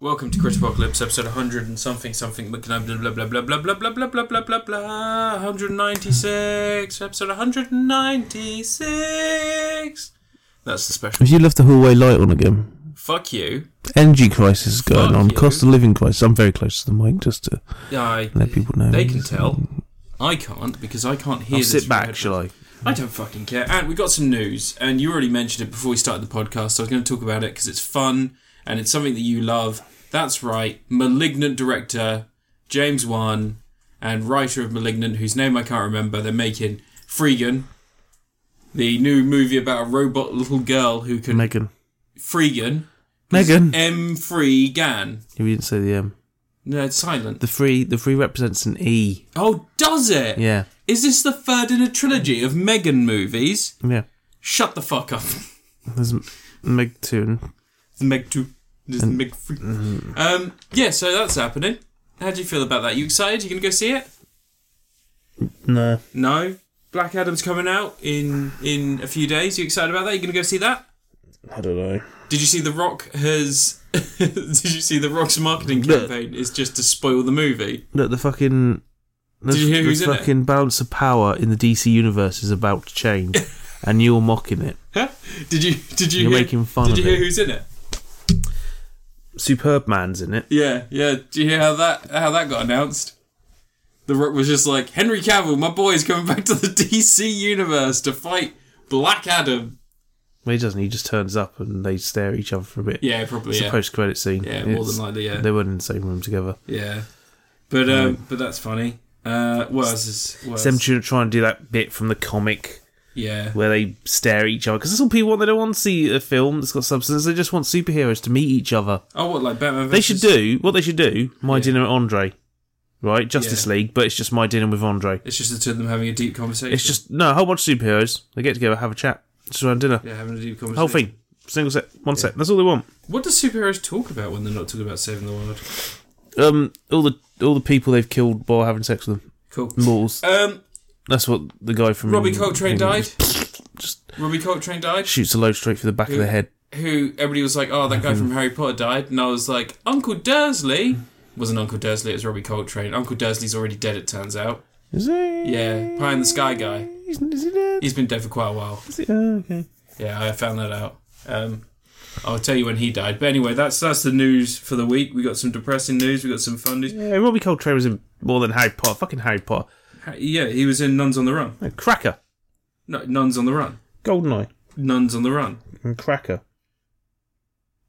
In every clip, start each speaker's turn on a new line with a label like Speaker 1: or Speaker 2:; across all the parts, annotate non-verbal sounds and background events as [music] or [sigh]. Speaker 1: Welcome to Chris Apocalypse, episode 100 and something, something, blah, blah, blah, blah, blah, blah, blah, blah, blah, blah, blah, blah, blah, blah, 196, episode 196. That's the special.
Speaker 2: Have you left the hallway light on again?
Speaker 1: Fuck you.
Speaker 2: Energy crisis is going
Speaker 1: Fuck
Speaker 2: on,
Speaker 1: you.
Speaker 2: cost of living crisis. I'm very close to the mic just to
Speaker 1: I,
Speaker 2: let people know.
Speaker 1: they can tell. I can't because I can't hear
Speaker 2: I'll
Speaker 1: this.
Speaker 2: sit
Speaker 1: through
Speaker 2: back,
Speaker 1: headphones.
Speaker 2: shall I?
Speaker 1: I don't fucking care. And we got some news, and you already mentioned it before we started the podcast. So I was going to talk about it because it's fun and it's something that you love. That's right, Malignant director James Wan and writer of Malignant, whose name I can't remember. They're making Freegan, the new movie about a robot little girl who can
Speaker 2: Megan.
Speaker 1: Freegan.
Speaker 2: Megan.
Speaker 1: M Freegan.
Speaker 2: You didn't say the M.
Speaker 1: No, it's silent.
Speaker 2: The three, the three represents an E.
Speaker 1: Oh, does it? Is
Speaker 2: Yeah,
Speaker 1: this the third in a trilogy of Megan movies?
Speaker 2: yeah.
Speaker 1: Shut the fuck up.
Speaker 2: There's M- Meg two and
Speaker 1: the Meg 2. There's the Meg 3.
Speaker 2: Mm-hmm.
Speaker 1: Um, yeah, so that's happening. How do you feel about that? You excited? You going to go see it?
Speaker 2: no.
Speaker 1: No. Black Adam's coming out in in a few days. You excited about that? You going to go see that?
Speaker 2: I don't know.
Speaker 1: Did you see The Rock has. [laughs] Did you see The Rock's marketing campaign is just to spoil the movie?
Speaker 2: Look, the fucking the,
Speaker 1: Did you hear
Speaker 2: the
Speaker 1: who's in it?
Speaker 2: fucking balance of power in the DC universe is about to [laughs] change, and you're mocking it.
Speaker 1: Huh? Did you did you
Speaker 2: You're
Speaker 1: hear,
Speaker 2: making fun
Speaker 1: Did
Speaker 2: of
Speaker 1: you hear
Speaker 2: it.
Speaker 1: who's in it?
Speaker 2: Superb man's in it.
Speaker 1: Yeah, yeah. Do you hear how that how that got announced? The Rock was just like Henry Cavill, my boy, is coming back to the [laughs] DC universe to fight Black Adam.
Speaker 2: Well, he doesn't. He just turns up and they stare at each other for a bit.
Speaker 1: Yeah, probably.
Speaker 2: It's
Speaker 1: Yeah.
Speaker 2: a post-credit scene.
Speaker 1: Yeah, more
Speaker 2: It's-
Speaker 1: than likely, yeah.
Speaker 2: They weren't in the same room together.
Speaker 1: Yeah, but um, but that's funny. Uh, what else is what
Speaker 2: It's them
Speaker 1: else?
Speaker 2: trying to try and do that bit from the comic
Speaker 1: Yeah,
Speaker 2: where they stare at each other because that's all people want. They don't want to see a film that's got substance. They just want superheroes to meet each other.
Speaker 1: oh, what like Batman?
Speaker 2: They should
Speaker 1: versus-
Speaker 2: do what they should do. My
Speaker 1: Yeah.
Speaker 2: dinner at Andre, right? Justice
Speaker 1: Yeah.
Speaker 2: League, but it's just my dinner with Andre.
Speaker 1: It's just the two of them having a deep conversation.
Speaker 2: It's just no a whole bunch of superheroes. They get together, have a chat, just around dinner.
Speaker 1: yeah, having a deep conversation.
Speaker 2: Whole thing, single set, one set. That's all they want.
Speaker 1: What do superheroes talk about when they're not talking about saving the world?
Speaker 2: Um, all the all the people they've killed while having sex with them.
Speaker 1: Cool.
Speaker 2: Mortals.
Speaker 1: Um,
Speaker 2: That's what the guy from
Speaker 1: Robbie Coltrane died.
Speaker 2: England Mm. [laughs] Just
Speaker 1: Robbie Coltrane died.
Speaker 2: shoots a load straight through the back of the head.
Speaker 1: who everybody was like, "Oh, that
Speaker 2: Mm-hmm.
Speaker 1: guy from Harry Potter died," and I was like, "Uncle Dursley." Wasn't Uncle Dursley, it was Robbie Coltrane. Uncle Dursley's already dead, it turns out.
Speaker 2: Is he?
Speaker 1: Yeah, Pie in the Sky guy.
Speaker 2: Is, is he dead?
Speaker 1: He's been dead for quite a while.
Speaker 2: Is he- oh, okay.
Speaker 1: Yeah, I found that out. Um, I'll tell you when he died. But anyway, that's that's the news for the week. We got some depressing news. We got some fun news.
Speaker 2: Yeah, Robbie Coltrane was in more than Harry Potter. Fucking Harry Potter.
Speaker 1: Ha- Yeah, he was in Nuns on the Run.
Speaker 2: No, cracker.
Speaker 1: No, Nuns on the Run.
Speaker 2: Goldeneye.
Speaker 1: Nuns on the Run.
Speaker 2: And cracker.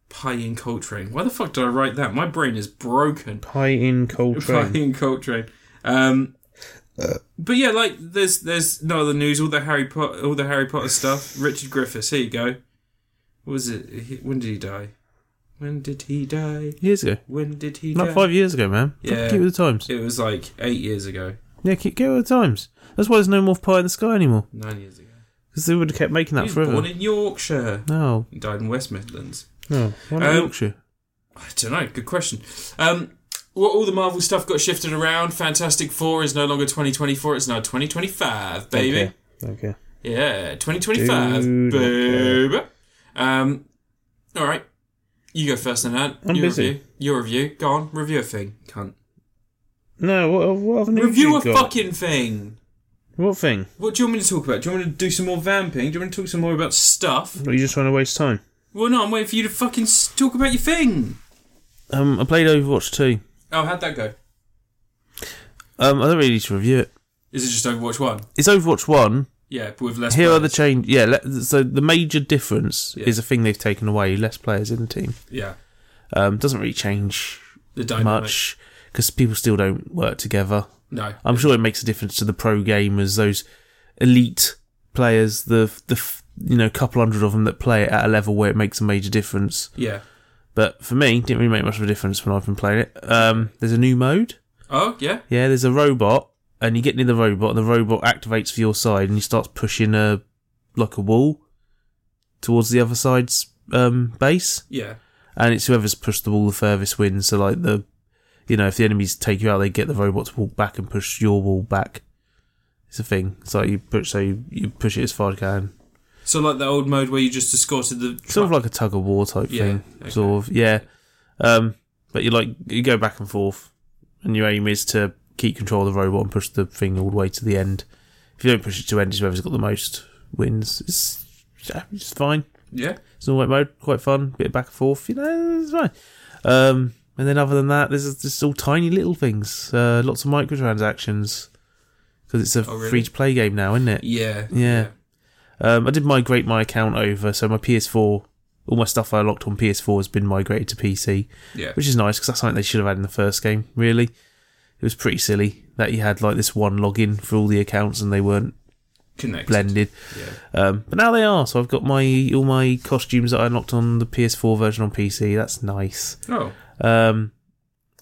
Speaker 1: Pie in Coltrane. Why the fuck did I write that? My brain is broken.
Speaker 2: Pie
Speaker 1: [laughs]
Speaker 2: in
Speaker 1: Pie
Speaker 2: Coltrane. Uh.
Speaker 1: in Coltrane. Um, but yeah, like there's there's no other news. All the Harry Potter, all the Harry Potter
Speaker 2: [laughs]
Speaker 1: stuff. Richard Griffiths. Here you go. What was it? He- When did he die? When did he die?
Speaker 2: Years ago.
Speaker 1: When did he
Speaker 2: Not
Speaker 1: die?
Speaker 2: five years ago, man.
Speaker 1: Yeah.
Speaker 2: Yeah. Keep with the times.
Speaker 1: It was like eight years ago,
Speaker 2: Yeah, keep, keep with the times. That's why there's no more pie in the sky anymore.
Speaker 1: nine years ago.
Speaker 2: Because they would have kept
Speaker 1: He
Speaker 2: making that
Speaker 1: was
Speaker 2: forever.
Speaker 1: born in Yorkshire.
Speaker 2: no.
Speaker 1: He died in West Midlands.
Speaker 2: No. Oh, Why not
Speaker 1: Um,
Speaker 2: Yorkshire?
Speaker 1: I don't know. Good question. Um, well, all the Marvel stuff got shifted around. Fantastic Four is no longer 2024. It's now 2025, baby.
Speaker 2: Okay.
Speaker 1: Yeah, 2025,
Speaker 2: Dude,
Speaker 1: baby. Um, all right. You go first, then, Ant.
Speaker 2: I'm
Speaker 1: Your
Speaker 2: busy.
Speaker 1: review. Your review. Go on. Review a thing, cunt.
Speaker 2: No, what, what other news
Speaker 1: Review
Speaker 2: you
Speaker 1: a
Speaker 2: got?
Speaker 1: fucking thing.
Speaker 2: What thing?
Speaker 1: What do you want me to talk about? Do you want me to do some more vamping? Do you want me to talk some more about stuff?
Speaker 2: Are you just trying to waste time?
Speaker 1: Well, no, I'm waiting for you to fucking s- talk about your thing.
Speaker 2: Um, I played Overwatch 2.
Speaker 1: Oh, how'd that go?
Speaker 2: Um, I don't really need to review it.
Speaker 1: Is it just Overwatch 1?
Speaker 2: It's Overwatch 1.
Speaker 1: Yeah, but with less
Speaker 2: Here are the
Speaker 1: players.
Speaker 2: change. Yeah, le- so the major difference
Speaker 1: Yeah.
Speaker 2: is a thing they've taken away: less players in the team.
Speaker 1: Yeah,
Speaker 2: Um, doesn't really change
Speaker 1: the
Speaker 2: much 'cause
Speaker 1: dynamic.
Speaker 2: much because people still don't work together.
Speaker 1: No.
Speaker 2: I'm sure it makes a difference to the pro gamers, those elite players, the the f- you know couple hundred of them that play it at a level where it makes a major difference.
Speaker 1: Yeah.
Speaker 2: But for me, didn't really make much of a difference when I've been playing it. Um, there's a new mode.
Speaker 1: Oh, yeah.
Speaker 2: Yeah, there's a robot, and you get near the robot, and the robot activates for your side, and he starts pushing a like a wall towards the other side's um, base,
Speaker 1: Yeah.
Speaker 2: and it's whoever's pushed the wall the furthest wins. So like the, you know, if the enemies take you out, they get the robot to walk back and push your wall back. It's a thing. It's like you push, so you, you push it as far as you can.
Speaker 1: So, like the old mode where you just escorted the.
Speaker 2: Sort of like a tug of war type
Speaker 1: Yeah,
Speaker 2: thing. Sort of, yeah. Um, But you like you go back and forth, and your aim is to keep control of the robot and push the thing all the way to the end. If you don't push it to end, it's whoever's got the most wins. It's yeah, it's fine.
Speaker 1: Yeah.
Speaker 2: It's all right mode, quite fun. Bit of back and forth, you know, it's fine. Um, and then other than that, there's just all tiny little things, uh, lots of microtransactions because it's a
Speaker 1: Oh, really?
Speaker 2: free to play game now, isn't it?
Speaker 1: Yeah.
Speaker 2: Yeah. Um, I did migrate my account over, so my PS4, all my stuff I locked on PS4 has been migrated to PC,
Speaker 1: Yeah.
Speaker 2: which is nice because that's something they should have had in the first game. Really, it was pretty silly that you had like this one login for all the accounts and they weren't
Speaker 1: Connected.
Speaker 2: blended.
Speaker 1: Yeah.
Speaker 2: Um, but now they are, so I've got my all my costumes that I unlocked on the PS4 version on PC. That's nice.
Speaker 1: Oh.
Speaker 2: Um,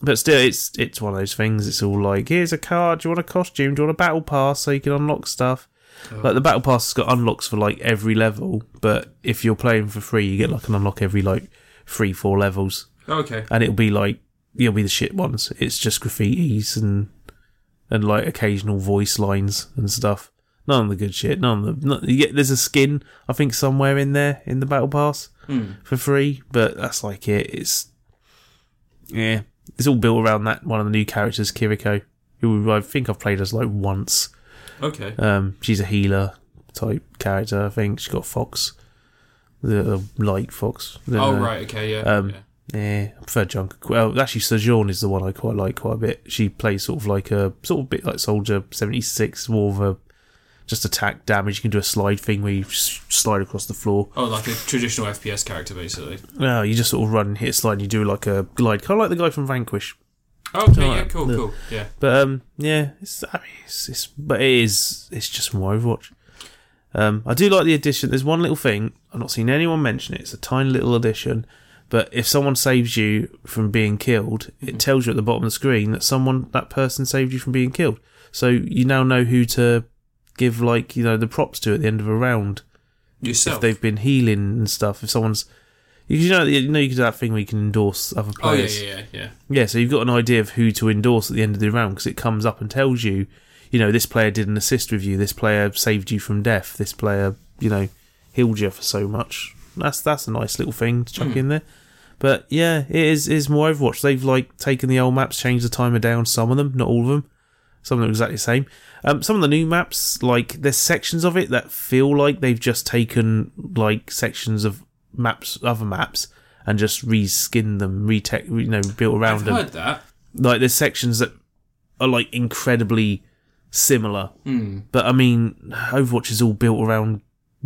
Speaker 2: but still, it's it's one of those things. It's all like, here's a card. Do you want a costume? Do you want a battle pass so you can unlock stuff?
Speaker 1: oh.
Speaker 2: Like the battle pass has got unlocks for like every level, but if you're playing for free, you get like an unlock every like three four levels,
Speaker 1: Oh, Okay.
Speaker 2: and it'll be like you'll be the shit ones. It's just graffitis and and like occasional voice lines and stuff. None of the good shit. None of the. Not, you get, there's a skin I think somewhere in there in the battle pass
Speaker 1: Hmm.
Speaker 2: for free, but that's like it. It's yeah, it's all built around that one of the new characters, Kiriko, who I think I've played as like once.
Speaker 1: Okay.
Speaker 2: Um, she's a healer type character. I think she's got fox, the light fox. I don't
Speaker 1: oh
Speaker 2: know.
Speaker 1: right. Okay. Yeah.
Speaker 2: Um,
Speaker 1: yeah.
Speaker 2: Yeah, I prefer Junk. Well, oh, actually, Sojourn is the one I quite like quite a bit. She plays sort of like a sort of bit like Soldier seventy six, more of a just attack damage. You can do a slide thing where you s- slide across the floor.
Speaker 1: Oh, like a traditional FPS character, basically.
Speaker 2: No, you just sort of run, and hit a slide, and you do like a glide, kind of like the guy from Vanquish.
Speaker 1: Oh, Okay.
Speaker 2: Alright.
Speaker 1: Yeah. Cool.
Speaker 2: Yeah.
Speaker 1: Cool. Yeah.
Speaker 2: But um, yeah, it's, I mean, it's, it's but it is it's just more Overwatch. Um, I do like the addition. There's one little thing I've not seen anyone mention it. It's a tiny little addition, but if someone saves you from being killed,
Speaker 1: Mm-hmm.
Speaker 2: it tells you at the bottom of the screen that someone that person saved you from being killed. So you now know who to give like you know the props to at the end of a round if
Speaker 1: Yourself.
Speaker 2: they've been healing and stuff. If someone's you know you know you can do that thing where you can endorse other
Speaker 1: Oh yeah.
Speaker 2: players.
Speaker 1: Yeah. Yeah. Yeah.
Speaker 2: Yeah, so you've got an idea of who to endorse at the end of the round because it comes up and tells you, you know, this player did an assist with you, this player saved you from death, this player, you know, healed you for so much. That's that's a nice little thing to chuck in there. But yeah, it is it is more Overwatch. They've like taken the old maps, changed the timer down. Some of them, not all of them. Some of them are exactly the same. Um, some of the new maps, like there's sections of it that feel like they've just taken like sections of maps, other maps, and just reskinned them, retech, you know, built around
Speaker 1: I've
Speaker 2: them
Speaker 1: heard that.
Speaker 2: like there's sections that are like incredibly similar. Mm. But I mean, Overwatch is all built around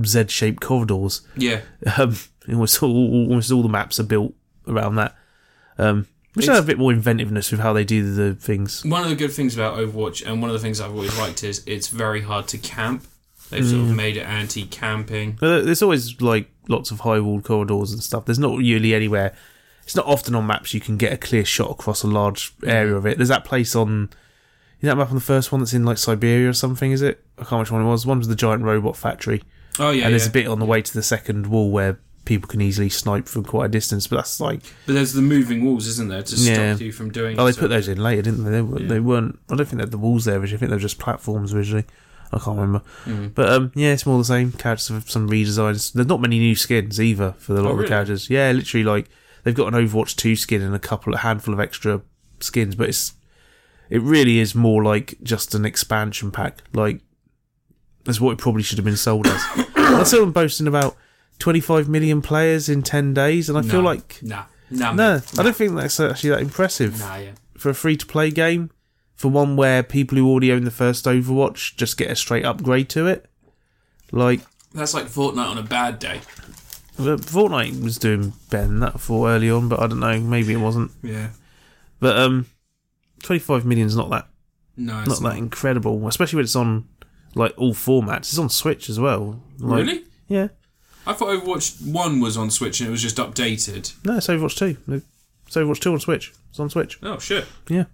Speaker 2: Z-shaped corridors. [laughs]
Speaker 1: Yeah.
Speaker 2: Um, almost all, almost all the maps are built around that. Um, which have a bit more inventiveness with how they do the things.
Speaker 1: One of the good things about Overwatch, and one of the things I've always liked, is it's very hard to camp. They've sort
Speaker 2: Mm.
Speaker 1: of made it anti-camping.
Speaker 2: But there's always like lots of high walled corridors and stuff. There's not really anywhere. It's not often on maps you can get a clear shot across a large area of it. There's that place on. Is that map on the first one that's in like Siberia or something? Is it? I can't remember which one it was. One was the giant robot factory.
Speaker 1: Oh yeah.
Speaker 2: and there's
Speaker 1: yeah.
Speaker 2: a bit on the way to the second wall where people can easily snipe from quite a distance. But that's like,
Speaker 1: but there's the moving walls, isn't there, to stop
Speaker 2: Yeah.
Speaker 1: you from doing.
Speaker 2: oh,
Speaker 1: it,
Speaker 2: they
Speaker 1: so-
Speaker 2: put those in later, didn't they? They, were, they weren't. I don't think they had the walls there originally. I think they were just platforms originally. I can't remember.
Speaker 1: Mm-hmm.
Speaker 2: But um, yeah, it's more the same. Characters have some redesigns. There's not many new skins either for the lot of
Speaker 1: Oh,
Speaker 2: the
Speaker 1: really?
Speaker 2: characters. Yeah, literally like they've got an Overwatch two skin and a couple, a handful of extra skins. But it's it really is more like just an expansion pack. Like that's what it probably should have been
Speaker 1: [coughs]
Speaker 2: sold as. I saw them boasting about 25 million players in 10 days, and I feel
Speaker 1: Nah.
Speaker 2: like
Speaker 1: Nah. Nah.
Speaker 2: no,
Speaker 1: man.
Speaker 2: I don't think that's actually that impressive
Speaker 1: Nah. Yeah.
Speaker 2: for a free-to-play game. For one where people who already own the first Overwatch just get a straight upgrade to it, like
Speaker 1: That's like Fortnite on a bad day.
Speaker 2: uh, Fortnite was doing better than that for early on, but I don't know, maybe it wasn't.
Speaker 1: Yeah.
Speaker 2: But um, 25 million is not that
Speaker 1: No. It's
Speaker 2: not that incredible, especially when it's on like all formats. It's on Switch as well. Like,
Speaker 1: Really?
Speaker 2: Yeah.
Speaker 1: I thought Overwatch One was on Switch and it was just updated.
Speaker 2: No, it's Overwatch 2. It's Overwatch 2 on Switch. It's on Switch.
Speaker 1: Oh shit.
Speaker 2: Yeah.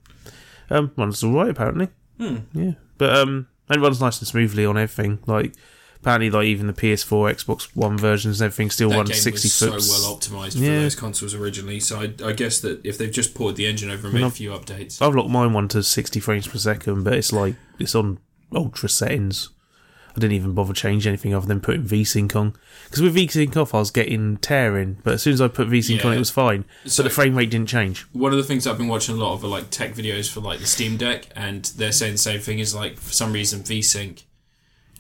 Speaker 2: Um, runs all right apparently.
Speaker 1: Hmm.
Speaker 2: Yeah, but um, it runs nice and smoothly on everything. Like apparently, like even the PS4, Xbox One versions, and everything still
Speaker 1: That
Speaker 2: runs
Speaker 1: game
Speaker 2: sixty
Speaker 1: was so
Speaker 2: foot.
Speaker 1: well optimized
Speaker 2: Yeah.
Speaker 1: for those consoles originally. So I, I guess that if they've just poured the engine over and made a few updates,
Speaker 2: I've locked mine one to sixty frames per second, but it's like it's on ultra settings. I didn't even bother change anything other than putting VSync on. Because with VSync off, I was getting tearing, but as soon as I put VSync on,
Speaker 1: Yeah.
Speaker 2: it was fine.
Speaker 1: So-
Speaker 2: but the frame rate didn't change.
Speaker 1: One of the things I've been watching a lot of are like tech videos for like the Steam Deck, and they're saying the same thing is like for some reason VSync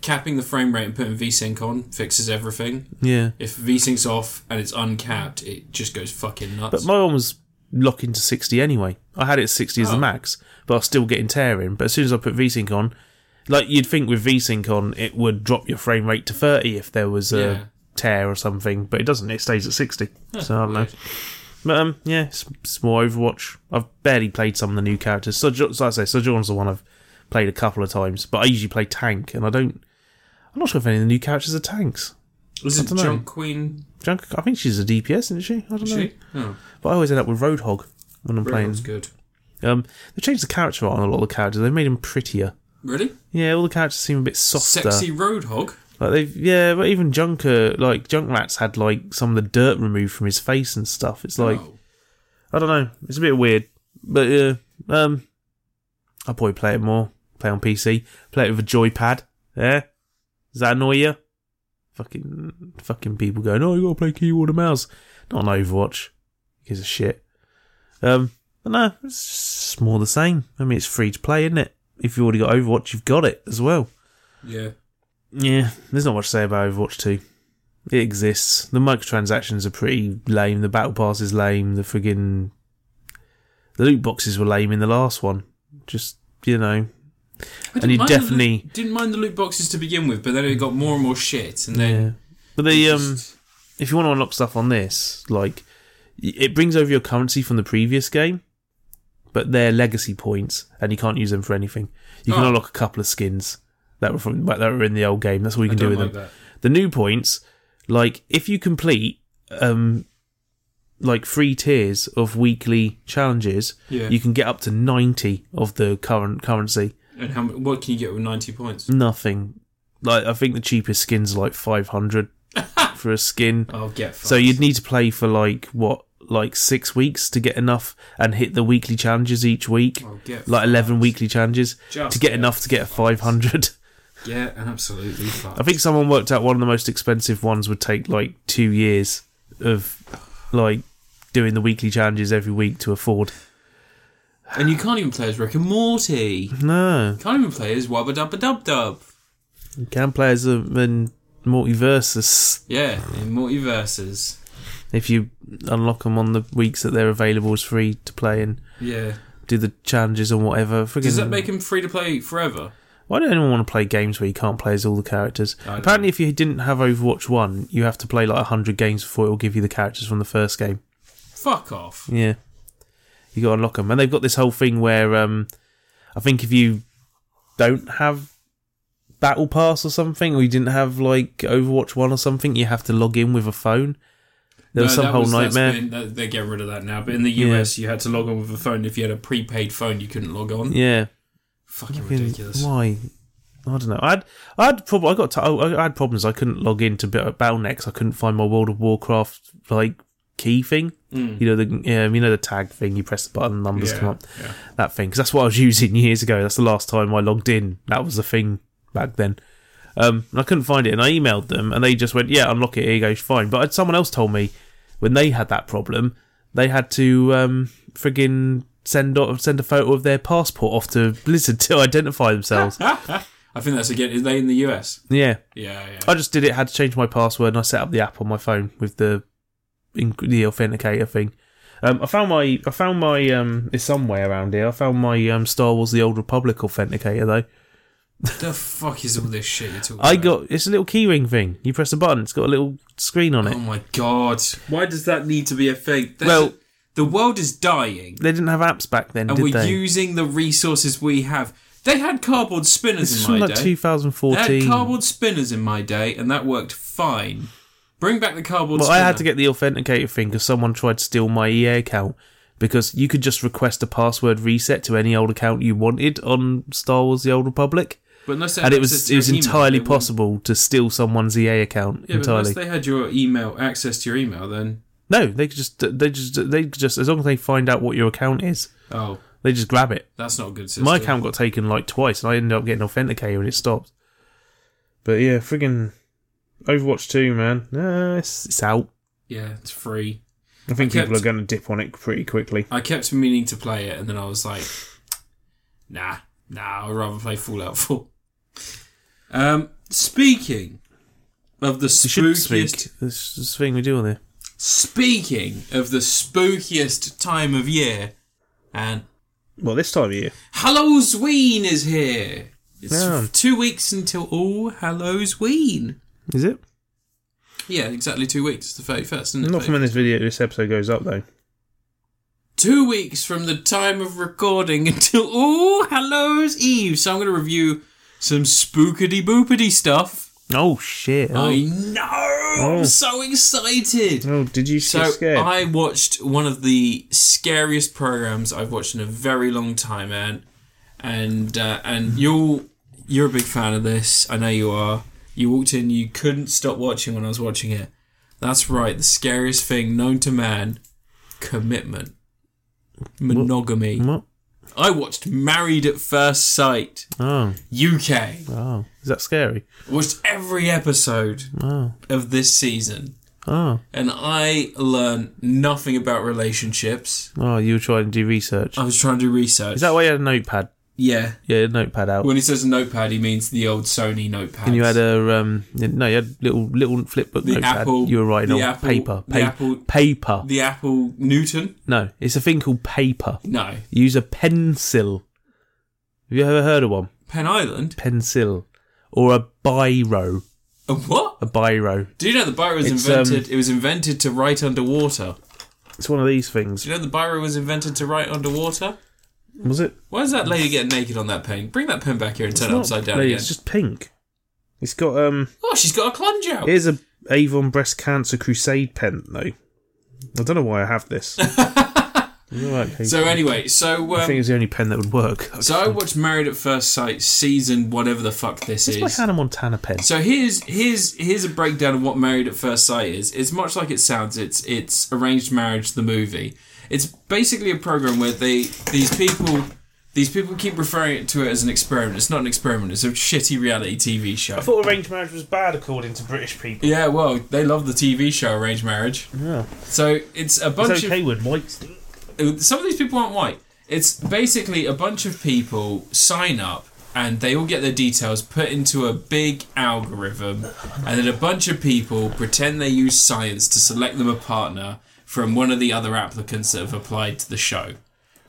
Speaker 1: capping the frame rate and putting VSync on fixes everything.
Speaker 2: Yeah.
Speaker 1: If VSync's off and it's uncapped, it just goes fucking
Speaker 2: But
Speaker 1: nuts.
Speaker 2: my one was locking to 60 anyway. I had it at 60 as the
Speaker 1: Oh.
Speaker 2: max, but I was still getting tearing. But as soon as I put VSync on, like you'd think with VSync on, it would drop your frame rate to 30 if there was a
Speaker 1: Yeah.
Speaker 2: tear or something, but it doesn't. It stays at 60. so I don't know. But um, yeah, it's, it's more Overwatch. I've barely played some of the new characters. Sojourn, so like I say, Sojourn's the one I've played a couple of times, but I usually play tank, and I don't. I'm not sure if any of the new characters are tanks.
Speaker 1: Is it
Speaker 2: I dunno.
Speaker 1: Junk Queen?
Speaker 2: Junk, I think she's a DPS, isn't she? I don't
Speaker 1: Is
Speaker 2: know.
Speaker 1: she? Oh,
Speaker 2: But I always end up with Roadhog when I'm playing.
Speaker 1: Roadhog's good.
Speaker 2: Um, they changed the character art on a lot of the characters. They made them prettier.
Speaker 1: Really?
Speaker 2: Yeah, all the characters seem a bit softer.
Speaker 1: Sexy Roadhog?
Speaker 2: Like they've yeah, but even Junker, like Junk Rats had like some of the dirt removed from his face and stuff. It's like
Speaker 1: Oh.
Speaker 2: I don't know, it's a bit weird, but yeah, um, I'll probably play it more. Play on PC. Play it with a joypad. Yeah, does that annoy you? Fucking fucking people going, oh, you gotta play keyboard and mouse. Not on Overwatch. Who gives a shit. Um, but no, it's just more the same. I mean, it's free to play, isn't it? If you've already got Overwatch, you've got it as well.
Speaker 1: Yeah.
Speaker 2: Yeah, there's not much to say about Overwatch 2. It exists. The microtransactions are pretty lame. The battle pass is lame. The friggin' the loot boxes were lame in the last one. Just you know,
Speaker 1: I
Speaker 2: And
Speaker 1: didn't mind the
Speaker 2: you
Speaker 1: loot-
Speaker 2: definitely-
Speaker 1: didn't mind the loot boxes to begin with, but then it got more and more shit, and then
Speaker 2: yeah. But the
Speaker 1: it
Speaker 2: um,
Speaker 1: just-
Speaker 2: if you want to unlock stuff on this, like y- it brings over your currency from the previous game, but they're legacy points, and you can't use them for anything. You can
Speaker 1: Oh.
Speaker 2: unlock a couple of skins that were from that were in the old game. That's all you
Speaker 1: I
Speaker 2: can do
Speaker 1: don't
Speaker 2: with
Speaker 1: like
Speaker 2: them.
Speaker 1: that.
Speaker 2: the new points, like if you complete um like three tiers of weekly challenges,
Speaker 1: Yeah.
Speaker 2: you can get up to ninety of the current currency.
Speaker 1: And how mu- what can you get with ninety points?
Speaker 2: Nothing. Like I think the cheapest skins are like
Speaker 1: [laughs]
Speaker 2: five hundred for a skin.
Speaker 1: I'll get fucked.
Speaker 2: So you'd need to play for like what, like six weeks to get enough and hit the weekly challenges each week.
Speaker 1: I'll Oh, get
Speaker 2: Like eleven weekly challenges
Speaker 1: Just
Speaker 2: to get
Speaker 1: get
Speaker 2: enough to get a five hundred.
Speaker 1: yeah, absolutely fucked.
Speaker 2: I think someone worked out one of the most expensive ones would take like two years of like doing the weekly challenges every week to afford.
Speaker 1: and you can't even play as Rick and Morty. You
Speaker 2: No,
Speaker 1: can't even play as Wubba Dubba Dub Dub.
Speaker 2: you can play as a in multiversus
Speaker 1: Yeah, in multiverses.
Speaker 2: if you unlock them on the weeks that they're available as free to play and
Speaker 1: Yeah.
Speaker 2: do the challenges and whatever. Friggin-
Speaker 1: Does that make him free to play forever?
Speaker 2: Why don't anyone want to play games where you can't play as all the characters?
Speaker 1: I don't
Speaker 2: Apparently, if you didn't have Overwatch One, you have to play like hundred games before it will give you the characters from the first game.
Speaker 1: Fuck off.
Speaker 2: Yeah. You got to unlock them. And they've got this whole thing where um, I think if you don't have Battle Pass or something, or you didn't have like Overwatch 1 or something, you have to log in with a phone. There was
Speaker 1: No,
Speaker 2: some
Speaker 1: that
Speaker 2: whole
Speaker 1: that's
Speaker 2: nightmare.
Speaker 1: been- that- they're getting rid of that now. But in the US, you had to log on with a phone. If you had a prepaid phone, you couldn't log on.
Speaker 2: Yeah.
Speaker 1: Fucking
Speaker 2: Fucking-
Speaker 1: ridiculous.
Speaker 2: Why? I don't know. I had I had prob- I got to, I I had problems. I couldn't log into Bit- Battle.next. I couldn't find my World of Warcraft like key thing. You know the um, you know the tag thing. You press the button, numbers
Speaker 1: Mm. Yeah,
Speaker 2: come up.
Speaker 1: yeah.
Speaker 2: That thing because that's what I was using [laughs] years ago. That's the last time I logged in. That was the thing back then. Um, and I couldn't find it, and I emailed them, and they just went, "Yeah, unlock it. Here you go, fine." But I'd- someone else told me when they had that problem, they had to um, friggin' send o- send a photo of their passport off to Blizzard [laughs] to identify themselves.
Speaker 1: I think that's again. Is they in the US?
Speaker 2: yeah,
Speaker 1: Yeah, yeah.
Speaker 2: I just did it. Had to change my password, and I set up the app on my phone with the in- the authenticator thing. Um, I found my I found my um, it's somewhere around here. I found my um, Star Wars: The Old Republic authenticator though.
Speaker 1: the fuck is all this shit you're talking
Speaker 2: I
Speaker 1: about?
Speaker 2: got it's a little keyring thing. You press a button, it's got a little screen on it.
Speaker 1: Oh my god. Why does that need to be a thing? That's-
Speaker 2: Well-
Speaker 1: the world is dying,
Speaker 2: They didn't have apps back then,
Speaker 1: and
Speaker 2: did
Speaker 1: we're
Speaker 2: they?
Speaker 1: using the resources we have. They had cardboard spinners
Speaker 2: this is
Speaker 1: in
Speaker 2: from
Speaker 1: my
Speaker 2: like
Speaker 1: day. They had
Speaker 2: 2014.
Speaker 1: cardboard spinners in my day, and that worked fine. Bring back the cardboard
Speaker 2: Well, I
Speaker 1: spinner.
Speaker 2: had to get the authenticator thing because someone tried to steal my EA account because you could just request a password reset to any old account you wanted on Star Wars: The Old Republic.
Speaker 1: But unless they had
Speaker 2: and it
Speaker 1: access
Speaker 2: was
Speaker 1: to
Speaker 2: it was
Speaker 1: your email,
Speaker 2: entirely
Speaker 1: they wouldn't-
Speaker 2: possible to steal someone's EA
Speaker 1: Yeah,
Speaker 2: account
Speaker 1: but
Speaker 2: entirely.
Speaker 1: unless they had your email access to your email, then
Speaker 2: no, they could just they just they could just as long as they find out what your account is,
Speaker 1: oh,
Speaker 2: they just grab it.
Speaker 1: that's not a good system.
Speaker 2: My account got taken like twice, and I ended up getting authenticated when it stopped. But yeah, friggin' Overwatch 2, man. Nah, it's, it's out.
Speaker 1: Yeah, it's free.
Speaker 2: I think
Speaker 1: I kept-
Speaker 2: people are going to dip on it pretty quickly.
Speaker 1: I kept meaning to play it, and then I was like, nah, nah, I'd rather play Fallout 4. Um, speaking of the
Speaker 2: You should
Speaker 1: spookiest,
Speaker 2: speak. This is the thing we do on there.
Speaker 1: speaking of the spookiest time of year, and
Speaker 2: Well, this time of year.
Speaker 1: Halloween is here. It's
Speaker 2: Yeah.
Speaker 1: f- two weeks until All Halloween.
Speaker 2: Is it?
Speaker 1: Yeah, exactly two weeks. It's the thirty first, isn't it?
Speaker 2: Not from
Speaker 1: babe?
Speaker 2: when this video, this episode goes up, though.
Speaker 1: two weeks from the time of recording [laughs] until All Hallows Eve. So I'm going to review some spookity boopity stuff.
Speaker 2: Oh, shit. Oh,
Speaker 1: I know.
Speaker 2: Oh.
Speaker 1: I'm so excited.
Speaker 2: Oh, did you
Speaker 1: So
Speaker 2: get scared?
Speaker 1: I watched one of the scariest programs I've watched in a very long time, man. And uh, and you're you're a big fan of this. I know you are. You walked in, you couldn't stop watching when I was watching it. That's right. The scariest thing known to man: commitment, monogamy.
Speaker 2: What?
Speaker 1: I watched Married at First Sight
Speaker 2: Oh,
Speaker 1: UK.
Speaker 2: oh. Is that scary?
Speaker 1: Watched every episode
Speaker 2: Oh,
Speaker 1: of this season,
Speaker 2: oh.
Speaker 1: and I learned nothing about relationships.
Speaker 2: Oh, you were trying to do research.
Speaker 1: I was trying to do research.
Speaker 2: Is that why you had a notepad?
Speaker 1: yeah.
Speaker 2: Yeah, a notepad out.
Speaker 1: When he says a notepad, he means the old Sony notepad.
Speaker 2: and you had a um, no, you had little little flip book
Speaker 1: The
Speaker 2: notepad.
Speaker 1: Apple-
Speaker 2: you were writing on
Speaker 1: the Apple-
Speaker 2: paper,
Speaker 1: the
Speaker 2: pa-
Speaker 1: Apple-
Speaker 2: paper.
Speaker 1: the Apple Newton.
Speaker 2: no, it's a thing called paper.
Speaker 1: No,
Speaker 2: Use a pencil. Have you ever heard of one?
Speaker 1: Pen Island.
Speaker 2: Pencil or a biro?
Speaker 1: A what?
Speaker 2: A biro.
Speaker 1: Do you know the biro was
Speaker 2: It's, um,
Speaker 1: invented? it was invented to write underwater.
Speaker 2: It's one of these things.
Speaker 1: Do you know the biro was invented to write underwater?
Speaker 2: Was it?
Speaker 1: Why is that lady getting naked on that pen? Bring that pen back here and turn
Speaker 2: It's
Speaker 1: it
Speaker 2: not
Speaker 1: upside down
Speaker 2: blue,
Speaker 1: again.
Speaker 2: It's just pink. It's got um.
Speaker 1: Oh, she's got a clunge out.
Speaker 2: Here's a Avon Breast Cancer Crusade pen though. I don't know why I
Speaker 1: [laughs]
Speaker 2: have this. Alright,
Speaker 1: so anyway, so
Speaker 2: I think
Speaker 1: um,
Speaker 2: it's the only pen that would work.
Speaker 1: so I watched Married at First Sight season whatever the fuck this
Speaker 2: It's
Speaker 1: is.
Speaker 2: my Hannah Montana pen.
Speaker 1: So here's here's here's a breakdown of what Married at First Sight is. It's much like it sounds. It's it's arranged marriage, the movie. It's basically a program where they these people these people keep referring to it as an experiment. It's not an experiment. It's a shitty reality TV show.
Speaker 2: I thought arranged marriage was bad according to British people.
Speaker 1: yeah, well, they love the TV show Arranged Marriage.
Speaker 2: Yeah.
Speaker 1: So it's a bunch
Speaker 2: It's
Speaker 1: of
Speaker 2: okay with whites.
Speaker 1: some of these people aren't white. It's basically a bunch of people sign up and they all get their details put into a big algorithm, and then a bunch of people pretend they use science to select them a partner from one of the other applicants that have applied to the show,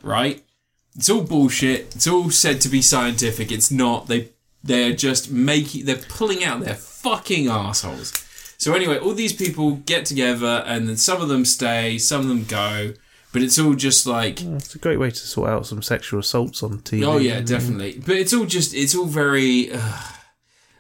Speaker 1: right? It's all bullshit. It's all said to be scientific. It's not. They they're just making. They're pulling out their fucking assholes. So anyway, all these people get together, and then some of them stay, some of them go, but it's all just like
Speaker 2: It's a great way to sort out some sexual assaults on TV.
Speaker 1: Oh yeah, definitely. But it's all just it's all very uh,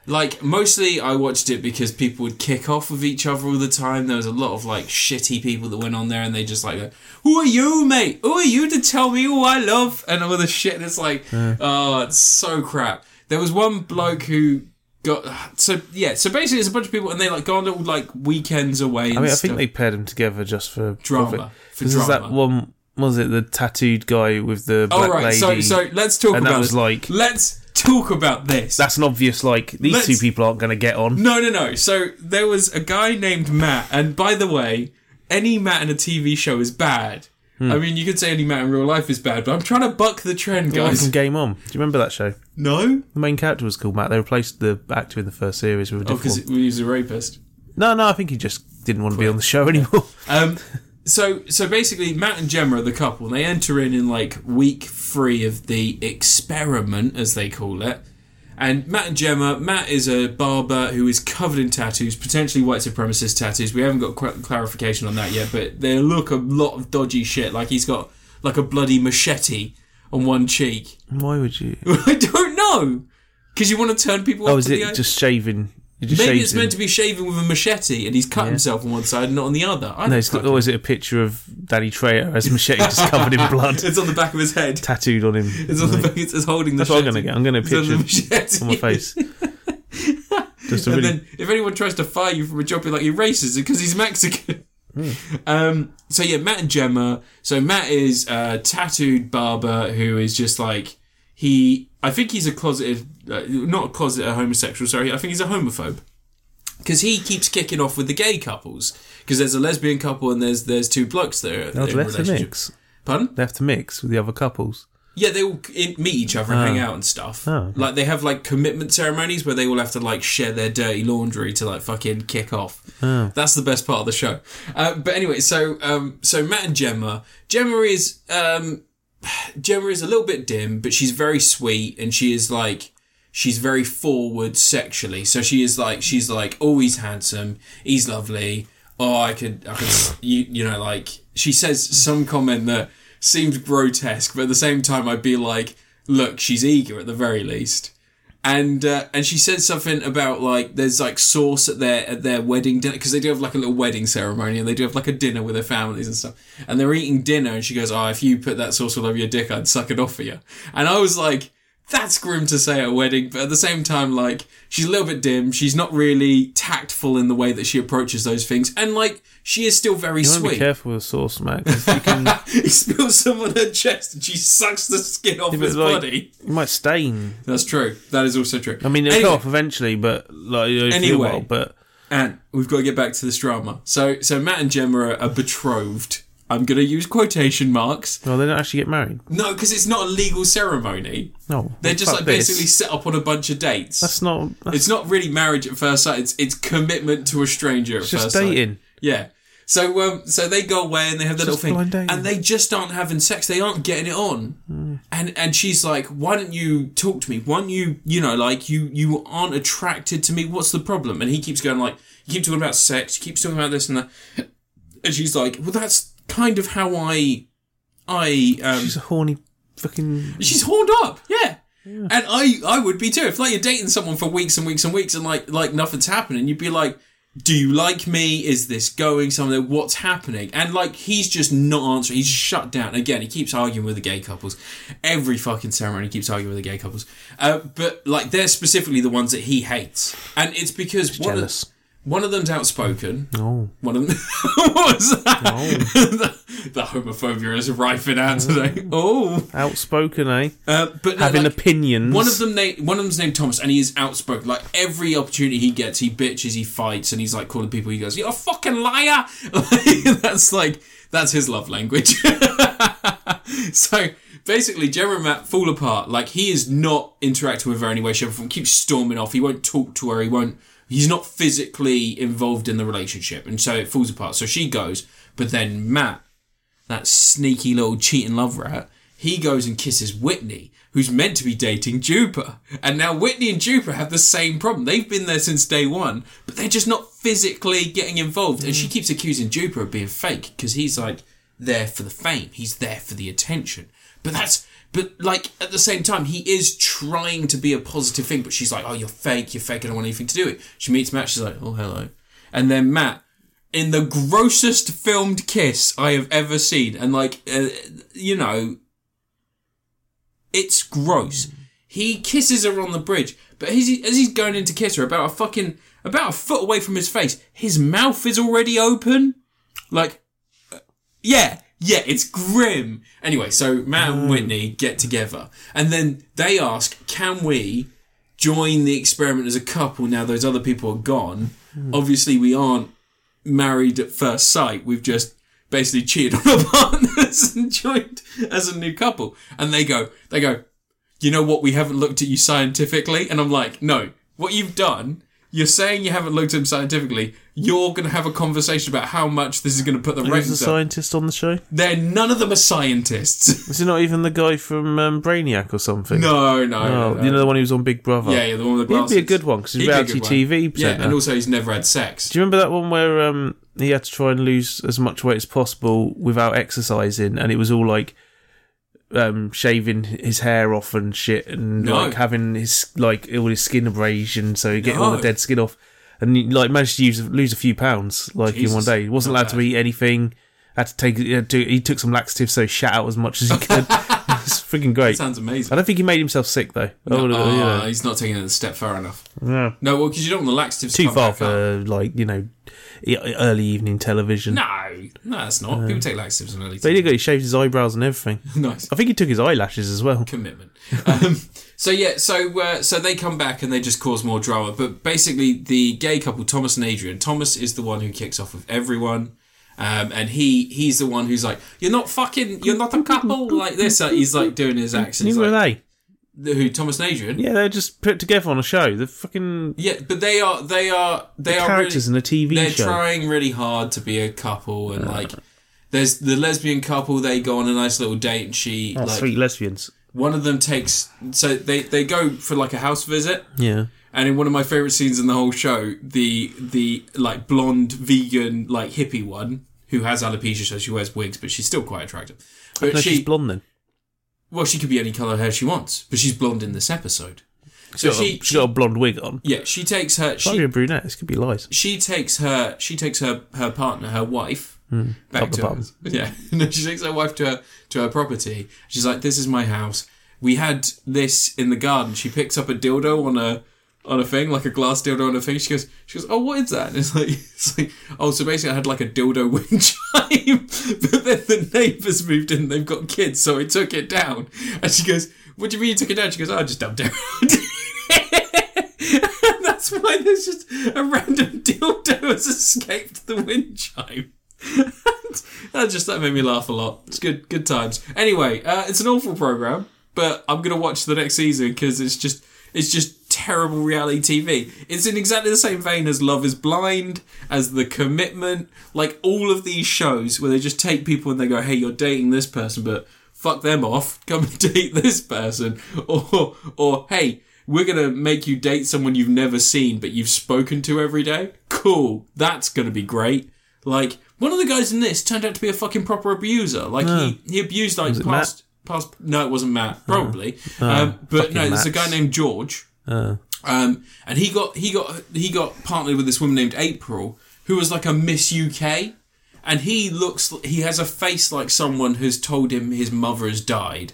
Speaker 1: like mostly I watched it because people would kick off with each other all the time. There was a lot of like shitty people that went on there and they just like, "Who are you, mate? Who are you to tell me who I love?" and all the shit. And it's like, oh, it's so crap. There was one bloke who got so yeah. So basically, it's a bunch of people and they like go on little like weekends away. And
Speaker 2: I mean, I
Speaker 1: stuff.
Speaker 2: think they paired them together just for
Speaker 1: Drama.
Speaker 2: profit.
Speaker 1: For
Speaker 2: 'Cause there's that
Speaker 1: drama.
Speaker 2: one? Was it the tattooed guy with the
Speaker 1: All
Speaker 2: black
Speaker 1: right,
Speaker 2: lady?
Speaker 1: so so let's talk
Speaker 2: And that
Speaker 1: about
Speaker 2: was
Speaker 1: this.
Speaker 2: like-
Speaker 1: let's talk about this.
Speaker 2: That's an obvious. Like these
Speaker 1: Let's-
Speaker 2: two people aren't going to get on.
Speaker 1: No, no, no. So there was a guy named Matt, and by the way, any Matt in a TV show is bad. I mean, you could say any Matt in real life is bad, but I'm trying to buck the trend,
Speaker 2: Like
Speaker 1: guys.
Speaker 2: from Game On. Do you remember that show?
Speaker 1: No,
Speaker 2: The main character was called Matt. They replaced the actor in the first series with a different.
Speaker 1: Oh, because
Speaker 2: one.
Speaker 1: he was a rapist.
Speaker 2: No, no, I think he just didn't want to be on the show anymore. [laughs]
Speaker 1: Um, so so basically, Matt and Gemma are the couple. and They enter in in like week three of the experiment, as they call it. And Matt and Gemma, Matt is a barber who is covered in tattoos, potentially white supremacist tattoos. We haven't got qu- clarification on that yet, but they look a lot of dodgy shit. Like he's got like a bloody machete on one cheek. [laughs]
Speaker 2: Why would you?
Speaker 1: I don't know because you want to turn people.
Speaker 2: Oh,
Speaker 1: off
Speaker 2: is
Speaker 1: to the
Speaker 2: it just shaving? It just
Speaker 1: Maybe
Speaker 2: shaves
Speaker 1: it's
Speaker 2: him.
Speaker 1: meant to be shaving with a machete, and he's cut himself on one side and not on the other. I
Speaker 2: No,
Speaker 1: don't
Speaker 2: it's got,
Speaker 1: fucking-
Speaker 2: or is it a picture of Danny Trejo as machete just covered in
Speaker 1: [laughs]
Speaker 2: blood, [laughs]
Speaker 1: It's on the back of his head.
Speaker 2: tattooed on him?
Speaker 1: It's on the back. It's, it's holding the.
Speaker 2: That's what I'm
Speaker 1: machete.
Speaker 2: gonna get. I'm gonna
Speaker 1: It's on the
Speaker 2: picture
Speaker 1: machete. [laughs]
Speaker 2: on my face. Just a
Speaker 1: And
Speaker 2: really.
Speaker 1: then, if anyone tries to fire you from a job, you're like, you're racist because he's Mexican.
Speaker 2: Hmm.
Speaker 1: Um, so, yeah, Matt and Gemma. So, Matt is a tattooed barber who is just like, he I think he's a closeted uh, not a closeted homosexual sorry I think he's a homophobe because he keeps kicking off with the gay couples because there's a lesbian couple and there's there's two blokes there
Speaker 2: Oh,
Speaker 1: in
Speaker 2: they have to
Speaker 1: relationship.
Speaker 2: mix.
Speaker 1: Pardon?
Speaker 2: They have to mix with the other couples.
Speaker 1: Yeah, they all in, meet each other and hang out and stuff.
Speaker 2: Oh.
Speaker 1: Like they have like commitment ceremonies where they all have to like share their dirty laundry to like fucking kick off. That's the best part of the show. Uh, but anyway, so um, so Matt and Gemma, Gemma is um, Gemma is a little bit dim, but she's very sweet and she is like she's very forward sexually. So she is like she's like oh he's handsome, he's lovely. Oh I could I could s- you you know like she says some comment that seems grotesque, but at the same time I'd be like look she's eager at the very least. And uh, and she said something about like there's like sauce at their at their wedding dinner because they do have like a little wedding ceremony and they do have like a dinner with their families and stuff and they're eating dinner and she goes oh if you put that sauce all over your dick I'd suck it off for you and I was like that's grim to say at a wedding, but at the same time, like, she's a little bit dim. She's not really tactful in the way that she approaches those things. And, like, she is still very
Speaker 2: You want to be
Speaker 1: sweet.
Speaker 2: careful with
Speaker 1: [laughs]
Speaker 2: sauce, Matt. 'cause you, can,
Speaker 1: he spills some on her chest and she sucks the skin off his
Speaker 2: like-
Speaker 1: body.
Speaker 2: you might stain.
Speaker 1: That's true. That is also true.
Speaker 2: I mean, it'll
Speaker 1: Anyway.
Speaker 2: go off eventually, but like it'll feel
Speaker 1: Anyway.
Speaker 2: well, but
Speaker 1: And we've got to get back to this drama. So, so Matt and Gemma are, are betrothed. I'm going to use quotation marks.
Speaker 2: well, they don't actually get married.
Speaker 1: No, because it's not a legal ceremony.
Speaker 2: No,
Speaker 1: They're just
Speaker 2: fuck
Speaker 1: like
Speaker 2: this.
Speaker 1: basically set up on a bunch of dates.
Speaker 2: That's not. That's
Speaker 1: it's not really marriage at first sight. It's it's commitment to a stranger at
Speaker 2: just
Speaker 1: first sight.
Speaker 2: dating.
Speaker 1: Yeah. So um, so they go away and they have their
Speaker 2: Just
Speaker 1: little
Speaker 2: blind
Speaker 1: thing,
Speaker 2: dating. Hmm.
Speaker 1: and they just aren't having sex. They aren't getting it on. And and she's like, "Why don't you talk to me? Why don't you you know like you you aren't attracted to me? What's the problem?" And he keeps going like, "You keep talking about sex. You keep talking about this and that." And she's like, "Well, that's kind of how I I um,
Speaker 2: She's a horny fucking.
Speaker 1: She's horned up, yeah. And I, I would be too. If like you're dating someone for weeks and weeks and weeks, and like like nothing's happening, you'd be like, "Do you like me? Is this going somewhere? What's happening?" And like he's just not answering. He's shut down again. He keeps arguing with the gay couples. Every fucking ceremony, he keeps arguing with the gay couples. Uh, but like they're specifically the ones that he hates, and it's because one
Speaker 2: jealous.
Speaker 1: of one of them's outspoken.
Speaker 2: Oh,
Speaker 1: One of them. [laughs] what was that? [laughs] the, the homophobia is rife in our today. Oh,
Speaker 2: outspoken,
Speaker 1: [laughs]
Speaker 2: eh?
Speaker 1: uh, but no,
Speaker 2: Having
Speaker 1: like,
Speaker 2: opinions.
Speaker 1: one of them, na- one of them's named Thomas, and he is outspoken. Like every opportunity he gets, he bitches, he fights, and he's like calling people. He goes, "You're a fucking liar." [laughs] Like, that's like that's his love language. [laughs] so basically, Gemma and Matt fall apart. Like he is not interacting with her in any way, shape, or form. Keeps storming off. He won't talk to her. He won't. He's not physically involved in the relationship, and so it falls apart. So she goes, but then Matt that sneaky little cheating love rat, he goes and kisses Whitney, who's meant to be dating Juper. And now Whitney and Juper have the same problem. They've been there since day one, but they're just not physically getting involved. And she keeps accusing Juper of being fake because he's like there for the fame, he's there for the attention. But that's. But like at the same time, he is trying to be a positive thing. But she's like, "Oh, you're fake. You're fake. I don't want anything to do with it." She meets Matt. She's like, "Oh, hello," and then Matt in the grossest filmed kiss I have ever seen. And like, uh, you know, it's gross. He kisses her on the bridge, but as, he, as he's going in to kiss her, about a fucking about a foot away from his face, his mouth is already open. Like, uh, yeah, yeah, it's grim. Anyway, so Matt and Whitney get together, and then they ask, "Can we join the experiment as a couple?" Now those other people are gone. Obviously, we aren't married at first sight. We've just basically cheated [laughs] on our partners and joined as a new couple. And they go, they go, you know what? We haven't looked at you scientifically. And I'm like, no, what you've done, you're saying you haven't looked at him scientifically. You're going to have a conversation about how much this is going to put the
Speaker 2: Who's the
Speaker 1: ratings up.
Speaker 2: scientist on the show?
Speaker 1: Then none of them are scientists. [laughs]
Speaker 2: Is he not even the guy from um, Brainiac or something?
Speaker 1: no, no, no,
Speaker 2: Oh,
Speaker 1: no.
Speaker 2: you know the one who was on Big Brother.
Speaker 1: yeah, yeah, the one with the
Speaker 2: He'd
Speaker 1: glasses.
Speaker 2: be a good one because he's
Speaker 1: He'd be a good
Speaker 2: reality
Speaker 1: one.
Speaker 2: TV
Speaker 1: Yeah,
Speaker 2: presenter.
Speaker 1: and also he's never had sex.
Speaker 2: Do you remember that one where um, he had to try and lose as much weight as possible without exercising, and it was all like um, shaving his hair off and shit, and
Speaker 1: No.
Speaker 2: like having his like all his skin abrasion, so he get all
Speaker 1: No.
Speaker 2: the dead skin off, and he, like managed to use, lose a few pounds like in one
Speaker 1: Jesus,
Speaker 2: day. He wasn't
Speaker 1: not
Speaker 2: allowed to eat anything. Had to take he, had to- he took some laxatives, so he shat out as
Speaker 1: [laughs]
Speaker 2: much as he could. it's freaking great.
Speaker 1: Sounds amazing.
Speaker 2: I don't think he made himself sick though. Oh,
Speaker 1: Ah,
Speaker 2: yeah.
Speaker 1: He's not taking it a step far enough.
Speaker 2: Yeah.
Speaker 1: No, well, because you don't want the laxatives to
Speaker 2: too
Speaker 1: come
Speaker 2: far
Speaker 1: back up.
Speaker 2: for like you know e- early evening television.
Speaker 1: No, no, that's not. People take laxatives on early.
Speaker 2: But he did go. He shaved his eyebrows and everything.
Speaker 1: [laughs] nice.
Speaker 2: I think he took his eyelashes as well.
Speaker 1: commitment. Um, so yeah, so uh, so they come back and they just cause more drama. But basically, the gay couple, Thomas and Adrian. Thomas is the one who kicks off with everyone, um, and he he's the one who's like, "You're not fucking, you're not a couple like this." Uh, he's like doing his accent. He's
Speaker 2: Who were
Speaker 1: like,
Speaker 2: they?
Speaker 1: Who Thomas and Adrian?
Speaker 2: Yeah, they're just put together on a show. The fucking
Speaker 1: Yeah, but they are they are they are
Speaker 2: characters
Speaker 1: really,
Speaker 2: in a
Speaker 1: they're
Speaker 2: TV show. Uh.
Speaker 1: trying really hard to be a couple and like. There's the lesbian couple. They go on a nice little date, and she
Speaker 2: Oh,
Speaker 1: like
Speaker 2: sweet lesbians.
Speaker 1: one of them takes. So they they go for like a house visit,
Speaker 2: Yeah.
Speaker 1: And in one of my favorite scenes in the whole show, the the like blonde vegan like hippie one who has alopecia, so she wears wigs, but she's still quite attractive. But
Speaker 2: No,
Speaker 1: she,
Speaker 2: she's blonde then.
Speaker 1: well, she could be any color hair she wants, but she's blonde in this episode. So
Speaker 2: Got a-
Speaker 1: she,
Speaker 2: she's got a blonde wig on.
Speaker 1: yeah, she takes her
Speaker 2: Might
Speaker 1: she
Speaker 2: be a brunette. This could be lies.
Speaker 1: she takes her she takes her her partner, her wife, back
Speaker 2: up the
Speaker 1: to her,
Speaker 2: bum.
Speaker 1: yeah. [laughs] No, she takes her wife to her to her property. She's like, "This is my house. We had this in the garden." She picks up a dildo on a on a thing, like a glass dildo on a thing. She goes, "She goes, oh, what is that?" [laughs] And it's like, it's like, oh, so basically, I had like a dildo [laughs] wind chime, but then the neighbors moved in. They've got kids, so I took it down. And she goes, "What do you mean you took it down?" She goes, "Oh, "I just dumped [laughs] it." And [laughs] that's why there's just a random dildo has escaped the wind chime. that just that made me laugh a lot. It's good, good times. Anyway, uh, it's an awful program, but I'm gonna watch the next season because it's just it's just terrible reality TV. It's in exactly the same vein as Love Is Blind, as The Commitment, like all of these shows where they just take people and they go, "Hey, you're dating this person, but fuck them off. [laughs] Come and date this person," or or hey we're gonna make you date someone you've never seen but you've spoken to every day. Cool, that's gonna be great. Like one of the guys in this turned out to be a fucking proper abuser. Like he, he abused like
Speaker 2: it
Speaker 1: past past. No, it wasn't Matt. Probably, um, but
Speaker 2: fucking
Speaker 1: no, there's a guy
Speaker 2: Matt.
Speaker 1: named George. Um, and he got he got he got partnered with this woman named April, who was like a Miss UK, and he looks he has a face like someone who's told him his mother has died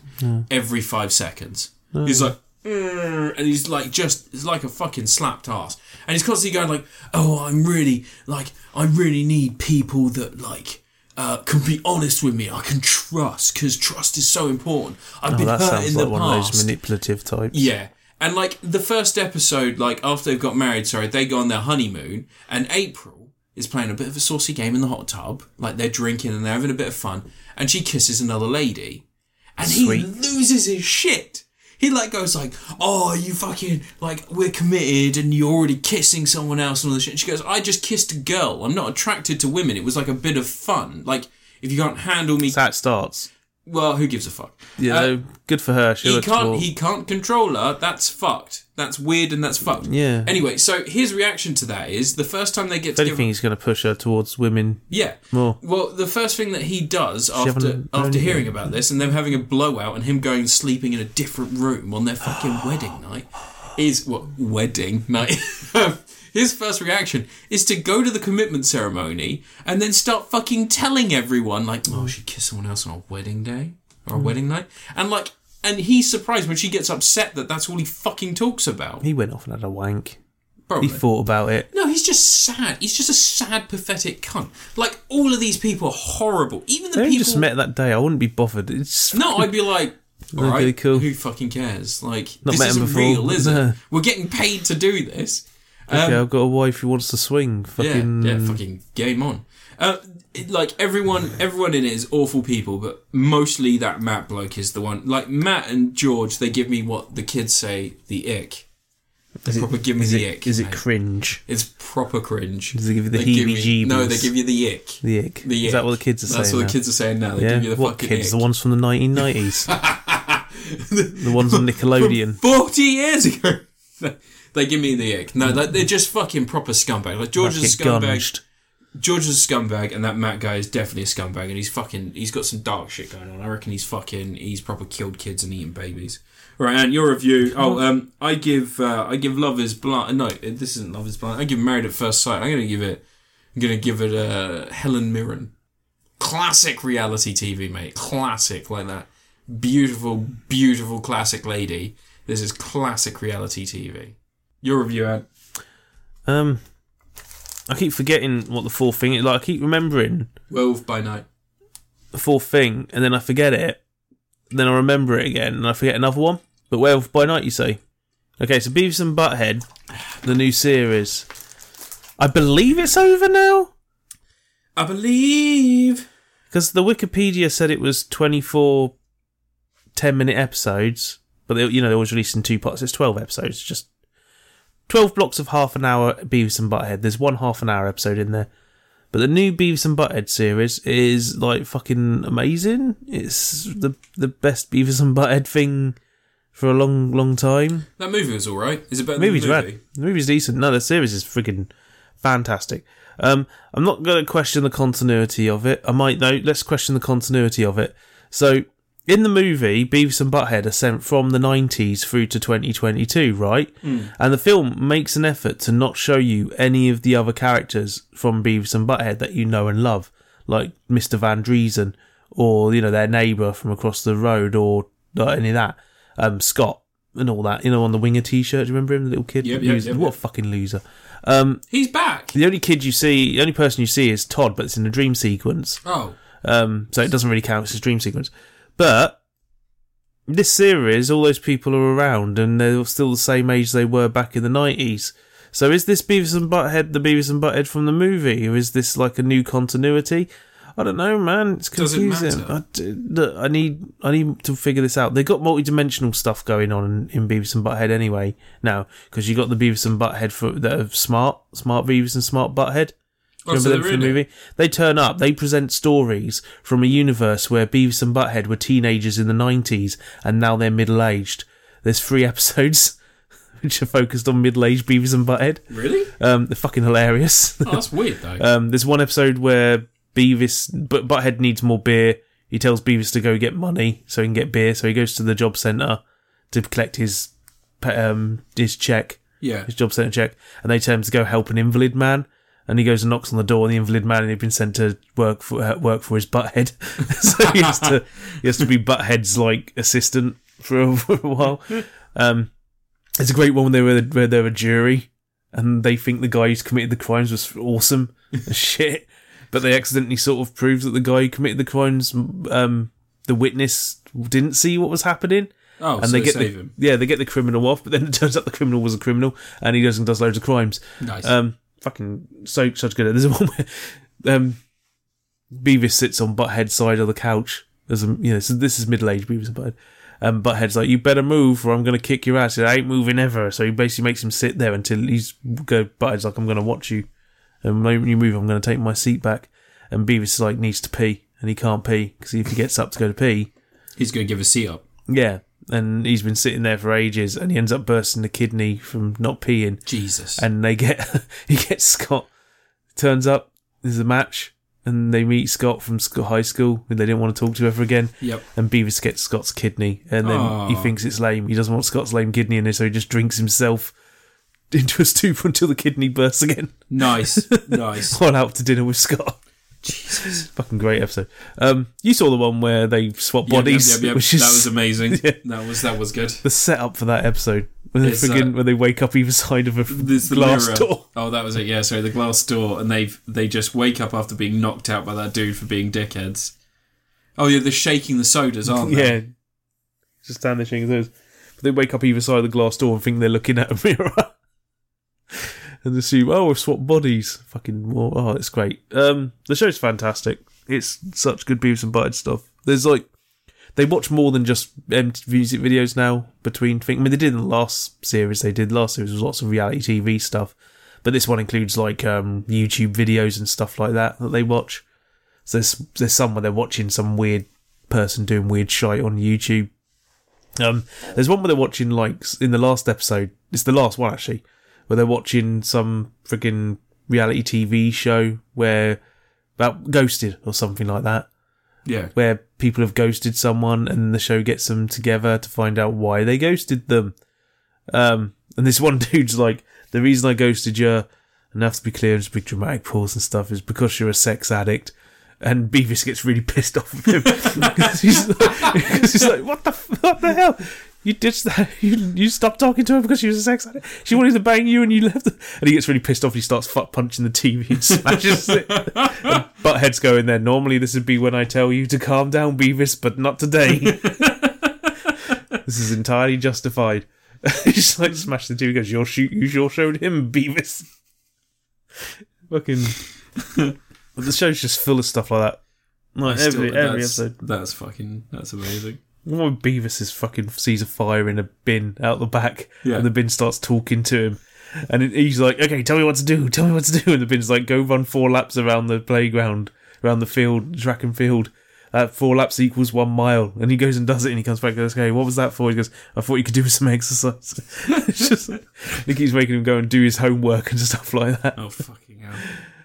Speaker 1: every five seconds. He's like. "Mm," And he's like just it's like a fucking slapped ass, and he's constantly going like, "Oh, I'm really like I really need people that like uh, can be honest with me. I can trust because trust is so important. I've been
Speaker 2: Well, Oh, that
Speaker 1: hurt in
Speaker 2: sounds
Speaker 1: the
Speaker 2: like one
Speaker 1: past.
Speaker 2: of those manipulative types.
Speaker 1: Yeah. And like the first episode, like after they've got married, sorry, they go on their honeymoon and April is playing a bit of a saucy game in the hot tub. Like they're drinking and they're having a bit of fun and she kisses another lady and he
Speaker 2: Sweet.
Speaker 1: loses his shit. He like goes like, "Oh, you fucking like we're committed, and you're already kissing someone else and all this shit." And she goes, "I just kissed a girl. I'm not attracted to women. It was like a bit of fun. Like if you can't handle me,
Speaker 2: That's how it starts.
Speaker 1: well, who gives a fuck?"
Speaker 2: Yeah,
Speaker 1: Uh,
Speaker 2: though, good for her. She
Speaker 1: he
Speaker 2: looks
Speaker 1: can't
Speaker 2: more-
Speaker 1: he can't control her that's fucked that's weird and that's fucked
Speaker 2: Yeah.
Speaker 1: anyway so his reaction to that is the first time they get
Speaker 2: If anything,
Speaker 1: together
Speaker 2: he's going to push her towards women.
Speaker 1: yeah
Speaker 2: More.
Speaker 1: well the first thing that he does after
Speaker 2: haven't known
Speaker 1: after
Speaker 2: him
Speaker 1: hearing about this and them having a blowout and him going and sleeping in a different room on their fucking wedding night is what wedding night [laughs] His first reaction is to go to the commitment ceremony and then start fucking telling everyone, like, oh, she kissed someone else on our wedding day or our wedding night. And, like, and he's surprised when she gets upset that that's all he fucking talks about.
Speaker 2: He went off and had a wank.
Speaker 1: Probably.
Speaker 2: He thought about it.
Speaker 1: No, he's just sad. He's just a sad, pathetic cunt. Like all of these people are horrible. Even the
Speaker 2: They only
Speaker 1: people. Um,
Speaker 2: just met that day. I wouldn't be bothered. It's
Speaker 1: no, I'd be
Speaker 2: [laughs]
Speaker 1: like, all
Speaker 2: Okay,
Speaker 1: right,
Speaker 2: cool.
Speaker 1: who fucking cares? Like
Speaker 2: Not
Speaker 1: this
Speaker 2: met him
Speaker 1: isn't
Speaker 2: before.
Speaker 1: real, is
Speaker 2: [laughs] No.
Speaker 1: it? We're getting paid to do this.
Speaker 2: okay. I've got a wife who wants to swing. Fucking
Speaker 1: Yeah, yeah, fucking game on. Uh, it- like everyone, everyone in it is awful people, but mostly that Matt bloke is the one. Like Matt and George, they give me what the kids say, the ick. They proper give me
Speaker 2: is
Speaker 1: the
Speaker 2: it
Speaker 1: ick.
Speaker 2: is it
Speaker 1: mate.
Speaker 2: cringe?
Speaker 1: It's proper cringe.
Speaker 2: Does it give you the
Speaker 1: They give me-
Speaker 2: heebie-jeebies?
Speaker 1: No, they give you the ick.
Speaker 2: The ick.
Speaker 1: The
Speaker 2: Is that
Speaker 1: ick.
Speaker 2: what the kids are
Speaker 1: That's
Speaker 2: saying?
Speaker 1: what
Speaker 2: now?
Speaker 1: the kids are saying now. They
Speaker 2: yeah.
Speaker 1: give you the
Speaker 2: what
Speaker 1: fucking
Speaker 2: kids?
Speaker 1: ick.
Speaker 2: The ones from the
Speaker 1: [laughs]
Speaker 2: 1990s. the ones on Nickelodeon.
Speaker 1: Forty years ago, [laughs] they give me the ick. No, like, they're just fucking proper scumbag. Like George
Speaker 2: Get
Speaker 1: is a scumbag.
Speaker 2: gunged.
Speaker 1: George is a scumbag, and that Matt guy is definitely a scumbag, and he's fucking. He's got some dark shit going on. I reckon he's fucking. He's proper killed kids and eating babies. Right, and your review. Oh, um, I give. Uh, I give Love Is Blind. uh, No, it- this isn't Love Is Blind. I give Married at First Sight. I'm gonna give it. I'm gonna give it uh, Helen Mirren. Classic reality TV, mate. Classic like that. Beautiful, beautiful classic lady. This is classic reality TV. Your review, Ant.
Speaker 2: Um, I keep forgetting what the fourth thing is. Like I keep remembering
Speaker 1: Werewolf by Night.
Speaker 2: the fourth thing, and then I forget it. Then I remember it again, and I forget another one. But Werewolf by Night, you say? Okay, so Beavis and Butthead, the new series. I believe it's over now
Speaker 1: I believe.
Speaker 2: because the Wikipedia said it was 24 10-minute episodes, but they, you know they always released in two parts. It's 12 episodes, it's just 12 blocks of half an hour Beavis and Butthead. There's one half an hour episode in there. But the new Beavis and Butthead series is like fucking amazing. It's the the best Beavis and Butthead thing for a long, long time.
Speaker 1: That movie was alright. Is it better
Speaker 2: The movie's
Speaker 1: than the
Speaker 2: rad.
Speaker 1: movie?
Speaker 2: The movie's decent. No, the series is freaking fantastic. Um, I'm not going to question the continuity of it. I might though. Let's question the continuity of it. So, in the movie, Beavis and Butthead are sent from the 90s through to 2022, right?
Speaker 1: Hmm.
Speaker 2: And the film makes an effort to not show you any of the other characters from Beavis and Butthead that you know and love, like Mr. Van Driesen or you know their neighbour from across the road or uh, any of that. Um, Scott and all that, you know, on the winger T-shirt. Do you remember him, the little kid?
Speaker 1: Yep, yep,
Speaker 2: Loser.
Speaker 1: yep,
Speaker 2: what a
Speaker 1: yep.
Speaker 2: fucking loser!
Speaker 1: He's back.
Speaker 2: The only kid you see, the only person you see is Todd, but it's in a dream sequence.
Speaker 1: Oh,
Speaker 2: Um, so it doesn't really count. It's a dream sequence. But this series, all those people are around, and they're still the same age they were back in the nineties. So is this Beavis and Butthead the Beavis and Butthead from the movie, or is this like a new continuity? I don't know, man. It's
Speaker 1: Does it matter?
Speaker 2: confusing. I, d- look, I need I need to figure this out. They got multi-dimensional stuff going on in, in Beavis and Butthead anyway now, because you got the Beavis and Butthead for that are smart, smart Beavis and smart Butthead.
Speaker 1: Oh,
Speaker 2: Remember
Speaker 1: so
Speaker 2: them
Speaker 1: they're
Speaker 2: from the
Speaker 1: in it.
Speaker 2: movie? They turn up, they present stories from a universe where Beavis and Butthead were teenagers in the 90s and now they're middle aged. There's three [laughs] episodes which are focused on middle aged Beavis and Butthead.
Speaker 1: really?
Speaker 2: Um, they're fucking hilarious. [laughs]
Speaker 1: Oh, that's weird though.
Speaker 2: Um, there's one episode where Beavis, but Butthead needs more beer. He tells Beavis to go get money so he can get beer. So he goes to the job centre to collect his pa- um, his check
Speaker 1: yeah.
Speaker 2: his job centre check, and they tell him to go help an invalid man. And he goes and knocks on the door, and the invalid man had been sent to work for uh, work for his butthead, [laughs] so he has to he has to be butthead's like assistant for a, for a while. Um, it's a great one when they were where they were a jury, and they think the guy who's committed the crimes was awesome as [laughs] shit, but they accidentally sort of prove that the guy who committed the crimes, um, the witness didn't see what was happening,
Speaker 1: Oh,
Speaker 2: and
Speaker 1: so
Speaker 2: they get
Speaker 1: save
Speaker 2: the,
Speaker 1: him.
Speaker 2: yeah they get the criminal off, but then it turns out the criminal was a criminal and he does and does loads of crimes.
Speaker 1: Nice.
Speaker 2: Um, fucking so such good. There's [laughs] one where um, Beavis sits on Butthead's side of the couch. There's a you know so this is middle aged Beavis and Butthead. And Butthead's like, you better move or I'm going to kick your ass. He said, I ain't moving ever. So he basically makes him sit there until he's go. Butthead's like, I'm going to watch you. And the moment you move, I'm going to take my seat back. And Beavis is like, needs to pee. And he can't pee because if he gets up to go to pee,
Speaker 1: He's going to give a seat up.
Speaker 2: yeah. And he's been sitting there for ages and he ends up bursting the kidney from not peeing
Speaker 1: Jesus.
Speaker 2: and they get [laughs] he gets Scott. Turns up, there's a match, and they meet Scott from sc- high school, who they didn't want to talk to ever again.
Speaker 1: yep.
Speaker 2: And Beavis gets Scott's kidney, and then he
Speaker 1: Aw.
Speaker 2: thinks it's lame. He doesn't want Scott's lame kidney in there, so he just drinks himself [laughs] into a stupor until the kidney bursts again. [laughs]
Speaker 1: Nice. nice.
Speaker 2: On out to dinner with Scott.
Speaker 1: Jesus.
Speaker 2: Fucking great episode. Um, you saw the one where they swap bodies,
Speaker 1: Yep, yep, yep, yep.
Speaker 2: [laughs] which is
Speaker 1: That was amazing.
Speaker 2: [laughs] Yeah.
Speaker 1: That was that was good.
Speaker 2: the setup for that episode. When they,
Speaker 1: It's, uh,
Speaker 2: friggin- when they wake up either side of a
Speaker 1: There's the
Speaker 2: glass
Speaker 1: mirror.
Speaker 2: door.
Speaker 1: Oh, that was it. Yeah, sorry, the glass door, and they they just wake up after being knocked out by that dude for being dickheads. Oh yeah, they're shaking the sodas, [laughs] aren't they?
Speaker 2: Yeah. Just stand there shaking those. But they wake up either side of the glass door and think they're looking at a mirror. [laughs] and assume, oh, we've swapped bodies. Fucking, war- oh, it's great. Um, the show's fantastic. It's such good Beavis and Butthead stuff. There's like, they watch more than just um, music videos now between things. I mean, they did in the last series, they did last series was lots of reality TV stuff. But this one includes like um, YouTube videos and stuff like that that they watch. So there's, there's some where they're watching some weird person doing weird shite on YouTube. Um, there's one where they're watching like s- in the last episode. It's the last one actually, where they're watching some friggin' reality TV show where about ghosted or something like that,
Speaker 1: Yeah.
Speaker 2: where people have ghosted someone and the show gets them together to find out why they ghosted them. Um, and this [laughs] one dude's like, the reason I ghosted you, and I have to be clear, just big dramatic pause and stuff, is because you're a sex addict. And [laughs] Beavis gets really pissed off at him because he's, like, 'cause he's like, "What the f- what the hell? You ditched that. [laughs] You, you stopped talking to her because she was a sex addict. She wanted to bang you, and you left. Her. And he gets really pissed off. He starts fuck punching the TV and [laughs] smashes it. And [laughs] butt heads go in there. Normally, this would be when I tell you to calm down, Beavis, but
Speaker 1: [laughs]
Speaker 2: not today. this is entirely justified. [laughs] he just like smashed the TV. Goes, you shoot. You sure showed him, Beavis.
Speaker 1: [laughs]
Speaker 2: Fucking. But the show's just full of stuff like that.
Speaker 1: I
Speaker 2: Like
Speaker 1: still-
Speaker 2: every every
Speaker 1: that's-
Speaker 2: episode.
Speaker 1: That's fucking. That's amazing.
Speaker 2: One of Beavis is fucking sees a fire in a bin out the back,
Speaker 1: Yeah.
Speaker 2: and the bin starts talking to him, and it- he's like, "Okay, tell me what to do. Tell me what to do." And the bin's like, "Go run four laps around the playground, around the field, track and field. Uh, four laps equals one mile." And he goes and does it, and he comes back and goes, "Okay, what was that for?" He goes, "I thought you could do some [laughs] exercise." it's just like, he keeps making him go and do his homework and stuff like that.
Speaker 1: Oh fucking hell!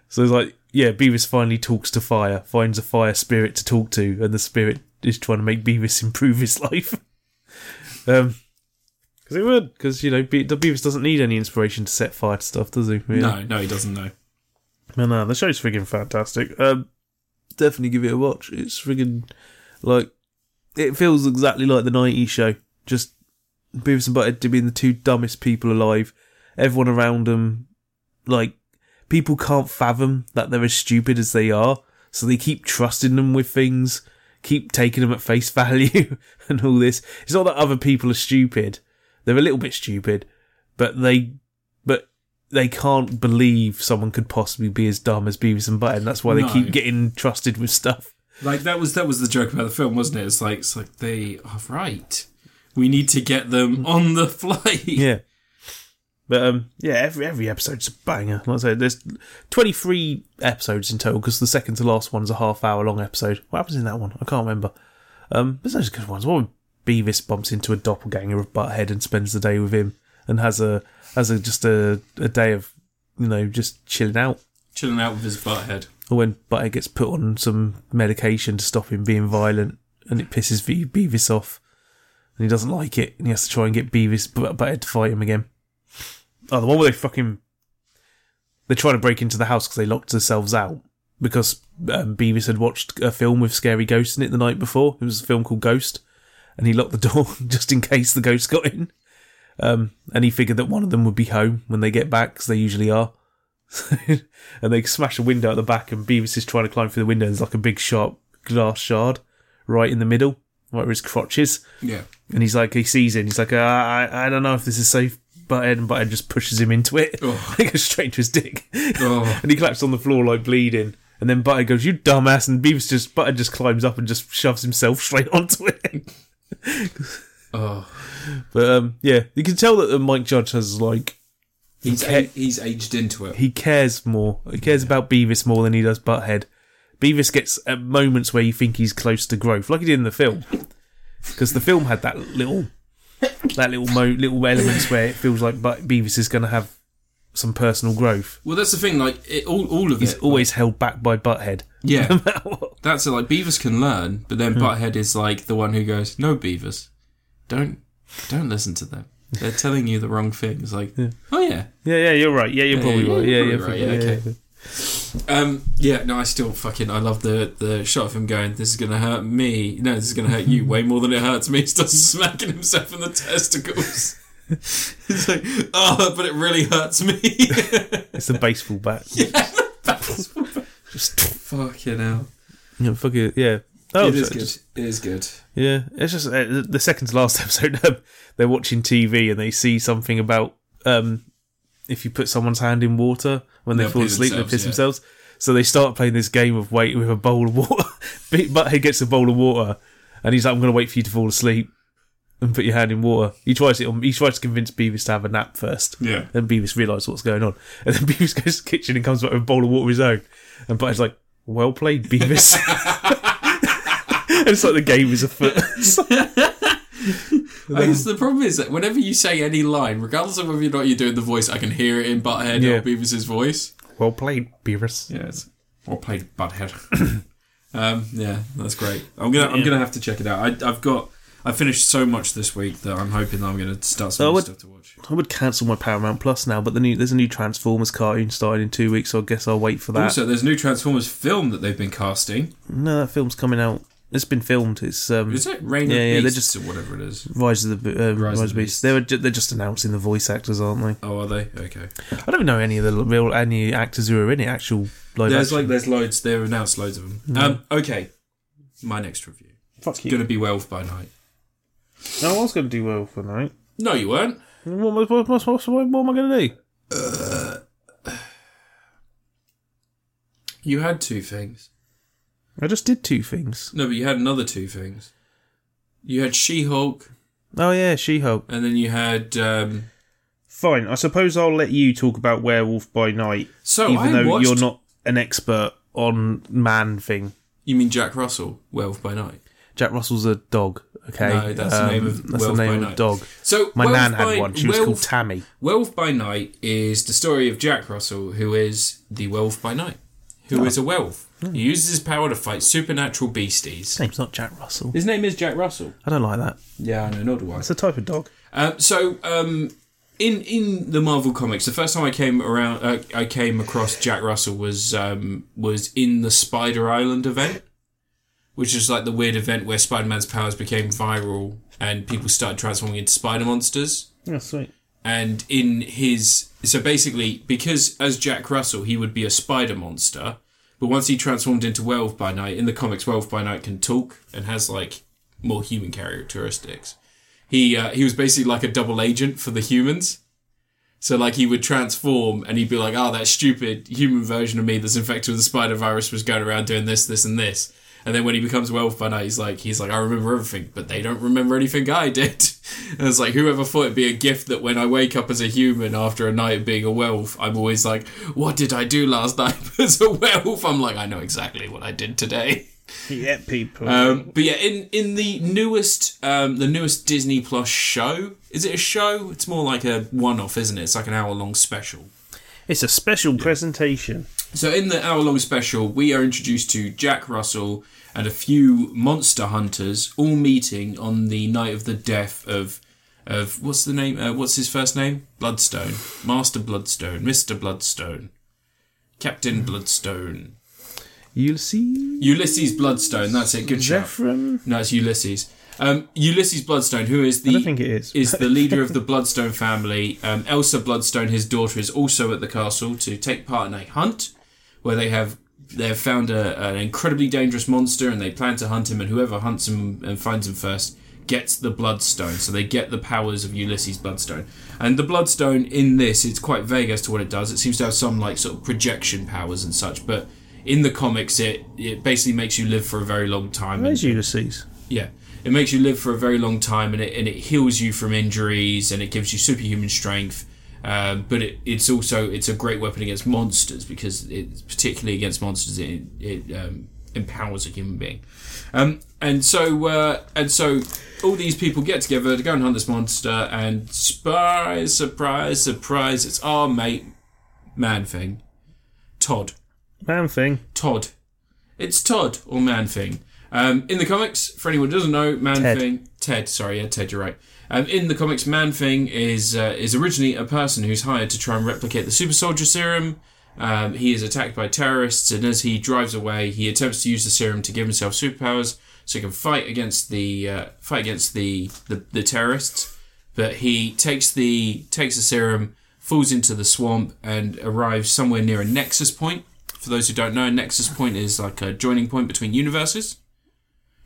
Speaker 2: So it's like, yeah, Beavis finally talks to fire, finds a fire spirit to talk to, and the spirit is trying to make Beavis [laughs] improve his life. um, because it would, because you know, Be- Beavis doesn't need any inspiration to set fire to stuff, does he? Really?
Speaker 1: No, no, he doesn't know.
Speaker 2: no, no, the show's friggin' fantastic. Um, definitely give it a watch. It's friggin' like it feels exactly like the '90s show. Just Beavis and Butthead being the two dumbest people alive. Everyone around them, like people can't fathom that they're as stupid as they are, so they keep trusting them with things, keep taking them at face [laughs] value, and all this. It's not that other people are stupid; they're a little bit stupid, but they, but they can't believe someone could possibly be as dumb as Beavis and Butthead. and That's why they
Speaker 1: No.
Speaker 2: keep getting trusted with stuff.
Speaker 1: Like that was that was the joke about the film, wasn't it? It's like it's like they are right. We need to get them on the flight.
Speaker 2: Yeah. But um, yeah, every every episode's a banger. Like I said, there's 23 episodes in total because the second to last one's a half hour long episode. What happens in that one? I can't remember. Um, there's those good ones. One with Beavis bumps into a doppelganger of Butthead and spends the day with him and has a has a just a, a day of you know just chilling out.
Speaker 1: Chilling out with his butt head.
Speaker 2: Or when Butthead gets put on some medication to stop him being violent and it pisses Be- Beavis off and he doesn't like it and he has to try and get Beavis but Butthead to fight him again. Oh, the one where they fucking they're trying to break into the house because they locked themselves out because um, Beavis had watched a film with scary ghosts in it the night before. It was a film called Ghost, and he locked the [laughs] door just in case the ghost got in. Um, and he figured that one of them would be home when they get back, because they usually are. [laughs] and they smash a window at the back, and Beavis is trying to climb through the window. And there's like a big sharp glass shard right in the middle, right where his crotch is.
Speaker 1: Yeah.
Speaker 2: And he's like, he sees it, and he's like, uh, I, I don't know if this is safe. Butthead and Butthead just pushes him into it. [laughs]
Speaker 1: Oh.
Speaker 2: He goes straight to his dick. [laughs]
Speaker 1: Oh.
Speaker 2: And he collapsed on the floor like bleeding. And then Butthead goes, You dumbass. And Beavis just, Butthead just climbs up and just shoves himself [laughs] straight onto it.
Speaker 1: Oh.
Speaker 2: But um, yeah, you can tell that uh, Mike Judge has like,
Speaker 1: He's
Speaker 2: ca-
Speaker 1: a- he's aged into it.
Speaker 2: he cares more. He cares about Beavis more than he does Butthead. Beavis gets at moments where you think he's close to growth, like he did in
Speaker 1: [laughs]
Speaker 2: the film. Because the film had that little, that little mo, little elements where it feels like but Beavis is going to have some personal growth.
Speaker 1: Well, that's the thing. Like it, all all of
Speaker 2: He's
Speaker 1: it.
Speaker 2: always held back by Butthead. [laughs]
Speaker 1: Yeah. [laughs] That's it. Like Beavis can learn, but then Butthead is like the one who goes, "No, Beavis, don't don't listen to them. They're telling you the wrong thing." It's like, oh yeah,
Speaker 2: Yeah, yeah, you're right. Yeah, you're probably
Speaker 1: yeah,
Speaker 2: right. Yeah,
Speaker 1: you're
Speaker 2: yeah,
Speaker 1: probably
Speaker 2: yeah,
Speaker 1: right. Yeah,
Speaker 2: yeah,
Speaker 1: okay. um, yeah. No, I still fucking I love the the shot of him going, "This is gonna hurt me. No, this is gonna hurt you way more than it hurts me." [laughs] He starts smacking himself in the testicles. [laughs] It's like, oh, but it really hurts me. [laughs]
Speaker 2: It's the baseball bat.
Speaker 1: Fucking hell.
Speaker 2: yeah, fuck it. Yeah. Oh,
Speaker 1: it is
Speaker 2: so-
Speaker 1: good. it is good.
Speaker 2: Yeah, it's just uh, the second to last [laughs] episode. Um, they're watching TV and they see something about um, if you put someone's hand in water when they
Speaker 1: They'll
Speaker 2: fall
Speaker 1: pee
Speaker 2: asleep, they
Speaker 1: themselves,
Speaker 2: piss
Speaker 1: yeah.
Speaker 2: themselves. So they start playing this game of wait with a bowl of water. [laughs] Big Butthead gets a bowl of water, and he's like, "I'm going to wait for you to fall asleep and put your hand in water." He tries it. On, he tries to convince Beavis to have a nap first.
Speaker 1: Yeah.
Speaker 2: Then Beavis realises what's going on, [laughs] and then Beavis goes to the kitchen and comes back with a bowl of water of his own. And Butthead's like, "Well played, Beavis." [laughs] And it's like the game is afoot.
Speaker 1: I guess the problem is that whenever you say any line, regardless of whether or not you're doing the voice, I can hear it in Butthead
Speaker 2: Yeah.
Speaker 1: or Beavis's voice.
Speaker 2: [laughs] Well played, Beavis.
Speaker 1: Yes. Or played Butthead. [coughs] um, yeah, that's great. I'm gonna I'm gonna have to check it out. I, I've got I finished so much this week that I'm hoping that I'm gonna start some
Speaker 2: I
Speaker 1: more
Speaker 2: would-
Speaker 1: stuff to watch.
Speaker 2: I would cancel my Paramount Plus now, but the new, there's a new Transformers cartoon starting in two weeks, so I guess I'll wait for that.
Speaker 1: Also, there's a new Transformers film that they've been casting.
Speaker 2: no, that film's coming out It's been filmed. It's um,
Speaker 1: Is it Rain
Speaker 2: Yeah,
Speaker 1: of
Speaker 2: yeah, they're
Speaker 1: Beasts or whatever it is?
Speaker 2: Rise of the Be- um, Rise, of the Beast.
Speaker 1: Beasts.
Speaker 2: They were ju- they're just announcing the voice actors, aren't they?
Speaker 1: Oh, are they? Okay.
Speaker 2: I don't know any of the l- real any actors who are in it. Actual live
Speaker 1: There's
Speaker 2: action.
Speaker 1: like there's loads. They've announced loads of them.
Speaker 2: Mm-hmm.
Speaker 1: Um, okay, my next review.
Speaker 2: Fuck
Speaker 1: Gonna be Wealth by night.
Speaker 2: No, I was going to do well for night.
Speaker 1: No, you weren't.
Speaker 2: What, what, what, what, what, what am I going to do?
Speaker 1: You had two things.
Speaker 2: I just did two things.
Speaker 1: No, but you had another two things. You had She-Hulk,
Speaker 2: Oh yeah, She-Hulk.
Speaker 1: and then you had. Um,
Speaker 2: Fine. I suppose I'll let you talk about Werewolf by Night,
Speaker 1: so
Speaker 2: even
Speaker 1: I
Speaker 2: though
Speaker 1: watched.
Speaker 2: you're not an expert on man thing.
Speaker 1: You mean Jack Russell, Wealth by Night?
Speaker 2: Jack Russell's a dog. Okay, Um,
Speaker 1: No, that's the name of
Speaker 2: that's the
Speaker 1: Werewolf by
Speaker 2: name of
Speaker 1: Night.
Speaker 2: the dog.
Speaker 1: So
Speaker 2: My
Speaker 1: Wealth
Speaker 2: nan
Speaker 1: by-
Speaker 2: had one. She was
Speaker 1: Wealth-
Speaker 2: called Tammy.
Speaker 1: Wealth by Night is the story of Jack Russell, who is the Wealth by Night, who is
Speaker 2: Oh.
Speaker 1: a werewolf. He uses his power to fight supernatural beasties.
Speaker 2: His name's not Jack Russell.
Speaker 1: His name is Jack Russell.
Speaker 2: I don't like that.
Speaker 1: Yeah, I know, nor do I.
Speaker 2: It's a type of dog.
Speaker 1: Um, so, um, in in the Marvel comics, the first time I came around, uh, I came across Jack Russell was um, was in the Spider Island event, which is like the weird event where Spider Man's powers became viral and people started transforming into spider monsters.
Speaker 2: Oh, sweet.
Speaker 1: And in his so basically, because as Jack Russell, he would be a spider monster, but once he transformed into Werewolf by Night in the comics, Werewolf by Night can talk and has like more human characteristics he uh, he was basically like a double agent for the humans. So like he would transform and he'd be like, "Oh, that stupid human version of me that's infected with the spider virus was going around doing this, this, and this." And then when he becomes Werewolf by Night, he's like, he's like, "I remember everything, but they don't remember anything I did." [laughs] And it's like, whoever thought it'd be a gift that when I wake up as a human after a night of being a werewolf, I'm always like, "What did I do last [laughs] night as a werewolf?" I'm like, "I know exactly what I did today."
Speaker 2: Yeah, people.
Speaker 1: Um, but yeah, in in the newest um, the newest Disney Plus show, is it a show? It's more like a one off, isn't it? It's like an hour long special.
Speaker 2: it's a special presentation.
Speaker 1: So in the hour long special, we are introduced to Jack Russell and a few monster hunters all meeting on the night of the death of of what's the name? Uh, what's his first name? Bloodstone, Master Bloodstone, Mister Bloodstone, Captain Bloodstone,
Speaker 2: Ulysses
Speaker 1: Ulysses Bloodstone. That's it. Good shout.
Speaker 2: Zephram.
Speaker 1: [laughs] No, it's Ulysses. Um, Ulysses Bloodstone, who is the
Speaker 2: I don't think it is.
Speaker 1: is
Speaker 2: [laughs]
Speaker 1: the leader of the Bloodstone family. Um, Elsa Bloodstone, his daughter, is also at the castle to take part in a hunt where they have they have found a, an incredibly dangerous monster and they plan to hunt him. And whoever hunts him and finds him first gets the Bloodstone. So they get the powers of Ulysses Bloodstone. And the Bloodstone in this, it's quite vague as to what it does. It seems to have some like sort of projection powers and such, but. In the comics, it, it basically makes you live for a very long time. and-
Speaker 2: Where's Ulysses?
Speaker 1: yeah, it makes you live for a very long time, and it and it heals you from injuries, and it gives you superhuman strength. Um, but it, it's also it's a great weapon against monsters because it's particularly against monsters it, it um, empowers a human being. Um, and so uh, and so all these people get together to go and hunt this monster, and surprise, surprise, surprise! It's our mate, man thing, Todd.
Speaker 2: Man thing.
Speaker 1: Todd. It's Todd or Man Thing. Um, in the comics, for anyone who doesn't know, Man
Speaker 2: Ted.
Speaker 1: Thing, Ted. Sorry, yeah, Ted, you're right. Um, in the comics, Man Thing is uh, is originally a person who's hired to try and replicate the Super Soldier Serum. Um, he is attacked by terrorists, and as he drives away, he attempts to use the serum to give himself superpowers so he can fight against the uh, fight against the, the, the terrorists. But he takes the takes the serum, falls into the swamp, and arrives somewhere near a nexus point. For those who don't know, a nexus point is like a joining point between universes.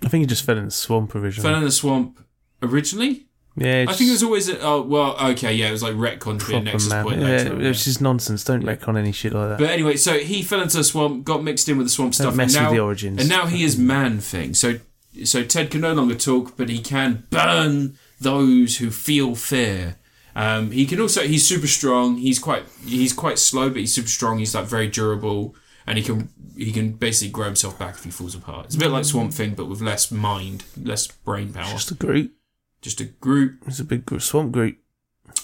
Speaker 2: I think he just fell in the swamp provision.
Speaker 1: Fell in the swamp originally.
Speaker 2: yeah,
Speaker 1: I think it was always a, oh well okay yeah it was like retcon to be a nexus point
Speaker 2: Yeah,
Speaker 1: later. on, yeah.
Speaker 2: it's just nonsense. Don't wreck on any shit like that.
Speaker 1: But anyway, so he fell into the swamp, got mixed in with the swamp stuff,
Speaker 2: mess
Speaker 1: and now
Speaker 2: with the origins.
Speaker 1: and now he is man thing. So so Ted can no longer talk, but he can burn those who feel fear. Um, he can also he's super strong. He's quite he's quite slow, but he's super strong. He's like very durable, and he can he can basically grow himself back if he falls apart. It's a bit like Swamp Thing, but with less mind, less brain power.
Speaker 2: just a group.
Speaker 1: Just a group
Speaker 2: It's a big gr- swamp group.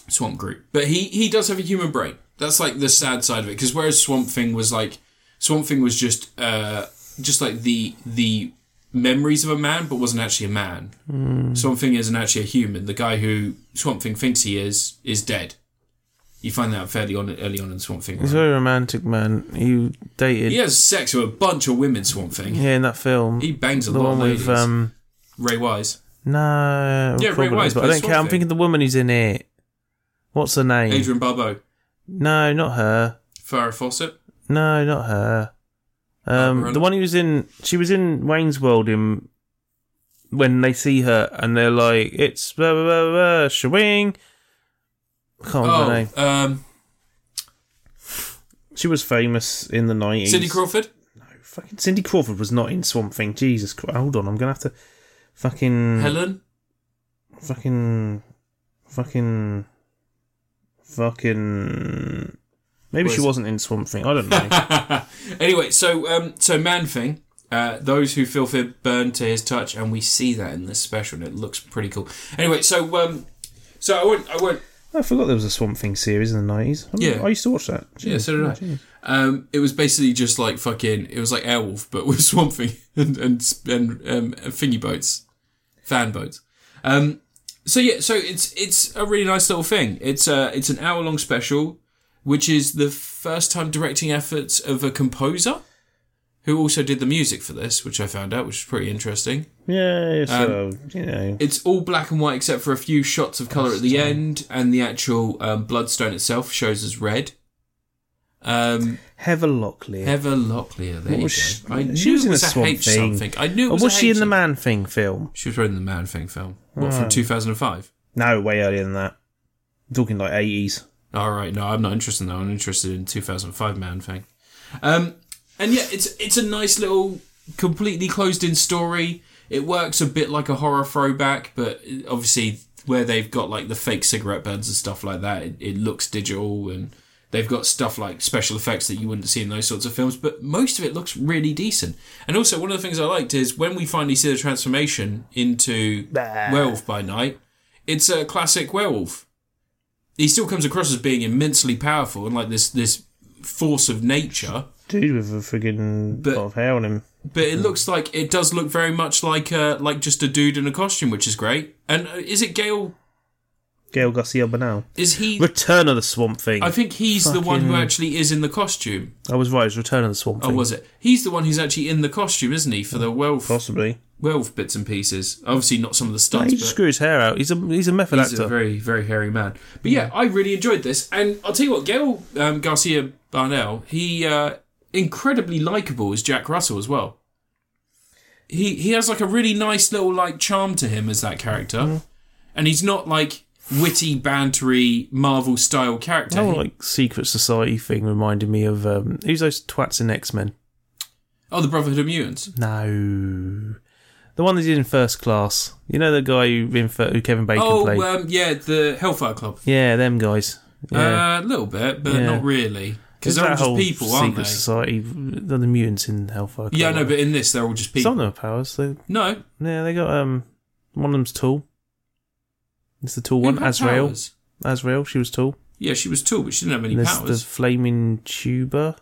Speaker 1: Swamp Group. But he he does have a human brain. That's like the sad side of it. Because whereas Swamp Thing was like Swamp Thing was just uh just like the the memories of a man, but wasn't actually a man.
Speaker 2: Hmm.
Speaker 1: Swamp Thing isn't actually a human. The guy who Swamp Thing thinks he is is dead. You find that out fairly on early on in Swamp Thing.
Speaker 2: He's a
Speaker 1: right?
Speaker 2: very romantic man. He dated
Speaker 1: He has sex with a bunch of women. Swamp Thing.
Speaker 2: yeah in that film.
Speaker 1: He bangs a
Speaker 2: the
Speaker 1: lot
Speaker 2: one
Speaker 1: of ladies.
Speaker 2: with um
Speaker 1: Ray Wise,
Speaker 2: no
Speaker 1: Yeah, Ray
Speaker 2: probably,
Speaker 1: Wise
Speaker 2: but I
Speaker 1: plays
Speaker 2: don't care. I'm
Speaker 1: Swamp
Speaker 2: thinking of the woman who's in it. What's her name?
Speaker 1: Adrian Barbeau,
Speaker 2: No, not her.
Speaker 1: Farrah Fawcett.
Speaker 2: No, not her. Um,
Speaker 1: Barbarella?
Speaker 2: the one who was in, she was in Wayne's World. In when they see her and they're like, it's blah blah blah, blah Shawing. Can't remember her
Speaker 1: Oh,
Speaker 2: name.
Speaker 1: um,
Speaker 2: She was famous in the nineties.
Speaker 1: Cindy Crawford.
Speaker 2: Fucking Cindy Crawford was not in Swamp Thing. Jesus Christ! Hold on, I'm gonna have to fucking
Speaker 1: Helen.
Speaker 2: fucking fucking fucking. Maybe
Speaker 1: What
Speaker 2: she
Speaker 1: is it?
Speaker 2: wasn't in Swamp Thing. I don't
Speaker 1: [laughs]
Speaker 2: know.
Speaker 1: anyway, so um, so Man Thing, uh, those who feel fear burn to his touch, and we see that in this special, and it looks pretty cool. Anyway, so um, so I won't I won't
Speaker 2: I forgot there was a Swamp Thing series in the nineties.
Speaker 1: Yeah.
Speaker 2: I used to watch that.
Speaker 1: yeah, so did I. Um, it was basically just like fucking it was like Airwolf, but with [laughs] Swamp Thing and and and um, thingy boats, fan boats. Um, so yeah, so it's it's a really nice little thing. It's uh it's an hour long special, which is the first time directing efforts of a composer. Who also did the music for this, which I found out, which is pretty interesting.
Speaker 2: Yeah, so
Speaker 1: Um,
Speaker 2: you know,
Speaker 1: It's all black and white except for a few shots of color at the end, and the actual um, bloodstone itself shows as red. Um,
Speaker 2: Heather Locklear.
Speaker 1: Heather Locklear, there
Speaker 2: What
Speaker 1: you
Speaker 2: was she-
Speaker 1: go. I
Speaker 2: she
Speaker 1: knew
Speaker 2: was
Speaker 1: it
Speaker 2: in
Speaker 1: was
Speaker 2: a
Speaker 1: a
Speaker 2: Swamp
Speaker 1: H
Speaker 2: Thing.
Speaker 1: something. I knew it
Speaker 2: or
Speaker 1: was,
Speaker 2: was
Speaker 1: a
Speaker 2: she
Speaker 1: H something.
Speaker 2: in the Man Ah. Thing film?
Speaker 1: She was in the Man Thing film. What from two thousand and five?
Speaker 2: No, way earlier than that. I'm talking like eighties.
Speaker 1: All right, no, I'm not interested in that. I'm interested in two thousand and five Man Thing. Um, and yeah, it's it's a nice little completely closed in story. It works a bit like a horror throwback, but obviously where they've got like the fake cigarette burns and stuff like that, it, it looks digital and they've got stuff like special effects that you wouldn't see in those sorts of films. But most of it looks really decent. And also one of the things I liked is when we finally see the transformation into
Speaker 2: Bah.
Speaker 1: werewolf by night, it's a classic werewolf. He still comes across as being immensely powerful and like this this force of nature
Speaker 2: Dude with a friggin'
Speaker 1: But-
Speaker 2: lot of hair on him.
Speaker 1: but it looks like it does look very much like uh like just a dude in a costume, which is great. And uh, is it Gail?
Speaker 2: Gail Garcia Bernal.
Speaker 1: Is he?
Speaker 2: Return of the Swamp Thing.
Speaker 1: I
Speaker 2: I,
Speaker 1: think he's the one who
Speaker 2: Fucking-
Speaker 1: actually is in the costume.
Speaker 2: was right. It was Return of the Swamp
Speaker 1: Oh,
Speaker 2: Thing.
Speaker 1: was it? He's the one who's actually in the costume, isn't he? For the werewolf,
Speaker 2: Possibly.
Speaker 1: werewolf bits and pieces. Obviously, not some of the
Speaker 2: No,
Speaker 1: stunts.
Speaker 2: he
Speaker 1: but-
Speaker 2: just screw his hair out. He's a he's a method
Speaker 1: He's
Speaker 2: actor.
Speaker 1: a very, very hairy man. But yeah, I really enjoyed this. And I'll tell you what, Gail um, Garcia Barnell, he uh, incredibly likable as Jack Russell as well. He he has like a really nice little like charm to him as that character,
Speaker 2: Mm-hmm.
Speaker 1: and he's not like witty, bantery Marvel style character.
Speaker 2: The
Speaker 1: He-
Speaker 2: whole like secret society thing reminded me of um, who's those twats in X Men?
Speaker 1: oh, the Brotherhood of Mutants.
Speaker 2: No, the one that did in First Class. You know the guy who, in, fir- who Kevin Bacon played.
Speaker 1: Oh, um, yeah, the Hellfire Club.
Speaker 2: yeah, them guys. Yeah,
Speaker 1: Uh, a little bit, but
Speaker 2: Yeah.
Speaker 1: not really, because
Speaker 2: It's
Speaker 1: they're all
Speaker 2: that
Speaker 1: just
Speaker 2: whole
Speaker 1: people,
Speaker 2: secret
Speaker 1: aren't they?
Speaker 2: society. They're the mutants in Hellfire.
Speaker 1: Yeah,
Speaker 2: Club.
Speaker 1: no, but in this, they're all just people.
Speaker 2: some of them have powers. They,
Speaker 1: no,
Speaker 2: yeah, they got um, one of them's tall. It's the tall
Speaker 1: who
Speaker 2: one,
Speaker 1: had
Speaker 2: Azrael.
Speaker 1: powers?
Speaker 2: Azrael, she was tall.
Speaker 1: Yeah, she was tall, but she didn't have any
Speaker 2: And There's
Speaker 1: powers.
Speaker 2: the flaming tuber.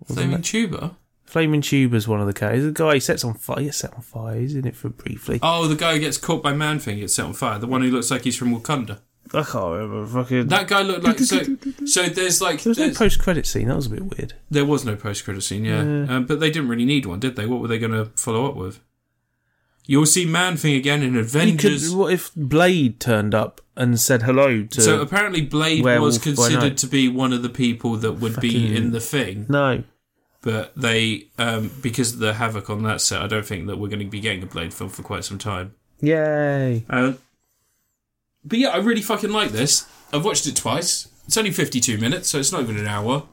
Speaker 2: Wasn't
Speaker 1: Flaming
Speaker 2: it?
Speaker 1: tuba.
Speaker 2: Flaming Tuber's one of the guys. The guy he sets on fire. He gets set on fire, isn't it, for briefly?
Speaker 1: Oh, the guy who gets caught by Man Thing gets set on fire. The one who looks like he's from Wakanda.
Speaker 2: I can't remember. Fucking.
Speaker 1: That guy looked like so. So there's like
Speaker 2: there was no
Speaker 1: there's-
Speaker 2: post credit scene. That was a bit weird.
Speaker 1: there was no post credit scene, yeah. Um, but they didn't really need one, did they? What were they going to follow up with? You'll see Man Thing again in
Speaker 2: You could,
Speaker 1: Avengers.
Speaker 2: what if Blade turned up and said hello to.
Speaker 1: so uh, apparently Blade was
Speaker 2: Werewolf by
Speaker 1: considered
Speaker 2: Night.
Speaker 1: to be one of the people that would be
Speaker 2: Fucking-
Speaker 1: in the thing,
Speaker 2: no.
Speaker 1: but they um, because of the havoc on that set, I don't think that we're going to be getting a Blade film for quite some time.
Speaker 2: Yay.
Speaker 1: Um, but yeah, I really fucking like this. I've watched it twice. It's only 52 minutes, so it's not even an hour.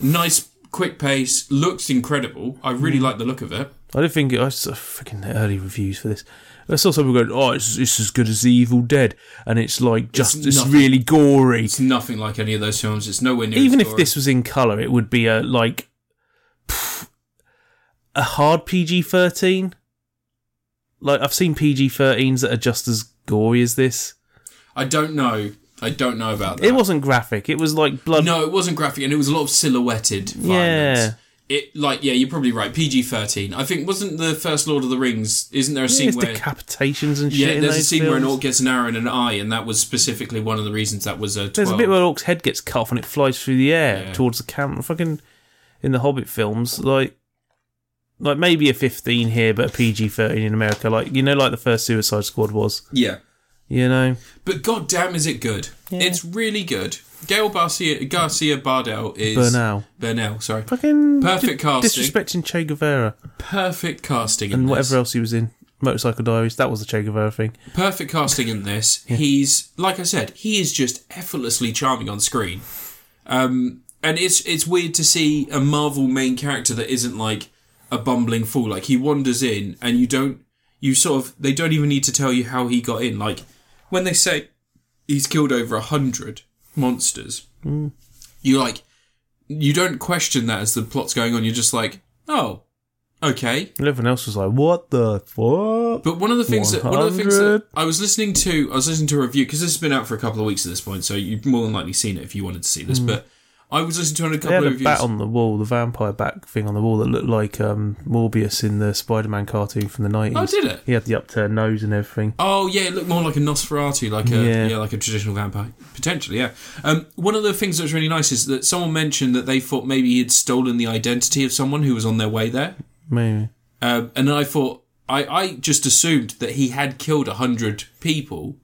Speaker 1: Nice, quick pace. Looks incredible. I really
Speaker 2: Hmm.
Speaker 1: like the look of it.
Speaker 2: I don't think. I saw freaking early reviews for this. I saw someone going, oh, it's, it's as good as The Evil Dead. And it's like just. It's,
Speaker 1: nothing.
Speaker 2: really gory.
Speaker 1: It's nothing like any of those films. It's nowhere near.
Speaker 2: Even
Speaker 1: as
Speaker 2: if
Speaker 1: gory.
Speaker 2: this was in colour, it would be a, like. pff, a hard PG 13. Like, I've seen PG 13s that are just as gory as this.
Speaker 1: I don't know. I don't know about that.
Speaker 2: [laughs] It wasn't graphic. It was like blood.
Speaker 1: no, it wasn't graphic, and it was a lot of silhouetted violence.
Speaker 2: Yeah.
Speaker 1: it like yeah, you're probably right. PG thirteen. I think wasn't the first Lord of the Rings? Isn't there a scene
Speaker 2: There's
Speaker 1: where
Speaker 2: decapitations and shit.
Speaker 1: yeah,
Speaker 2: in
Speaker 1: there's a
Speaker 2: those
Speaker 1: scene where an
Speaker 2: films.
Speaker 1: orc gets an arrow in an eye, and that was specifically one of the reasons that was a twelve.
Speaker 2: There's a bit where Orc's head gets cut off and it flies through the air
Speaker 1: Yeah.
Speaker 2: towards the camera. Fucking in the Hobbit films, like like maybe a 15 here, but a PG 13 in America. Like you know, like the first Suicide Squad was.
Speaker 1: yeah,
Speaker 2: You know,
Speaker 1: but goddamn, is it good? It's really good. Gail Garcia Garcia Bardell is
Speaker 2: Bernal.
Speaker 1: Bernal, sorry,
Speaker 2: fucking
Speaker 1: Perfect casting.
Speaker 2: disrespecting Che Guevara
Speaker 1: perfect casting in
Speaker 2: and
Speaker 1: this.
Speaker 2: whatever else he was in. Motorcycle Diaries. That was the Che Guevara thing.
Speaker 1: Perfect casting in this. He's like I said, he is just effortlessly charming on screen. Um, and it's it's weird to see a Marvel main character that isn't like a bumbling fool. Like he wanders in, and you don't you sort of they don't even need to tell you how he got in. Like when they say he's killed over a hundred monsters, you like you don't question that as the plot's going on. You're just like, oh, okay.
Speaker 2: And everyone else was like, "What the fuck?"
Speaker 1: But one of the things that one of the things that
Speaker 2: 100.
Speaker 1: I was listening to, I was listening to a review because this has been out for a couple of weeks at this point, so you've more than likely seen it if you wanted to see this. But I was listening to a
Speaker 2: Hmm. They
Speaker 1: couple
Speaker 2: had
Speaker 1: of
Speaker 2: a
Speaker 1: reviews.
Speaker 2: bat on the wall, the vampire bat thing on the wall that looked like um, Morbius in the Spider-Man cartoon from the nineties.
Speaker 1: oh, did it?
Speaker 2: He had the upturned nose and everything.
Speaker 1: Oh yeah, it looked more like a Nosferatu, like a yeah.
Speaker 2: Yeah.
Speaker 1: like a traditional vampire, potentially. Yeah. Um, one of the things that was really nice is that someone mentioned that they thought maybe he had stolen the identity of someone who was on their way there,
Speaker 2: Maybe.
Speaker 1: um, and I thought I, I just assumed that he had killed a hundred people,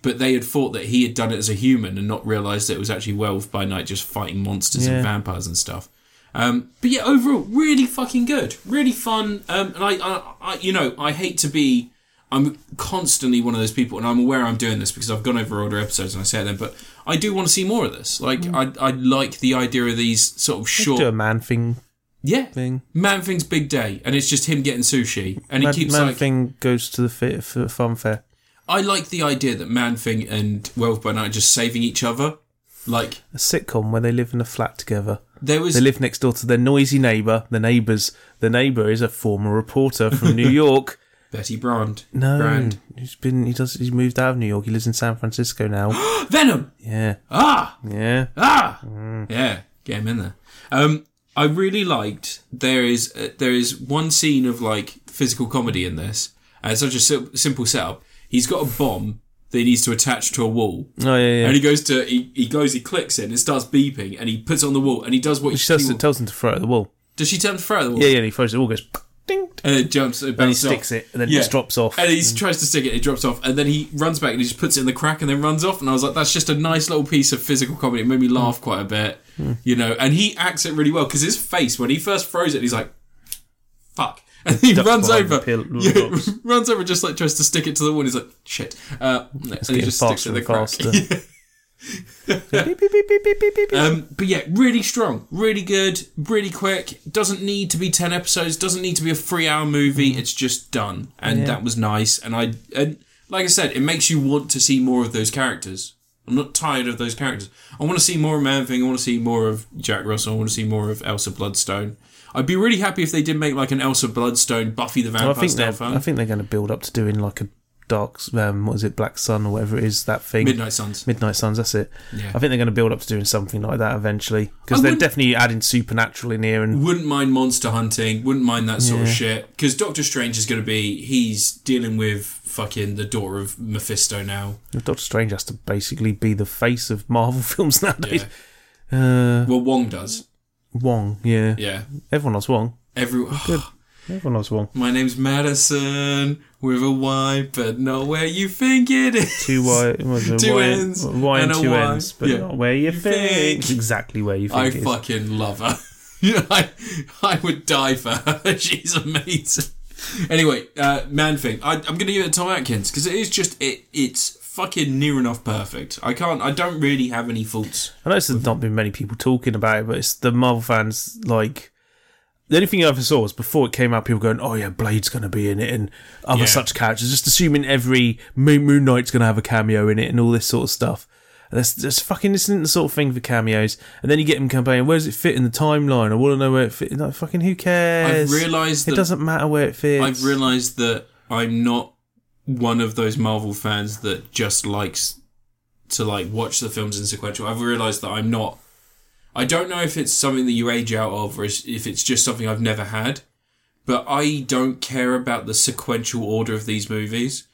Speaker 1: but they had thought that he had done it as a human and not realised that it was actually Welv by night just fighting monsters
Speaker 2: Yeah.
Speaker 1: and vampires and stuff. Um, but yeah, overall, really fucking good, really fun. Um, and I, I, I, you know, I hate to be. I'm constantly one of those people, and I'm aware I'm doing this because I've gone over older episodes and I say it then. But I do want to see more of this. Like, I, I like the idea of these sort of
Speaker 2: Mm. Do a
Speaker 1: short,
Speaker 2: man thing
Speaker 1: yeah,
Speaker 2: thing.
Speaker 1: Man Thing's big day, and it's just him getting sushi, and he
Speaker 2: Man,
Speaker 1: keeps
Speaker 2: man
Speaker 1: like.
Speaker 2: thing goes to the fit f- fun fair.
Speaker 1: I like the idea that Man Thing and Wells by Night are just saving each other. Like
Speaker 2: A sitcom where they live in a flat together.
Speaker 1: there was
Speaker 2: They live next door to their noisy neighbour. The neighbours. The neighbour is a former reporter from
Speaker 1: [laughs]
Speaker 2: New York.
Speaker 1: Betty Brand.
Speaker 2: No,
Speaker 1: Brand.
Speaker 2: he's been. He does. He's moved out of New York. He lives in San
Speaker 1: [gasps]
Speaker 2: Francisco now.
Speaker 1: Venom.
Speaker 2: yeah,
Speaker 1: Ah.
Speaker 2: yeah.
Speaker 1: Ah, yeah, get him in there. Um, I really liked there is uh, there is one scene of like physical comedy in this. Uh, it's such a sim- simple setup. He's got a bomb that he needs to attach to a wall,
Speaker 2: Oh yeah, yeah.
Speaker 1: and he goes to he, he goes he clicks it and it starts beeping, and he puts it on the wall, and he does what
Speaker 2: She
Speaker 1: he,
Speaker 2: tells,
Speaker 1: he-
Speaker 2: tells him to throw it at the wall.
Speaker 1: does. She turn to throw the wall,
Speaker 2: Yeah, yeah. And he throws it. All goes ding.
Speaker 1: and it jumps, it
Speaker 2: And he
Speaker 1: bounces off.
Speaker 2: sticks it, and then it
Speaker 1: Yeah.
Speaker 2: just drops off. Mm.
Speaker 1: And he tries to stick it, it drops off, and then he runs back and he just puts it in the crack and then runs off. And I was like, that's just a nice little piece of physical comedy. It made me laugh quite a bit,
Speaker 2: Mm.
Speaker 1: you know. And he acts it really well because his face when he first throws it, he's like, "Fuck!" [laughs] And he
Speaker 2: Ducks
Speaker 1: runs
Speaker 2: behind the
Speaker 1: over,
Speaker 2: pill-
Speaker 1: [laughs] yeah,
Speaker 2: drops.
Speaker 1: runs over, and just like tries to stick it to the wall. And he's like, "Shit!" Uh, and he
Speaker 2: getting
Speaker 1: just sticks it in the crack. [laughs]
Speaker 2: faster and Beep, beep, beep, beep, beep, beep, beep.
Speaker 1: Um, but yeah, really strong, really good, really quick. Doesn't need to be ten episodes. Doesn't need to be a three-hour
Speaker 2: Mm.
Speaker 1: movie. It's just done, and that was nice. And I and like I said, it makes you want to see more of those characters. I'm not tired of those characters. I want to see more of Man Thing. I want to see more of Jack Russell. I want to see more of Elsa Bloodstone. I'd be really happy if they did make like an Elsa Bloodstone, Buffy the
Speaker 2: I
Speaker 1: Vampire
Speaker 2: think
Speaker 1: style
Speaker 2: they're. I
Speaker 1: film.
Speaker 2: think they're going to build up to doing like a dark. Um, what is it, Black Sun or whatever it is that thing.
Speaker 1: Midnight Suns.
Speaker 2: Midnight Suns. That's it.
Speaker 1: Yeah.
Speaker 2: I think they're going to build up to doing something like that eventually
Speaker 1: I
Speaker 2: because they're
Speaker 1: wouldn't-
Speaker 2: definitely adding supernatural in here and
Speaker 1: wouldn't mind monster hunting, wouldn't mind that sort of shit. Because Doctor Strange is going to be, he's dealing with fucking the daughter of Mephisto now.
Speaker 2: Doctor Strange has to basically be the face of Marvel [laughs] films nowadays. Uh,
Speaker 1: Well, Wong does.
Speaker 2: Wong. Yeah.
Speaker 1: Yeah.
Speaker 2: Everyone loves Wong.
Speaker 1: Everyone.
Speaker 2: Everyone loves Wong.
Speaker 1: My name's Madison with a Y, but not where you think it is.
Speaker 2: Two Y, was it
Speaker 1: Two
Speaker 2: y,
Speaker 1: Ns
Speaker 2: Y and,
Speaker 1: and a
Speaker 2: two
Speaker 1: Y.
Speaker 2: N's, but
Speaker 1: Yeah.
Speaker 2: not where you, think.
Speaker 1: think.
Speaker 2: It's exactly where you think
Speaker 1: I
Speaker 2: it is.
Speaker 1: fucking love her. [laughs] you know, I, I would die for her. [laughs] She's amazing. Anyway, uh, man thing. I, I'm going to give it to Tom Atkins because it is just it. It's fucking near enough perfect. I can't. I don't really have any faults.
Speaker 2: I know there's not been many people talking about it, but it's the Marvel fans like. The only thing I ever saw was before it came out, people going, "Oh yeah, Blade's going to be in it," and other
Speaker 1: Yeah.
Speaker 2: such characters, just assuming every Moon Moon Knight's going to have a cameo in it, and all this sort of stuff. And that's that's fucking this isn't the sort of thing for cameos. And then you get them complaining, "Where does it fit in the timeline? I want to know where it fits." Like, fucking who cares?
Speaker 1: I've realised
Speaker 2: it
Speaker 1: that
Speaker 2: doesn't matter where it fits.
Speaker 1: I've realised that I'm not one of those Marvel fans that just likes to like watch the films in sequential. I've realised that I'm not. I don't know if it's something that you age out of or is- if it's just something I've never had, but I don't care about the sequential order of these movies.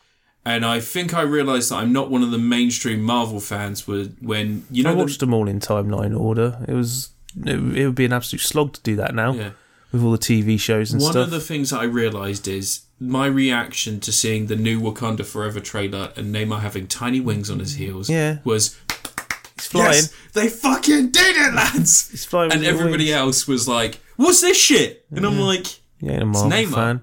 Speaker 1: And I think I realised that I'm not one of the mainstream Marvel fans. Was when you know
Speaker 2: I
Speaker 1: the-
Speaker 2: watched them all in timeline order. It was it, it would be an absolute slog to do that now
Speaker 1: Yeah.
Speaker 2: with all the TV shows and
Speaker 1: One
Speaker 2: stuff.
Speaker 1: of the things that I realised is my reaction to seeing the new Wakanda Forever trailer and Neymar having tiny wings on his heels
Speaker 2: Yeah.
Speaker 1: was
Speaker 2: it's flying.
Speaker 1: yes, they fucking did it, lads!
Speaker 2: It's [laughs] flying.
Speaker 1: And
Speaker 2: with your
Speaker 1: everybody
Speaker 2: wings.
Speaker 1: else was like, "What's this shit?" And I'm like,
Speaker 2: You ain't a Marvel
Speaker 1: Neymar.
Speaker 2: fan.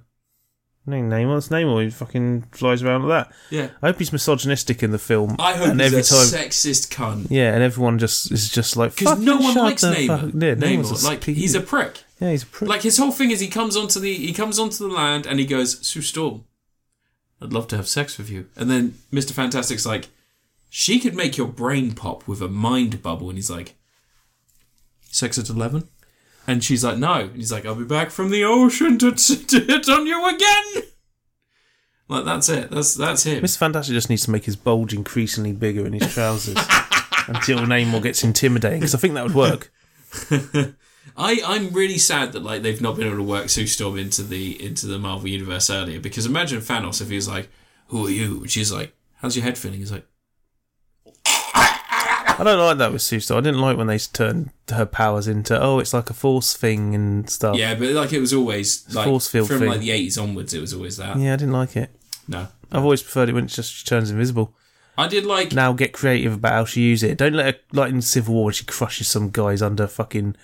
Speaker 2: No, Neymar. It's Neymar. He fucking flies around like that.
Speaker 1: "Yeah."
Speaker 2: I hope he's misogynistic in the film.
Speaker 1: I hope
Speaker 2: and
Speaker 1: he's
Speaker 2: every
Speaker 1: a
Speaker 2: time,
Speaker 1: sexist cunt
Speaker 2: yeah, and everyone just is just like
Speaker 1: because no
Speaker 2: "Fucking
Speaker 1: one
Speaker 2: shut
Speaker 1: likes
Speaker 2: the
Speaker 1: Neymar.
Speaker 2: fuck-" Yeah, Neymar's
Speaker 1: Neymar,
Speaker 2: a
Speaker 1: like
Speaker 2: pig.
Speaker 1: he's a prick.
Speaker 2: yeah, he's a
Speaker 1: [laughs]
Speaker 2: prick.
Speaker 1: Like his whole thing is he comes onto the he comes onto the land and he goes, Sue Storm, I'd love to have sex with you. And then Mr. Fantastic's like, She could make your brain pop with a mind bubble and he's like Sex at eleven? And she's like, No. And he's like, I'll be back from the ocean to, [laughs] to, to hit on you again. Like that's it. That's that's him.
Speaker 2: Mr. Fantastic just needs to make his bulge increasingly bigger in
Speaker 1: [laughs]
Speaker 2: his trousers until Namor gets intimidating. Because I think that would work.
Speaker 1: I, I'm really sad that like they've not been able to work Sue Storm into the into the Marvel universe earlier because imagine Thanos if he was like, Who are you? And she's like, How's your head feeling? He's like,
Speaker 2: I don't like that with Sue Storm. I didn't like when they turned her powers into oh, it's like a force thing and stuff.
Speaker 1: Yeah, but like it was always like
Speaker 2: Oh. force field
Speaker 1: from
Speaker 2: thing.
Speaker 1: like the eighties onwards it was always that.
Speaker 2: Yeah, I didn't like it.
Speaker 1: No.
Speaker 2: I've always preferred it when it just she turns invisible.
Speaker 1: I did like
Speaker 2: Now get creative about how she uses it. Don't let her like in Civil War she crushes some guys under fucking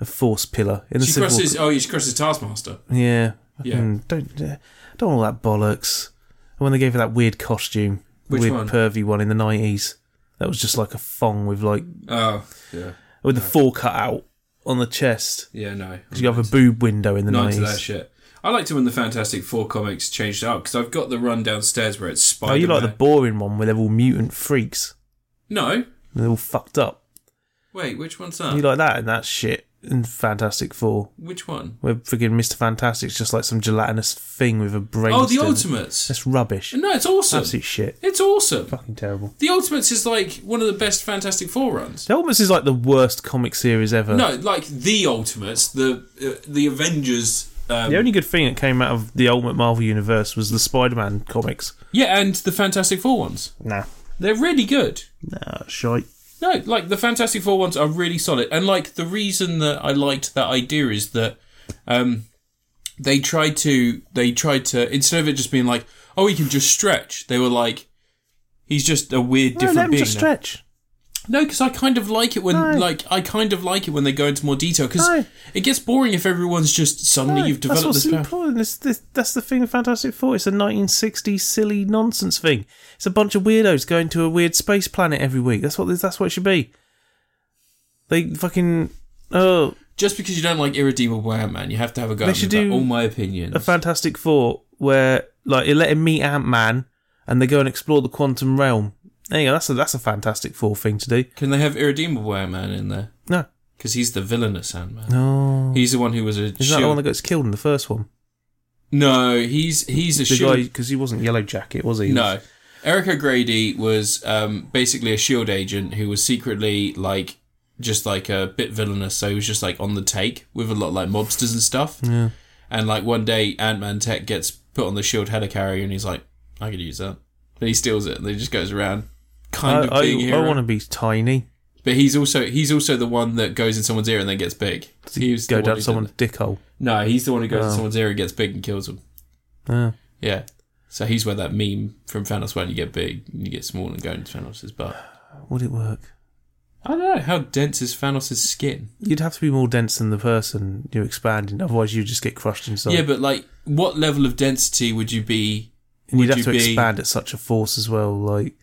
Speaker 2: a force pillar in the
Speaker 1: she
Speaker 2: Civil
Speaker 1: crosses oh yeah, she crosses Taskmaster.
Speaker 2: War. Yeah,
Speaker 1: Yeah.
Speaker 2: Fucking Don't yeah. don't all that bollocks. And when they gave her that weird costume, the
Speaker 1: Which
Speaker 2: weird
Speaker 1: one?
Speaker 2: pervy one in the nineties, that was just like a thong with like
Speaker 1: Oh yeah.
Speaker 2: with the four cut out on the chest.
Speaker 1: Yeah, no.
Speaker 2: You have a boob window in the
Speaker 1: Not into that
Speaker 2: nineties.
Speaker 1: shit. I liked it when the Fantastic Four comics changed it up because I've got the run downstairs where it's Spider.
Speaker 2: Oh, you like the boring one where they're all mutant freaks
Speaker 1: no?
Speaker 2: and they're all fucked up.
Speaker 1: Wait, which one's that?
Speaker 2: You like that and that shit in Fantastic Four.
Speaker 1: which one?
Speaker 2: Where friggin' Mr. Fantastic's just like some gelatinous thing with a brain.
Speaker 1: Oh, the
Speaker 2: stem.
Speaker 1: Ultimates.
Speaker 2: That's rubbish.
Speaker 1: No, it's awesome.
Speaker 2: Absolute shit.
Speaker 1: It's awesome.
Speaker 2: Fucking terrible.
Speaker 1: The Ultimates is like one of the best Fantastic Four runs.
Speaker 2: The Ultimates is like the worst comic series ever.
Speaker 1: No, like the Ultimates, the uh, the Avengers. Um,
Speaker 2: The only good thing that came out of the Ultimate Marvel Universe was the Spider Man comics.
Speaker 1: yeah, and the Fantastic Four ones.
Speaker 2: Nah.
Speaker 1: They're really good.
Speaker 2: Nah, shite.
Speaker 1: No, like the Fantastic Four ones are really solid. And like the reason that I liked that idea is that um, they tried to they tried to instead of it just being like, oh, he can just stretch. They were like, he's just a weird
Speaker 2: No,
Speaker 1: different
Speaker 2: let him
Speaker 1: being.
Speaker 2: just stretch.
Speaker 1: No, because I kind of like it when,
Speaker 2: No.
Speaker 1: like, I kind of like it when they go into more detail because
Speaker 2: No.
Speaker 1: it gets boring if everyone's just suddenly
Speaker 2: No,
Speaker 1: you've
Speaker 2: that's
Speaker 1: developed
Speaker 2: what's
Speaker 1: this power.
Speaker 2: important. This, this, that's the thing with Fantastic Four. It's a 1960s silly nonsense thing. It's a bunch of weirdos going to a weird space planet every week. That's what this- that's what it should be. They fucking oh,
Speaker 1: Just because you don't like irredeemable Ant Man, you have to have a go.
Speaker 2: They
Speaker 1: at me
Speaker 2: should
Speaker 1: about
Speaker 2: do
Speaker 1: all my opinions.
Speaker 2: a Fantastic Four where like you let him meet Ant Man and they go and explore the quantum realm. There you go. That's a that's a Fantastic Four thing to do.
Speaker 1: Can they have irredeemable Ant Man in there?
Speaker 2: No,
Speaker 1: Because he's the villainous Ant Man.
Speaker 2: no.
Speaker 1: He's the one who was a
Speaker 2: Is that the
Speaker 1: shield-
Speaker 2: one that gets killed in the first one?
Speaker 1: no, he's he's a
Speaker 2: The guy
Speaker 1: shield.
Speaker 2: because he wasn't Yellow Jacket, was he?
Speaker 1: No, Eric O'Grady was um, basically a shield agent who was secretly like just like a bit villainous. So he was just like on the take with a lot like mobsters and stuff.
Speaker 2: Yeah.
Speaker 1: And like one day, Ant Man Tech gets put on the shield E helicarrier, and he's like, "I could use that." Then he steals it, and then he just goes around, kind
Speaker 2: I,
Speaker 1: of being a
Speaker 2: I, I
Speaker 1: hero.
Speaker 2: want to be tiny.
Speaker 1: But he's also he's also the one that goes in someone's ear and then gets big. He was the
Speaker 2: Go
Speaker 1: one
Speaker 2: down
Speaker 1: who did
Speaker 2: someone's
Speaker 1: that.
Speaker 2: dickhole.
Speaker 1: No, he's the one who goes in
Speaker 2: Oh.
Speaker 1: someone's ear and gets big and kills them.
Speaker 2: Yeah.
Speaker 1: Yeah. So he's where that meme from Thanos when you get big, you get small and go into Thanos' butt.
Speaker 2: Would it work?
Speaker 1: I don't know how dense is Thanos' skin.
Speaker 2: You'd have to be more dense than the person you're expanding, otherwise you'd just get crushed inside.
Speaker 1: Yeah, but like, what level of density would you be?
Speaker 2: and you'd
Speaker 1: would
Speaker 2: have
Speaker 1: you
Speaker 2: to
Speaker 1: be-
Speaker 2: expand at such a force as well. Like,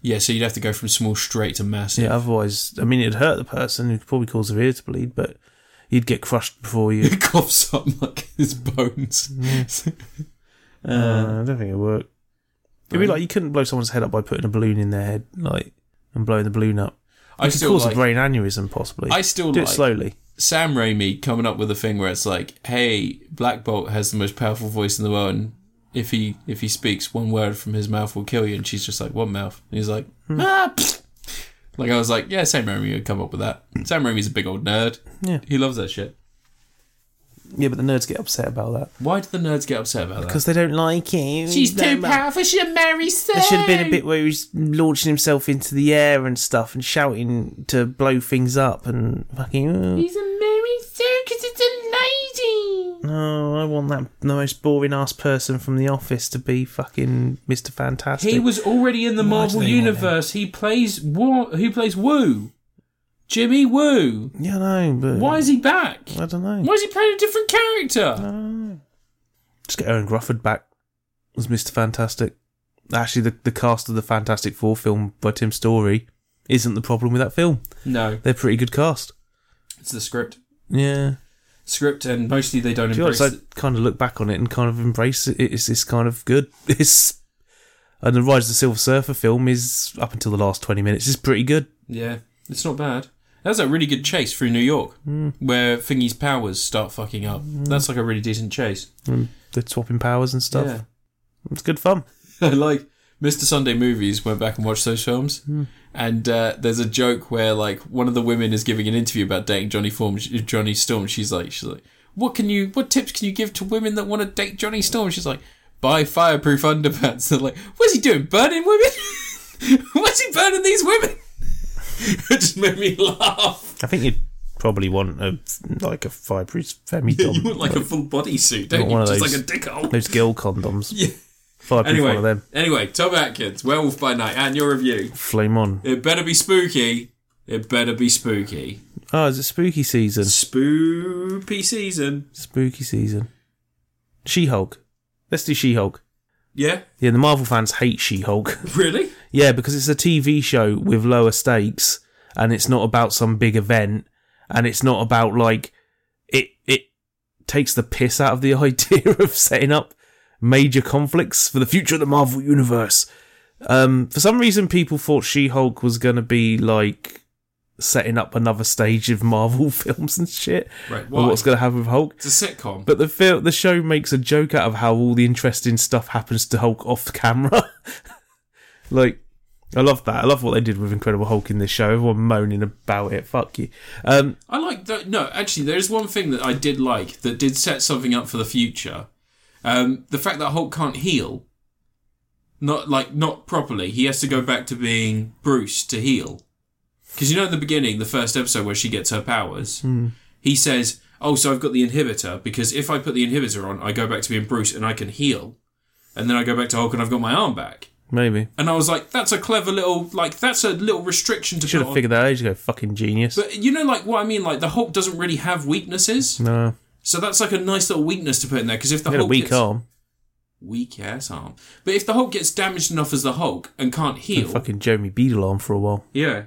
Speaker 1: Yeah, so you'd have to go from small straight to massive.
Speaker 2: yeah, otherwise, I mean, it'd hurt the person. It'd probably cause their ear to bleed, but you'd get crushed before
Speaker 1: [laughs]
Speaker 2: you.
Speaker 1: It coughs up like his bones. [laughs]
Speaker 2: Uh, I don't think it'd work. It'd be like you couldn't blow someone's head up by putting a balloon in their head, like, and blowing the balloon up.
Speaker 1: I
Speaker 2: It could
Speaker 1: still
Speaker 2: cause
Speaker 1: like
Speaker 2: a brain aneurysm, possibly.
Speaker 1: I still
Speaker 2: Do it
Speaker 1: like-
Speaker 2: slowly.
Speaker 1: Sam Raimi coming up with a thing where it's like, "Hey, Black Bolt has the most powerful voice in the world, and if he if
Speaker 2: Hmm.
Speaker 1: he speaks one word from his mouth will kill you." And she's just like, "What mouth?" And he's like, "Ah, pfft, Like I was like, yeah, Sam Raimi would come up with that. Sam Raimi's a big old nerd.
Speaker 2: Yeah.
Speaker 1: He loves that shit.
Speaker 2: Yeah, but the nerds get upset about that
Speaker 1: Why do the nerds get upset about that?
Speaker 2: because they don't like it.
Speaker 1: powerful. She'll marry Sam.
Speaker 2: There should have been a bit where he's launching himself into the air and stuff and shouting to blow things up and fucking. uh,
Speaker 1: He's a married Sam because it's a lady.
Speaker 2: Oh, I want that the most boring ass person from the office to be fucking Mr. Fantastic.
Speaker 1: He was already in the
Speaker 2: Why do
Speaker 1: Marvel
Speaker 2: they want
Speaker 1: universe. He plays Woo. He plays Woo. Jimmy Woo.
Speaker 2: Yeah, I know, but
Speaker 1: Why is he back?
Speaker 2: I don't know.
Speaker 1: Why is he playing a different character?
Speaker 2: Just get Aaron Grufford back as Mr. Fantastic. Actually, the the cast of the Fantastic Four film by Tim Story isn't the problem with that film.
Speaker 1: No,
Speaker 2: They're a pretty good cast.
Speaker 1: it's the script.
Speaker 2: Yeah.
Speaker 1: Script, and mostly they don't
Speaker 2: To be honest,
Speaker 1: embrace.
Speaker 2: I
Speaker 1: it.
Speaker 2: kind of look back on it and kind of embrace it. It's, it's kind of good. [laughs] It's and the Rise of the Silver Surfer film is up until the last twenty minutes is pretty good.
Speaker 1: Yeah, it's not bad. That's a really good chase through New York,
Speaker 2: Hmm.
Speaker 1: where Thingy's powers start fucking up. That's like a really decent chase.
Speaker 2: And they're swapping powers and stuff.
Speaker 1: Yeah.
Speaker 2: It's good fun.
Speaker 1: [laughs] like Mr. Sunday Movies went back and watched those films,
Speaker 2: Hmm.
Speaker 1: and uh, there's a joke where like one of the women is giving an interview about dating Johnny Form, Johnny Storm. She's like, she's like, what can you, what tips can you give to women that want to date Johnny Storm? She's like, buy fireproof underpants. [laughs] They're like, what's he doing, burning women? [laughs] what's he burning these women? [laughs] it just made me laugh. [laughs]
Speaker 2: I think you'd probably want a like a fireproof
Speaker 1: [laughs]
Speaker 2: femidom.
Speaker 1: You want like a full body suit, don't
Speaker 2: want
Speaker 1: you?
Speaker 2: one of
Speaker 1: Just
Speaker 2: those-
Speaker 1: like a dick hole.
Speaker 2: those girl condoms.
Speaker 1: Yeah.
Speaker 2: Fireproof
Speaker 1: Anyway,
Speaker 2: one of them.
Speaker 1: anyway, Tom Atkins, Werewolf by Night, and your review.
Speaker 2: Flame on.
Speaker 1: It better be spooky. It better be spooky.
Speaker 2: Oh, is it spooky season?
Speaker 1: Spoopy season.
Speaker 2: Spooky season. She Hulk. Let's do She Hulk.
Speaker 1: Yeah, [laughs]
Speaker 2: Yeah, the Marvel fans hate She [laughs] Hulk.
Speaker 1: really?
Speaker 2: Yeah, because it's a TV show with lower stakes and it's not about some big event and it's not about like it it takes the piss out of the [laughs] idea of setting up major conflicts for the future of the Marvel universe. Um for some reason people thought She-Hulk was going to be like setting up another stage of Marvel [laughs] films and shit.
Speaker 1: Right,
Speaker 2: Or
Speaker 1: why?
Speaker 2: what's going to happen with Hulk?
Speaker 1: It's a sitcom.
Speaker 2: But the fil- the show makes a joke out of how all the interesting stuff happens to Hulk off camera. [laughs] like, I love that. I love what they did with Incredible Hulk in this show. Everyone moaning about it. Fuck you. Um,
Speaker 1: I like that. No, actually, there is one thing that I did like that did set something up for the future. Um, the fact that Hulk can't heal, not like not properly. He has to go back to being Bruce to heal. Because you know, in the beginning, the first episode where she gets her powers, he says, "Oh, so I've got the inhibitor because if I put the inhibitor on, I go back to being Bruce and I can heal, and then I go back to Hulk and I've got my arm back."
Speaker 2: maybe
Speaker 1: And I was like, "That's a clever little like that's a little restriction to
Speaker 2: should
Speaker 1: put
Speaker 2: have
Speaker 1: on."
Speaker 2: figured that out. You go fucking genius.
Speaker 1: But you know, like what I mean, like the Hulk doesn't really have weaknesses,
Speaker 2: no,
Speaker 1: so that's like a nice little weakness to put in there. Because if the
Speaker 2: you had a
Speaker 1: Hulk
Speaker 2: weak
Speaker 1: gets,
Speaker 2: arm.
Speaker 1: weak ass arm, but if the Hulk gets damaged enough as the Hulk and can't
Speaker 2: Had a
Speaker 1: heal,
Speaker 2: fucking Jeremy Beadle arm for a while.
Speaker 1: yeah,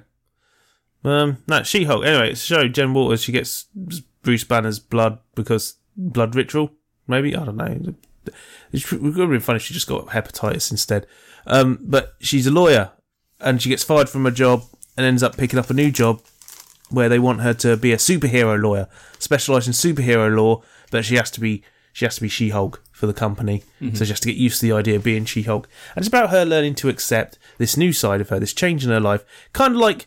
Speaker 2: Um, no, She Hulk. Anyway, it's a show Jen Waters. She gets Bruce Banner's blood because blood ritual. Maybe I don't know. It would have been funny if she just got hepatitis instead. Um, but she's a lawyer, and she gets fired from her job and ends up picking up a new job where they want her to be a superhero lawyer, specialise in superhero law. But she has to be she has to be She Hulk for the company, so she has to get used to the idea of being She Hulk. And it's about her learning to accept this new side of her, this change in her life, kind of like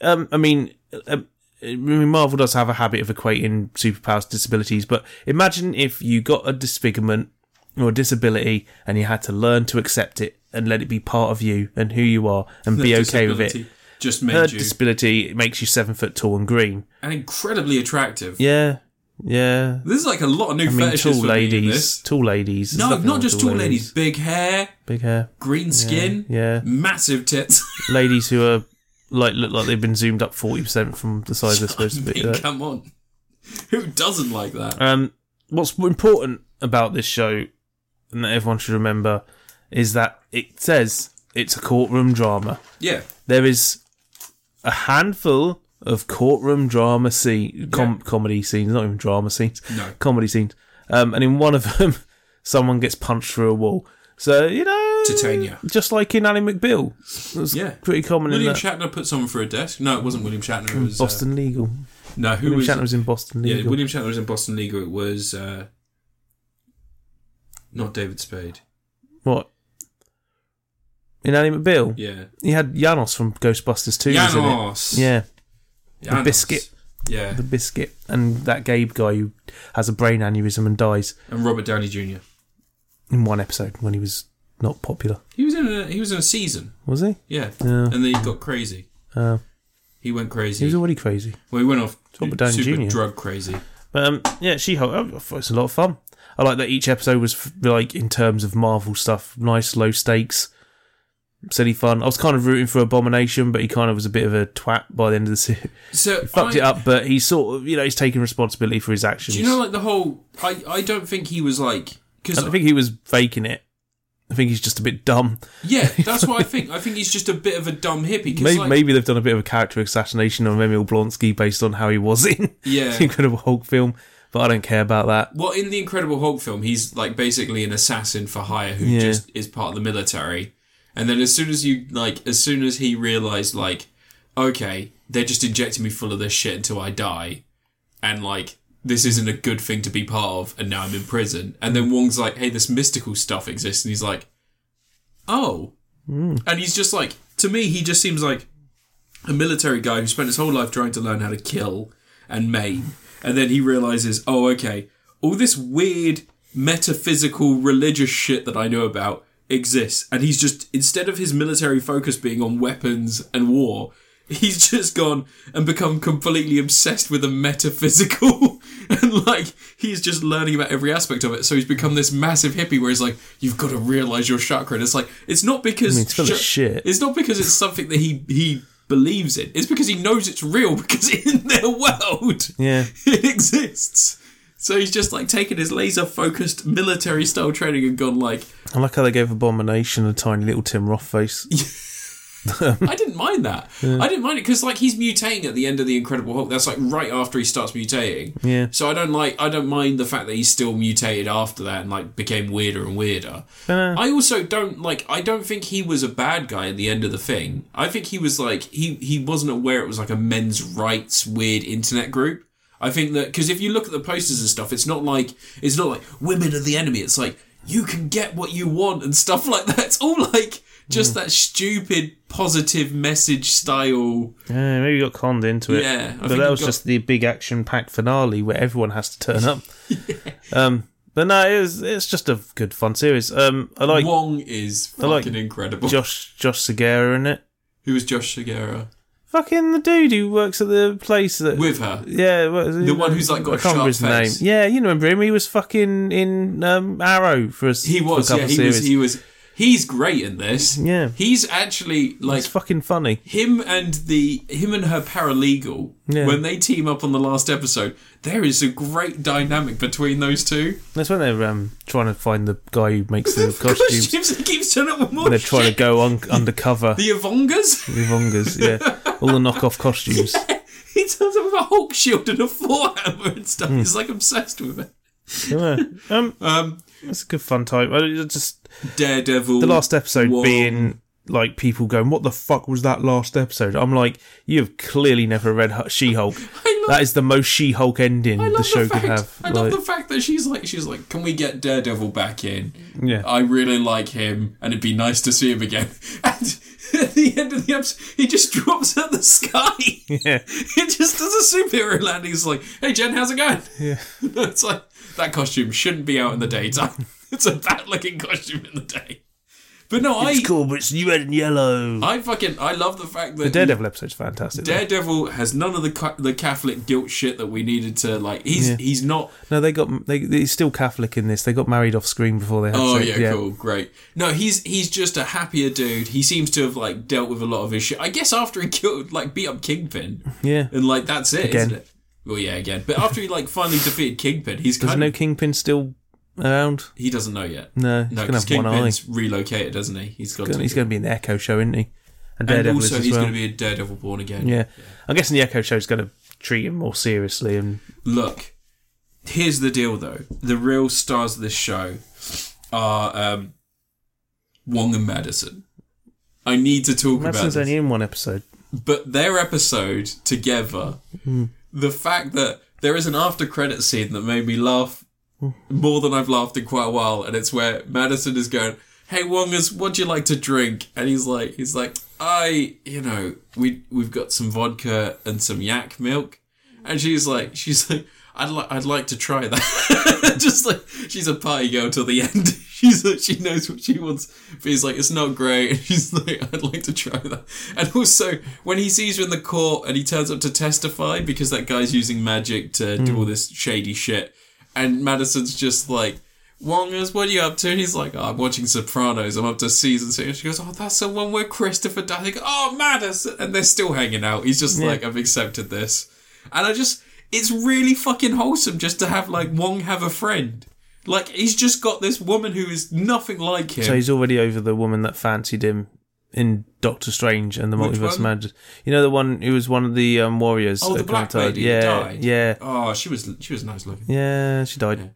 Speaker 2: um, I mean, um, I mean, Marvel does have a habit of equating superpowers to disabilities, but imagine if you got a disfigurement or a disability and you had to learn to accept it and let it be part of you and who you are and be okay with it.
Speaker 1: Disability Just made
Speaker 2: Her
Speaker 1: you
Speaker 2: disability makes you seven foot tall and green.
Speaker 1: and incredibly attractive.
Speaker 2: Yeah, yeah.
Speaker 1: There's like a lot of new
Speaker 2: I mean,
Speaker 1: fetishes
Speaker 2: tall
Speaker 1: for me in
Speaker 2: ladies,
Speaker 1: this.
Speaker 2: tall ladies. There's
Speaker 1: No,
Speaker 2: nothing wrong
Speaker 1: not
Speaker 2: with
Speaker 1: just tall ladies. Big hair,
Speaker 2: Big hair,
Speaker 1: green skin,
Speaker 2: yeah.
Speaker 1: massive tits. [laughs]
Speaker 2: ladies who are like look like they've been zoomed up forty percent from the size
Speaker 1: [laughs]
Speaker 2: they're supposed to be.
Speaker 1: I mean,
Speaker 2: yeah.
Speaker 1: Come on, who doesn't like that?
Speaker 2: Um, what's important about this show, and that everyone should remember, is that it says it's a courtroom drama.
Speaker 1: yeah,
Speaker 2: There is a handful of courtroom drama scene, com- comedy scenes, not even drama scenes,
Speaker 1: No.
Speaker 2: comedy scenes, um, and in one of them, [laughs] someone gets punched through a wall. So you know,
Speaker 1: Titania.
Speaker 2: just like in Ally McBeal, it was
Speaker 1: Yeah.
Speaker 2: pretty common
Speaker 1: William
Speaker 2: in that.
Speaker 1: Shatner put someone through a desk. No, it wasn't William Shatner. It was uh,
Speaker 2: Boston Legal.
Speaker 1: no, who
Speaker 2: William
Speaker 1: was
Speaker 2: Shatner was in Boston
Speaker 1: Yeah,
Speaker 2: Legal.
Speaker 1: William Shatner was in Boston Legal. It was uh, not David Spade.
Speaker 2: What? Inanimate Bill.
Speaker 1: Yeah.
Speaker 2: He had Janos from Ghostbusters 2. was in it.
Speaker 1: Janos.
Speaker 2: Yeah,
Speaker 1: Janos.
Speaker 2: biscuit.
Speaker 1: Yeah.
Speaker 2: the biscuit. And that Gabe guy who has a brain aneurysm and dies
Speaker 1: And Robert Downey Jr.
Speaker 2: in one episode when he was not popular.
Speaker 1: He was in a he was in a season.
Speaker 2: Was he?
Speaker 1: Yeah.
Speaker 2: Yeah.
Speaker 1: And then he got crazy.
Speaker 2: Uh,
Speaker 1: He went
Speaker 2: he
Speaker 1: crazy.
Speaker 2: was already crazy.
Speaker 1: well, he went off
Speaker 2: Robert Downey
Speaker 1: super
Speaker 2: Jr..
Speaker 1: drug crazy.
Speaker 2: But um, yeah, She Hulk. It's a lot of fun. I like that each episode was f- like in terms of Marvel stuff, nice low stakes, silly fun. I was kind of rooting for Abomination, but he kind of was a bit of a twat by the end of the series.
Speaker 1: So
Speaker 2: [laughs] Fucked
Speaker 1: I-
Speaker 2: it up, but he sort of, you know, he's taking responsibility for his actions.
Speaker 1: Do you know like the whole? I I don't think he was like
Speaker 2: I
Speaker 1: because
Speaker 2: don't think he was faking it. I think he's just a bit dumb.
Speaker 1: yeah, that's what I think. I think he's just a bit of a dumb hippie. 'cause,
Speaker 2: Maybe,
Speaker 1: like,
Speaker 2: maybe they've done a bit of a character assassination of Emil Blonsky based on how he was in
Speaker 1: Yeah.
Speaker 2: [laughs] the Incredible Hulk film, but I don't care about that.
Speaker 1: Well, in the Incredible Hulk film, he's like basically an assassin for hire who
Speaker 2: Yeah.
Speaker 1: just is part of the military. And then as soon as you like, as soon as he realized like, okay, they're just injecting me full of this shit until I die, and like this isn't a good thing to be part of, and now I'm in prison. And then Wong's like, hey, this mystical stuff exists, and he's like, oh, and he's just like, to me, he just seems like a military guy who spent his whole life trying to learn how to kill and maim, and then he realizes, oh, okay, all this weird metaphysical religious shit that I know about exists, and he's just instead of his military focus being on weapons and war, [laughs] he's just gone and become completely obsessed with the metaphysical, [laughs] and like he's just learning about every aspect of it. So he's become this massive hippie where he's like, you've got to realize your chakra, and it's like it's not because
Speaker 2: it's full of shit.
Speaker 1: it's not because it's something that he he believes in. It's because he knows it's real [laughs] because in their world
Speaker 2: Yeah.
Speaker 1: [laughs] it exists. So he's just like taken his laser focused military style training and gone like
Speaker 2: I like how they gave Abomination a tiny little Tim Roth face. [laughs]
Speaker 1: I didn't mind that. I didn't mind it because like he's mutating at the end of the Incredible Hulk. That's like right after he starts mutating.
Speaker 2: Yeah.
Speaker 1: So I don't like I don't mind the fact that he's still mutated after that and like became weirder and weirder.
Speaker 2: Uh-huh.
Speaker 1: I also don't like I don't think he was a bad guy at the end of the thing. I think he was like he he wasn't aware it was like a men's rights weird internet group. I think that because if you look at the posters and stuff, it's not like it's not like women are the enemy. It's like you can get what you want and stuff [laughs] like that. It's all like
Speaker 2: Hmm.
Speaker 1: just that stupid positive message style.
Speaker 2: Yeah, maybe he got conned into it.
Speaker 1: Yeah, I
Speaker 2: but
Speaker 1: think
Speaker 2: that
Speaker 1: he
Speaker 2: was
Speaker 1: got-
Speaker 2: just the big action packed finale where everyone has to
Speaker 1: [laughs]
Speaker 2: turn up. um, but no, it was, it's just a good fun series. Um, I like
Speaker 1: Wong is fucking
Speaker 2: like
Speaker 1: incredible.
Speaker 2: Josh Josh Segura in it.
Speaker 1: Who was Josh Segura
Speaker 2: Fucking the dude who works at the place that
Speaker 1: with her?
Speaker 2: Yeah, what is
Speaker 1: The one who's, like, got a sharp face.
Speaker 2: Yeah, you remember him? He was fucking in um, Arrow for us.
Speaker 1: He was,
Speaker 2: for a
Speaker 1: yeah,
Speaker 2: couple
Speaker 1: he
Speaker 2: series.
Speaker 1: was, he was. He's great in this.
Speaker 2: Yeah.
Speaker 1: he's actually like
Speaker 2: it's fucking funny.
Speaker 1: him and the him and her paralegal
Speaker 2: Yeah.
Speaker 1: when they team up on the last episode. There is a great dynamic between those two.
Speaker 2: That's when they're um, trying to find the guy who
Speaker 1: [laughs]
Speaker 2: makes the
Speaker 1: Costumes.
Speaker 2: costumes.
Speaker 1: Jimson keeps turning up with more
Speaker 2: And they're
Speaker 1: shit.
Speaker 2: trying to go un-
Speaker 1: [laughs]
Speaker 2: undercover
Speaker 1: the Avongas.
Speaker 2: with Ongas. Yeah, all the knockoff
Speaker 1: [laughs]
Speaker 2: costumes.
Speaker 1: he turns up with a Hulk shield and a four hammer and stuff.
Speaker 2: Hmm.
Speaker 1: He's like obsessed with it.
Speaker 2: Yeah. Um,
Speaker 1: Um,
Speaker 2: that's a good fun time. I I just
Speaker 1: Daredevil.
Speaker 2: the last episode
Speaker 1: Wong.
Speaker 2: being like people going, "What the fuck was that last episode?" I'm like, you have clearly never read She Hulk.
Speaker 1: [laughs] I love,
Speaker 2: That is the most She Hulk ending
Speaker 1: I love
Speaker 2: the show
Speaker 1: fact,
Speaker 2: could have.
Speaker 1: I love
Speaker 2: Like,
Speaker 1: the fact that she's like she's like, can we get Daredevil back in?
Speaker 2: yeah.
Speaker 1: I really like him, and it'd be nice to see him again. [laughs] And at the end of the episode, he just drops out the sky.
Speaker 2: Yeah.
Speaker 1: [laughs] He just does a superhero landing. He's like, "Hey Jen, how's it going?" [laughs] Yeah. it's like that costume shouldn't be out in the daytime. [laughs] it's a bad-looking costume in the day. But no, I,
Speaker 2: It's cool, but it's red and yellow.
Speaker 1: I fucking, I love the fact that
Speaker 2: Daredevil episode's fantastic. though.
Speaker 1: Daredevil has none of the ca- the Catholic guilt shit that we needed to like. He's he's not
Speaker 2: no, they got they. He's still Catholic in this. They got married off screen before they had
Speaker 1: Oh
Speaker 2: sex.
Speaker 1: yeah, cool, great. No, he's he's just a happier dude. He seems to have like dealt with a lot of his shit. I guess after he [laughs] killed, like, beat up Kingpin,
Speaker 2: Yeah.
Speaker 1: and like that's it,
Speaker 2: Again.
Speaker 1: not it? Well, yeah, again. But after he like finally defeated Kingpin, he's
Speaker 2: There's
Speaker 1: kind
Speaker 2: no
Speaker 1: of
Speaker 2: Kingpin still around.
Speaker 1: he doesn't know yet.
Speaker 2: No, he's
Speaker 1: no,
Speaker 2: gonna
Speaker 1: 'cause
Speaker 2: have one eye.
Speaker 1: Kingpin's relocated, doesn't he? He's got. to,
Speaker 2: He's going to be in the Echo show, isn't he?
Speaker 1: and
Speaker 2: And Daredevil
Speaker 1: also,
Speaker 2: is as
Speaker 1: he's
Speaker 2: well.
Speaker 1: going to be a Daredevil born again.
Speaker 2: yeah. I'm guessing the Echo show's going to treat him more seriously. And
Speaker 1: Look, here's the deal though. The real stars of this show are um, Wong and Madison. I need to talk about
Speaker 2: Madison's
Speaker 1: this.
Speaker 2: only in one episode.
Speaker 1: but their episode together, the fact that there is an after credit scene that made me laugh more than I've laughed in quite a while, and it's where Madison is going, "Hey Wongers, what do you like to drink?" And he's like, "He's like, I, you know, we we've got some vodka and some yak milk," and she's like, "She's like, I'd like I'd like to try that." [laughs] Just like she's a party girl till the end. [laughs] She's like, she knows what she wants, but he's like, "It's not great." [laughs] And she's like, "I'd like to try that." And also, when he sees her in the court and he turns up to testify because that guy's using magic to do all this shady shit, and Madison's just like. Wongers, what are you up to? And he's like, oh, I'm watching Sopranos. I'm up to season six. And she goes, oh, that's the one where Christopher died. They go, oh, Madison. And they're still hanging out. He's just like, I've accepted this. And I just, it's really fucking wholesome just to have like Wong have a friend. Like, he's just got this woman who is nothing like him.
Speaker 2: So he's already over the woman that fancied him in Doctor Strange and the
Speaker 1: Which
Speaker 2: Multiverse
Speaker 1: one?
Speaker 2: Madness. You know the one who was one of the um, warriors.
Speaker 1: oh, the
Speaker 2: that
Speaker 1: black
Speaker 2: kinda
Speaker 1: lady who
Speaker 2: Yeah,
Speaker 1: died.
Speaker 2: yeah,
Speaker 1: Oh, she was, she was nice looking.
Speaker 2: yeah. She died.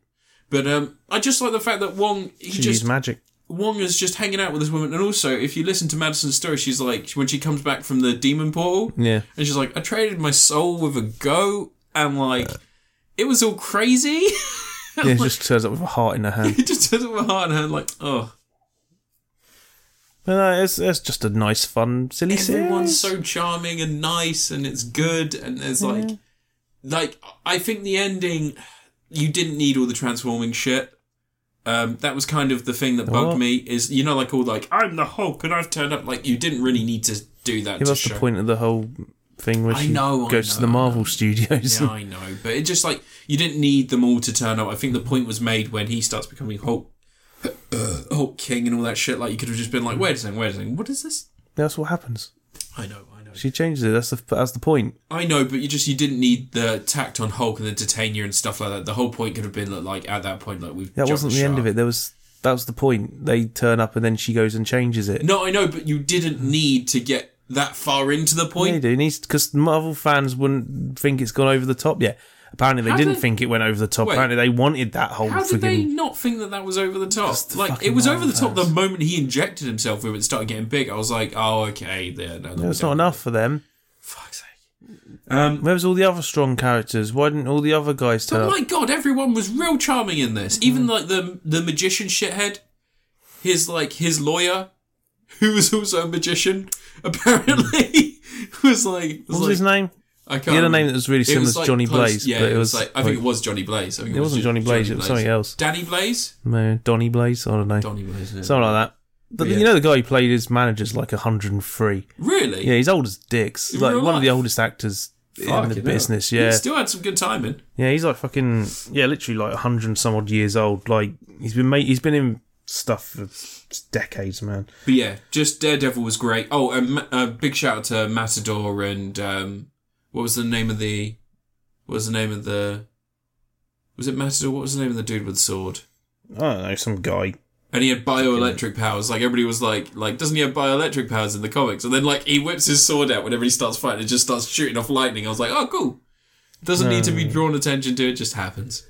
Speaker 1: But, um, I just like the fact that Wong, he
Speaker 2: She
Speaker 1: just,
Speaker 2: used magic.
Speaker 1: Wong is just hanging out with this woman, and also if you listen to Madison's story, she's like when she comes back from the demon portal, [laughs]
Speaker 2: Yeah,
Speaker 1: and she's like, "I traded my soul with a goat," and like it was all crazy. [laughs]
Speaker 2: yeah. Just turns up with a heart in her hand.
Speaker 1: it just took my heart and her like, oh,
Speaker 2: But no, it's, it's just a nice, fun, silly
Speaker 1: everyone's
Speaker 2: series.
Speaker 1: so charming and nice, and it's good, and there's like, like I think the ending, you didn't need all the transforming shit. Um, that was kind of the thing that bugged
Speaker 2: What?
Speaker 1: me is you know like all like I'm the Hulk and I've turned up like you didn't really need to do that.
Speaker 2: Yeah,
Speaker 1: to
Speaker 2: What's
Speaker 1: show.
Speaker 2: the point of the whole thing where
Speaker 1: I
Speaker 2: she
Speaker 1: know, I
Speaker 2: goes to the
Speaker 1: know,
Speaker 2: Marvel Studios?
Speaker 1: Yeah, I know, but it just like you didn't need them all to turn up. I think the point was made when he starts becoming Hulk, [clears throat] Hulk King, and all that shit. Like you could have just been like, wait a second, wait a second, what is this?
Speaker 2: [laughs] That's what happens.
Speaker 1: I know, I know,
Speaker 2: She changes it. That's the that's the point.
Speaker 1: I know, but you just you didn't need the tact on Hulk and the detainer and stuff like that. The whole point could have been that, like at that point, like we've
Speaker 2: That
Speaker 1: jumped
Speaker 2: wasn't the end
Speaker 1: shark.
Speaker 2: of it. There was that was the point. They turn up and then she goes and changes it. Mm.
Speaker 1: No, I know, but you didn't need to get that far into the point.
Speaker 2: They do needs because Marvel fans wouldn't think it's gone over the top yet. Apparently, they
Speaker 1: How
Speaker 2: didn't
Speaker 1: did-
Speaker 2: think it went over the top.
Speaker 1: Wait.
Speaker 2: Apparently, they wanted that whole
Speaker 1: How did they
Speaker 2: freaking.
Speaker 1: not think that that was over the top?
Speaker 2: Just the
Speaker 1: Like it
Speaker 2: fucking
Speaker 1: was over the top the
Speaker 2: wildfires.
Speaker 1: moment he injected himself with it and started getting big. I was like, oh okay, there, no,
Speaker 2: That's not enough for them.
Speaker 1: Fuck's sake. Um,
Speaker 2: Where was all the other strong characters? Why didn't all the other guys turn
Speaker 1: but
Speaker 2: up?
Speaker 1: my god, everyone was real charming in this.
Speaker 2: Mm-hmm.
Speaker 1: Even like the the magician shithead, his like his lawyer, who was also a magician, [laughs] apparently was like was
Speaker 2: Mm-hmm. what was
Speaker 1: like,
Speaker 2: his name?
Speaker 1: I can't
Speaker 2: He had a
Speaker 1: remember.
Speaker 2: name that was really
Speaker 1: It
Speaker 2: similar
Speaker 1: was,
Speaker 2: to
Speaker 1: like,
Speaker 2: Johnny
Speaker 1: close-
Speaker 2: Blaze.
Speaker 1: Yeah,
Speaker 2: but
Speaker 1: it was like I think it was Johnny Blaze. I think it, was
Speaker 2: wasn't
Speaker 1: Jo-
Speaker 2: Johnny Blaze, it was something else.
Speaker 1: Danny Blaze,
Speaker 2: No, Donny Blaze. I don't know,
Speaker 1: Donny Blaze. yeah.
Speaker 2: something like that. But
Speaker 1: Yeah.
Speaker 2: you know, the guy who played his manager's like 103.
Speaker 1: Really?
Speaker 2: Yeah, he's old as dicks.
Speaker 1: In
Speaker 2: like
Speaker 1: real
Speaker 2: one of the
Speaker 1: life?
Speaker 2: oldest actors in
Speaker 1: Fucking
Speaker 2: the
Speaker 1: hell.
Speaker 2: business.
Speaker 1: He
Speaker 2: Yeah,
Speaker 1: still had some good timing.
Speaker 2: Yeah, he's like fucking yeah, literally like hundred and some odd years old. Like he's been mate, he's been in stuff for decades, man.
Speaker 1: But yeah, just Daredevil was great. Oh, and Ma- uh, big shout out to Matador and um, what was the name of the what was the name of the was it Matador? What was the name of the dude with the sword?
Speaker 2: I don't know, some guy.
Speaker 1: And he had bioelectric powers. Like everybody was like, like doesn't he have bioelectric powers in the comics? And then like he whips his sword out whenever he starts fighting. It just starts shooting off lightning. I was like, oh cool. Doesn't need to be drawn attention to. It just happens.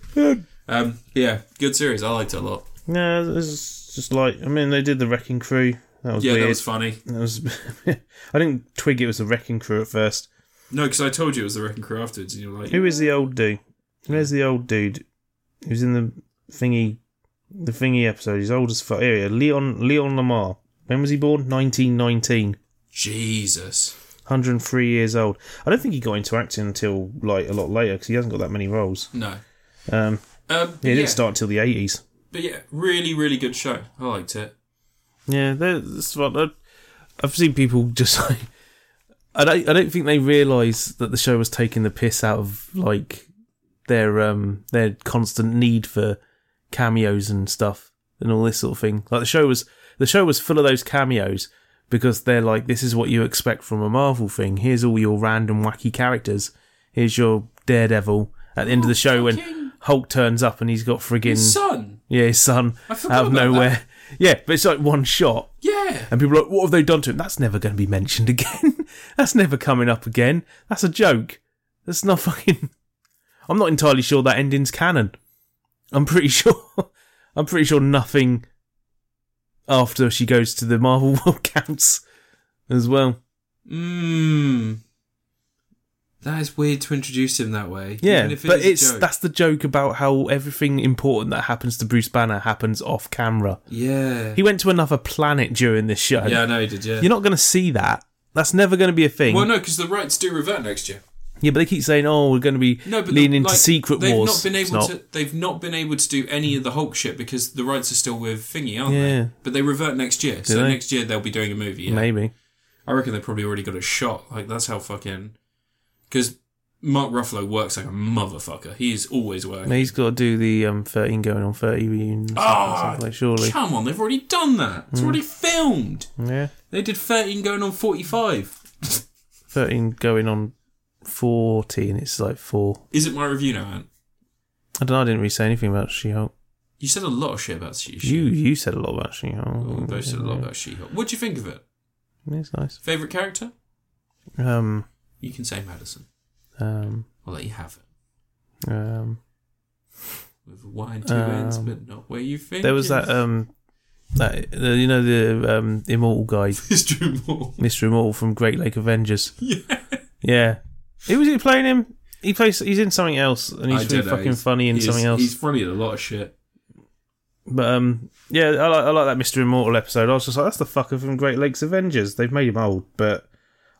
Speaker 1: Um, yeah, good series. I liked it a lot.
Speaker 2: No, it's just like I mean, they did the Wrecking Crew. That was
Speaker 1: Yeah,
Speaker 2: weird.
Speaker 1: that was funny.
Speaker 2: That was- [laughs] I didn't twig it was the Wrecking Crew at first.
Speaker 1: No, because I told you it was the Wrecking Crew afterwards, and you're like,
Speaker 2: Who is the old dude? Where's the old dude? He was in the thingy, the thingy episode. He's old as fuck. Here, he is, Leon Leon Lamar. When was he born? Nineteen nineteen.
Speaker 1: Jesus.
Speaker 2: 103 years old. I don't think he got into acting until like a lot later because he hasn't got that many roles.
Speaker 1: No. Um,
Speaker 2: Um, yeah, he
Speaker 1: yeah,
Speaker 2: didn't start until the 80s.
Speaker 1: But yeah, really, really good show. I liked it.
Speaker 2: Yeah, they're- that's what I- I've seen people just [laughs] like. I don't. I don't think they realise that the show was taking the piss out of like their um their constant need for cameos and stuff and all this sort of thing. Like the show was the show was full of those cameos because they're like, this is what you expect from a Marvel thing. Here's all your random wacky characters. Here's your Daredevil. At the end of the show,
Speaker 1: fucking-
Speaker 2: when Hulk turns up and he's got friggin'
Speaker 1: Son.
Speaker 2: yeah, his son
Speaker 1: I forgot
Speaker 2: out of
Speaker 1: about
Speaker 2: nowhere. Yeah, but it's like one shot,
Speaker 1: Yeah.
Speaker 2: and people are like, "What have they done to him?" That's never going to be mentioned [laughs] again. That's never coming up again. That's a joke. That's not fucking. [laughs] I'm not entirely sure that ending's canon. I'm pretty [laughs] sure. I'm pretty sure nothing after she goes to the Marvel [laughs] World counts as well.
Speaker 1: Mmm. Hmm. That is weird to introduce him that way.
Speaker 2: Yeah,
Speaker 1: even if it
Speaker 2: but
Speaker 1: is a
Speaker 2: it's
Speaker 1: joke.
Speaker 2: that's the joke about how everything important that happens to Bruce Banner happens off camera.
Speaker 1: yeah.
Speaker 2: He went to another planet during this show.
Speaker 1: yeah, I know he did. Yeah.
Speaker 2: You're not going to see that. That's never going to be a thing.
Speaker 1: well, no, because the rights do revert next year.
Speaker 2: yeah, but they keep saying, "Oh, we're going to be
Speaker 1: No, but
Speaker 2: leaning
Speaker 1: the,
Speaker 2: into
Speaker 1: like,
Speaker 2: Secret
Speaker 1: they've
Speaker 2: Wars."
Speaker 1: Not been
Speaker 2: It's
Speaker 1: able to, they've not been able to do any of the Hulk shit because the rights are still with Thingy, aren't
Speaker 2: Yeah.
Speaker 1: they? But they revert next year. so
Speaker 2: they?
Speaker 1: next year they'll be doing a movie. Yeah.
Speaker 2: Maybe.
Speaker 1: I reckon they probably already got a shot. Like that's how fucking because Mark Ruffalo works like a motherfucker. He is always working.
Speaker 2: He's got to do the um, 13 going on 30 reunion.
Speaker 1: Ah,
Speaker 2: Oh, like, surely.
Speaker 1: Come on, they've already done that.
Speaker 2: Mm.
Speaker 1: It's already filmed.
Speaker 2: Yeah.
Speaker 1: They did 13 going on 45.
Speaker 2: 13 going on 40, and it's like four.
Speaker 1: Is it my review now, Ant?
Speaker 2: I don't know. I didn't really say anything about She Hulk.
Speaker 1: You said a lot of shit about She-Hulk.
Speaker 2: You you said a lot about She Hulk.
Speaker 1: Oh, both said a lot about She-Hulk. What do you think of it?
Speaker 2: It's nice.
Speaker 1: Favorite character?
Speaker 2: Um,
Speaker 1: You can say Madison.
Speaker 2: um,
Speaker 1: I'll let you have it.
Speaker 2: um,
Speaker 1: With a Y and two
Speaker 2: Um,
Speaker 1: ends, but not where you think.
Speaker 2: there was
Speaker 1: it [laughs]
Speaker 2: that um, that uh, you know the um, immortal guy,
Speaker 1: is. Drew Moore.
Speaker 2: Mr. Immortal from Great Lake Avengers.
Speaker 1: Yeah.
Speaker 2: Yeah, who was he playing him? He plays. He's in something else, and
Speaker 1: I
Speaker 2: he's
Speaker 1: don't
Speaker 2: really
Speaker 1: know,
Speaker 2: fucking
Speaker 1: he's-
Speaker 2: funny in
Speaker 1: he's-
Speaker 2: something else.
Speaker 1: He's funny in a lot of shit.
Speaker 2: But um, yeah, I like I like that Mr. Immortal episode. I was just like, that's the fucker from Great Lakes Avengers. They've made him old, but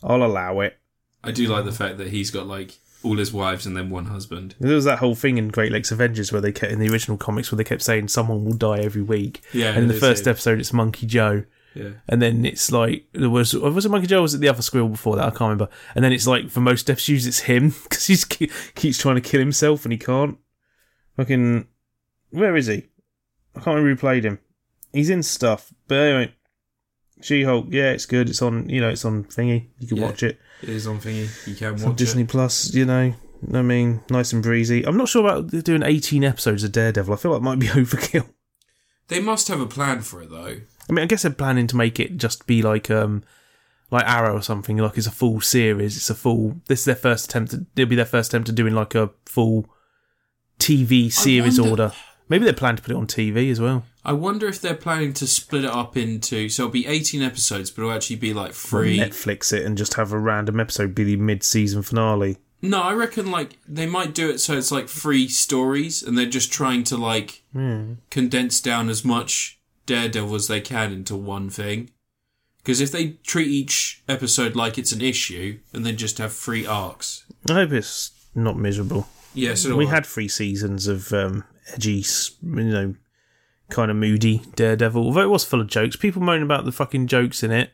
Speaker 2: I'll allow it.
Speaker 1: I do like the fact that he's got like all his wives and then one husband.
Speaker 2: There was that whole thing in Great Lakes Avengers where they kept in the original comics where they kept saying someone will die every week.
Speaker 1: Yeah,
Speaker 2: and in the
Speaker 1: it is,
Speaker 2: first
Speaker 1: yeah.
Speaker 2: episode, it's Monkey Joe.
Speaker 1: Yeah.
Speaker 2: And then it's like there was was it Monkey Joe or was it the other squirrel before that I can't remember. And then it's like for most death shoes it's him [laughs] because he keeps trying to kill himself and he can't. Fucking where is he? I can't remember who played him. He's in stuff, but anyway, She Hulk. Yeah, it's good. It's on you know it's on thingy. You can
Speaker 1: Yeah.
Speaker 2: watch it.
Speaker 1: It is on thingy. You can
Speaker 2: It's on
Speaker 1: watch
Speaker 2: Disney
Speaker 1: it.
Speaker 2: Plus. You know. I mean, nice and breezy. I'm not sure about doing 18 episodes of Daredevil. I feel like it might be [laughs] overkill.
Speaker 1: They must have a plan for it though.
Speaker 2: I mean, I guess they're planning to make it just be like um, like Arrow or something. Like it's a full series. It's a full. This is their first attempt. At, it'll be their first attempt at doing like a full TV series
Speaker 1: wonder-
Speaker 2: order. Maybe they plan to put it on TV as well.
Speaker 1: I wonder if they're planning to split it up into so it'll be eighteen episodes, but it'll actually be like three.
Speaker 2: Netflix it and just have a random episode be the mid-season finale.
Speaker 1: No, I reckon like they might do it so it's like three stories, and they're just trying to like
Speaker 2: Hmm.
Speaker 1: condense down as much Daredevil as they can into one thing. Because if they treat each episode like it's an issue, and then just have three arcs,
Speaker 2: I hope it's not miserable.
Speaker 1: yeah. So do
Speaker 2: we
Speaker 1: I.
Speaker 2: had three seasons of um, edgy, s- you know, kind of moody Daredevil. Although it was full of jokes, people moan about the fucking jokes in it.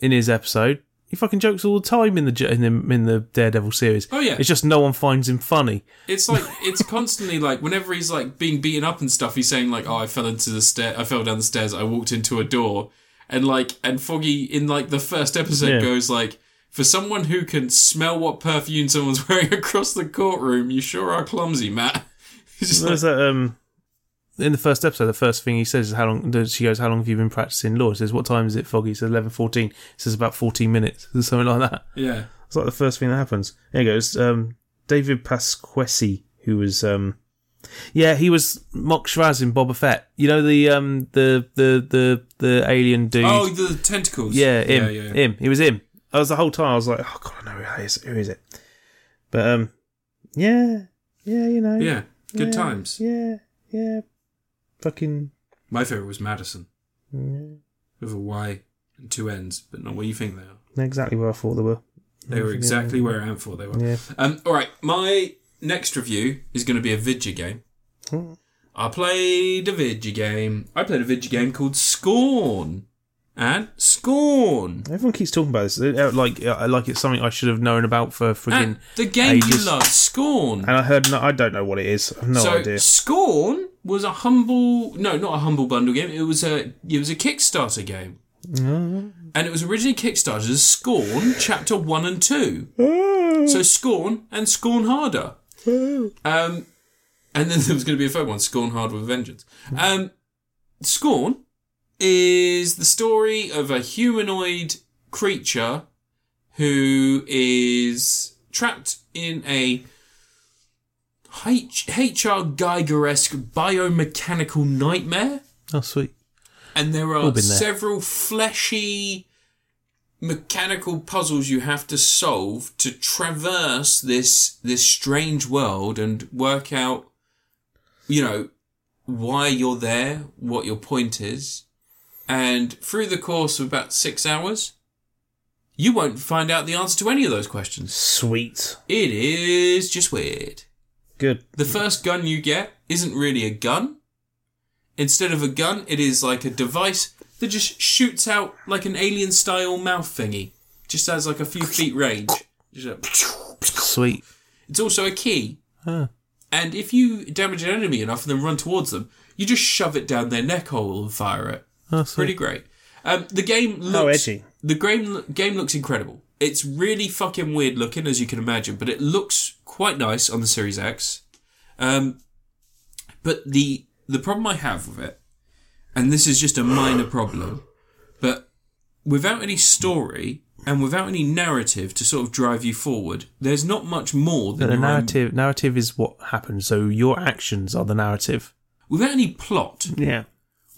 Speaker 2: In his episode, he fucking jokes all the time in the jo- in the, in the Daredevil series.
Speaker 1: Oh, yeah.
Speaker 2: it's just no one finds him funny.
Speaker 1: It's like it's constantly like whenever he's like being beaten up and stuff, he's saying like, "Oh, I fell into the stair, I fell down the stairs, I walked into a door," and like, and Foggy in like the first episode
Speaker 2: Yeah.
Speaker 1: goes like, "For someone who can smell what perfume someone's [laughs] wearing across the courtroom, you sure are clumsy, Matt." [laughs] He's just like,
Speaker 2: There's that um. In the first episode, the first thing he says is how long. does- She goes, "How long have you been practicing law?" He says, "What time is it, Foggy?" He says, 11.14. He says, "About fourteen minutes," [laughs] or something like that.
Speaker 1: yeah,
Speaker 2: It's like the first thing that happens. There you go. It's um, David Pasquesi, who was um, yeah, he was Mock Shraz in Boba Fett. You know the um, the the the the alien dude.
Speaker 1: oh, the tentacles.
Speaker 2: yeah, him,
Speaker 1: yeah, yeah.
Speaker 2: him. He was him. I was the whole time. I was like, oh god, I know who that is. Who is it? But um, yeah, yeah, you know,
Speaker 1: Yeah, good
Speaker 2: yeah,
Speaker 1: times.
Speaker 2: Yeah, yeah, fucking.
Speaker 1: My favorite was Madison
Speaker 2: yeah.
Speaker 1: with a Y and two N's, but not what you think they are.
Speaker 2: Exactly where I thought they were.
Speaker 1: They were exactly where I am for they were.
Speaker 2: Yeah.
Speaker 1: Um, all right, my next review is going to be a video game.
Speaker 2: Hmm.
Speaker 1: I played a video game. I played a video game called Scorn. And Scorn.
Speaker 2: Everyone keeps talking about this, uh, like, uh, like it's something I should have known about for friggin'
Speaker 1: And the game you
Speaker 2: ages.
Speaker 1: love, Scorn.
Speaker 2: And I heard, no, I don't know what it is. I have no
Speaker 1: so
Speaker 2: idea.
Speaker 1: Scorn was a humble, no, not a humble bundle game. It was a, it was a Kickstarter game,
Speaker 2: Ah.
Speaker 1: and it was originally kickstarted as Scorn Chapter One and Two. So Scorn and Scorn Harder. Um, and then [laughs] there was going to be a third one, Scorn Hard with Vengeance. Um, Scorn is the story of a humanoid creature who is trapped in a H- H.R. Geiger esque biomechanical nightmare.
Speaker 2: Oh, sweet.
Speaker 1: And there
Speaker 2: All
Speaker 1: are
Speaker 2: been there.
Speaker 1: several fleshy mechanical puzzles you have to solve to traverse this this strange world and work out you know why you're there what your point is and through the course of about 6 hours you won't find out the answer to any of those questions
Speaker 2: Sweet.
Speaker 1: it is just weird
Speaker 2: Good.
Speaker 1: the first gun you get isn't really a gun. Instead of a gun, it is like a device that just shoots out like an alien style mouth thingy. Just has like a few feet range. Just a-
Speaker 2: Sweet. Ah,
Speaker 1: It's also a key.
Speaker 2: Huh.
Speaker 1: And if you damage an enemy enough and then run towards them, you just shove it down their neck hole and fire it.
Speaker 2: Oh,
Speaker 1: It's
Speaker 2: sweet.
Speaker 1: pretty great. Um, the game looks.
Speaker 2: How edgy.
Speaker 1: The game game looks incredible. It's really fucking weird looking, as you can imagine, but it looks quite nice on the Series X. Um, but the the problem I have with it, and this is just a minor problem, but without any story and without any narrative to sort of drive you forward, there's not much more than
Speaker 2: But the
Speaker 1: your own-
Speaker 2: narrative narrative is what happened. So your actions are the narrative.
Speaker 1: without any plot
Speaker 2: Yeah.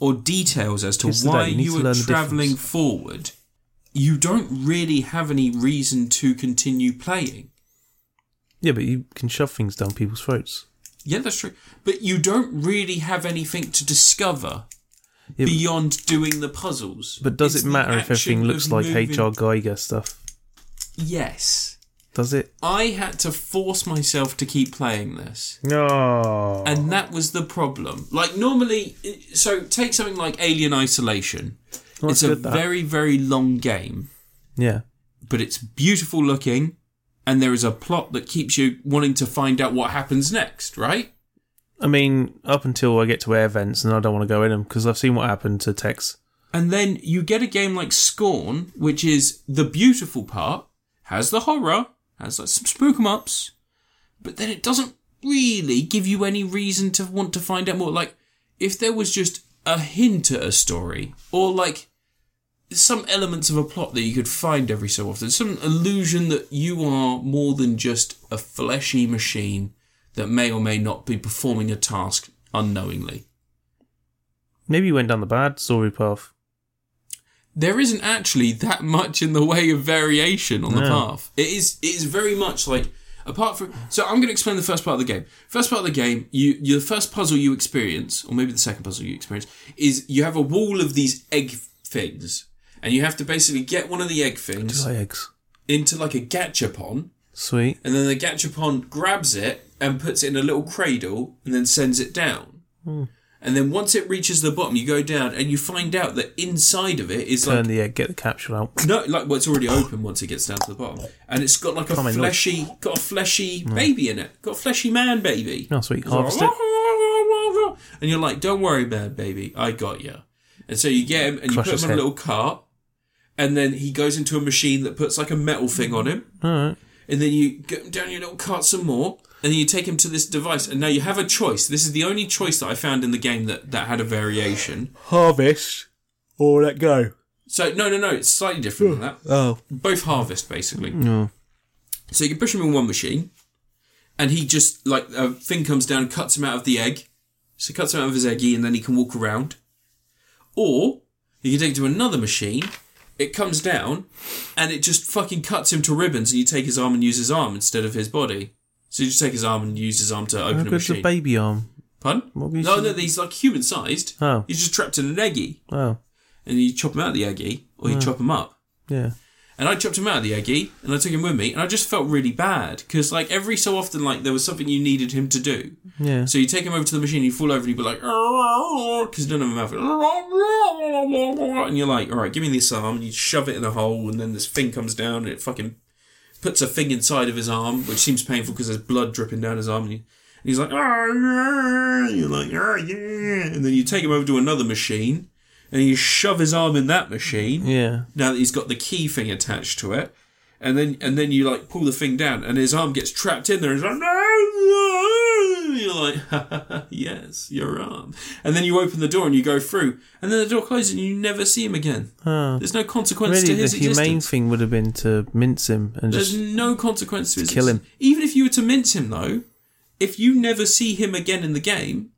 Speaker 1: or details as to
Speaker 2: Here's the
Speaker 1: why
Speaker 2: day. You need
Speaker 1: you
Speaker 2: to
Speaker 1: were
Speaker 2: learn the
Speaker 1: traveling
Speaker 2: difference.
Speaker 1: forward, you don't really have any reason to continue playing.
Speaker 2: Yeah, but you can shove things down people's throats.
Speaker 1: Yeah, that's true. But you don't really have anything to discover
Speaker 2: Yeah, but-
Speaker 1: beyond doing the puzzles.
Speaker 2: But does
Speaker 1: It's
Speaker 2: it
Speaker 1: the
Speaker 2: matter if
Speaker 1: action
Speaker 2: everything looks
Speaker 1: of
Speaker 2: like
Speaker 1: moving-
Speaker 2: HR Geiger stuff?
Speaker 1: Yes.
Speaker 2: Does it?
Speaker 1: I had to force myself to keep playing this.
Speaker 2: No.
Speaker 1: And that was the problem. Like normally, so take something like Alien Isolation.
Speaker 2: Well,
Speaker 1: it's
Speaker 2: it's
Speaker 1: a
Speaker 2: good, that.
Speaker 1: very very long game,
Speaker 2: yeah.
Speaker 1: but it's beautiful looking, and there is a plot that keeps you wanting to find out what happens next. Right?
Speaker 2: I mean, up until I get to air vents, and I don't want to go in them because I've seen what happened to Tex.
Speaker 1: And then you get a game like Scorn, which is the beautiful part, has the horror, has like some spook 'em ups, but then it doesn't really give you any reason to want to find out more. Like, if there was just a hint at a story, or like some elements of a plot that you could find every so often, some illusion that you are more than just a fleshy machine that may or may not be performing a task unknowingly.
Speaker 2: Maybe you went down the bad story path.
Speaker 1: there isn't actually that much in the way of variation on the
Speaker 2: No.
Speaker 1: path. It is it is very much like apart from so I'm going to explain the first part of the game. First part of the game, you your first puzzle you experience, or maybe the second puzzle you experience, is you have a wall of these egg things, and you have to basically get one of the egg
Speaker 2: Do
Speaker 1: things
Speaker 2: you like eggs?
Speaker 1: into like a gachapon,
Speaker 2: Sweet.
Speaker 1: and then the gachapon grabs it and puts it in a little cradle, and then sends it down.
Speaker 2: Hmm.
Speaker 1: And then once it reaches the bottom, you go down and you find out that inside of it is
Speaker 2: Turn
Speaker 1: like
Speaker 2: the egg, get the capsule out.
Speaker 1: no, like well, it's already open once it gets down to the bottom, and it's got like a
Speaker 2: Plumbing, look.
Speaker 1: fleshy, got a fleshy baby in it, got a fleshy man baby.
Speaker 2: Oh, sweet.
Speaker 1: It's like,
Speaker 2: Harvest it.
Speaker 1: And you're like, "Don't worry, man baby, I got you." And so you get him and you
Speaker 2: Crush
Speaker 1: put
Speaker 2: his
Speaker 1: him on a
Speaker 2: head.
Speaker 1: little cart, and then he goes into a machine that puts like a metal thing on him,
Speaker 2: Alright.
Speaker 1: and then you get him down your little cart some more, and then you take him to this device, and now you have a choice. This is the only choice that I found in the game that that had a variation.
Speaker 2: Harvest or let go.
Speaker 1: So no, no, no, it's slightly different than that.
Speaker 2: Oh.
Speaker 1: Both harvest basically.
Speaker 2: No.
Speaker 1: So you can push him in one machine, and he just like a thing comes down, cuts him out of the egg. So he cuts him out of his eggy, and then he can walk around. Or you can take him to another machine. It comes down, and it just fucking cuts him to ribbons. And you take his arm and use his arm instead of his body. So you just take his arm and use his arm to
Speaker 2: How
Speaker 1: open a
Speaker 2: good's the
Speaker 1: machine.
Speaker 2: baby arm?
Speaker 1: Pardon?
Speaker 2: What were you
Speaker 1: No,
Speaker 2: saying?
Speaker 1: no, he's like human sized.
Speaker 2: Oh.
Speaker 1: He's just trapped in an eggy,
Speaker 2: Oh.
Speaker 1: and you chop him out of the eggy, or you chop him up.
Speaker 2: Yeah.
Speaker 1: And I chopped him out of the eggy, and I took him with me, and I just felt really bad because, like, every so often, like, there was something you needed him to do.
Speaker 2: Yeah.
Speaker 1: So you take him over to the machine, you fall over, and you'd be like, because you don't have a mouth, and you're like, all right, give me this arm, and you shove it in a hole, and then this thing comes down, and it fucking puts a thing inside of his arm, which seems painful because there's blood dripping down his arm, and, he, and he's like, oh, yeah, and you're like, oh, yeah, and then you take him over to another machine, and you shove his arm in that machine
Speaker 2: Yeah.
Speaker 1: now that he's got the key thing attached to it. And then and then you like pull the thing down and his arm gets trapped in there and he's like, No, no." You're like, [laughs] Yes, your arm. And then you open the door and you go through. And then the door closes and you never see him again.
Speaker 2: Oh.
Speaker 1: There's no consequence
Speaker 2: Really,
Speaker 1: to
Speaker 2: the
Speaker 1: his existence.
Speaker 2: humane thing would have been to mince him and
Speaker 1: There's
Speaker 2: just.
Speaker 1: no consequence to his
Speaker 2: kill him.
Speaker 1: existence. Even if you were to mince him though, if you never see him again in the game,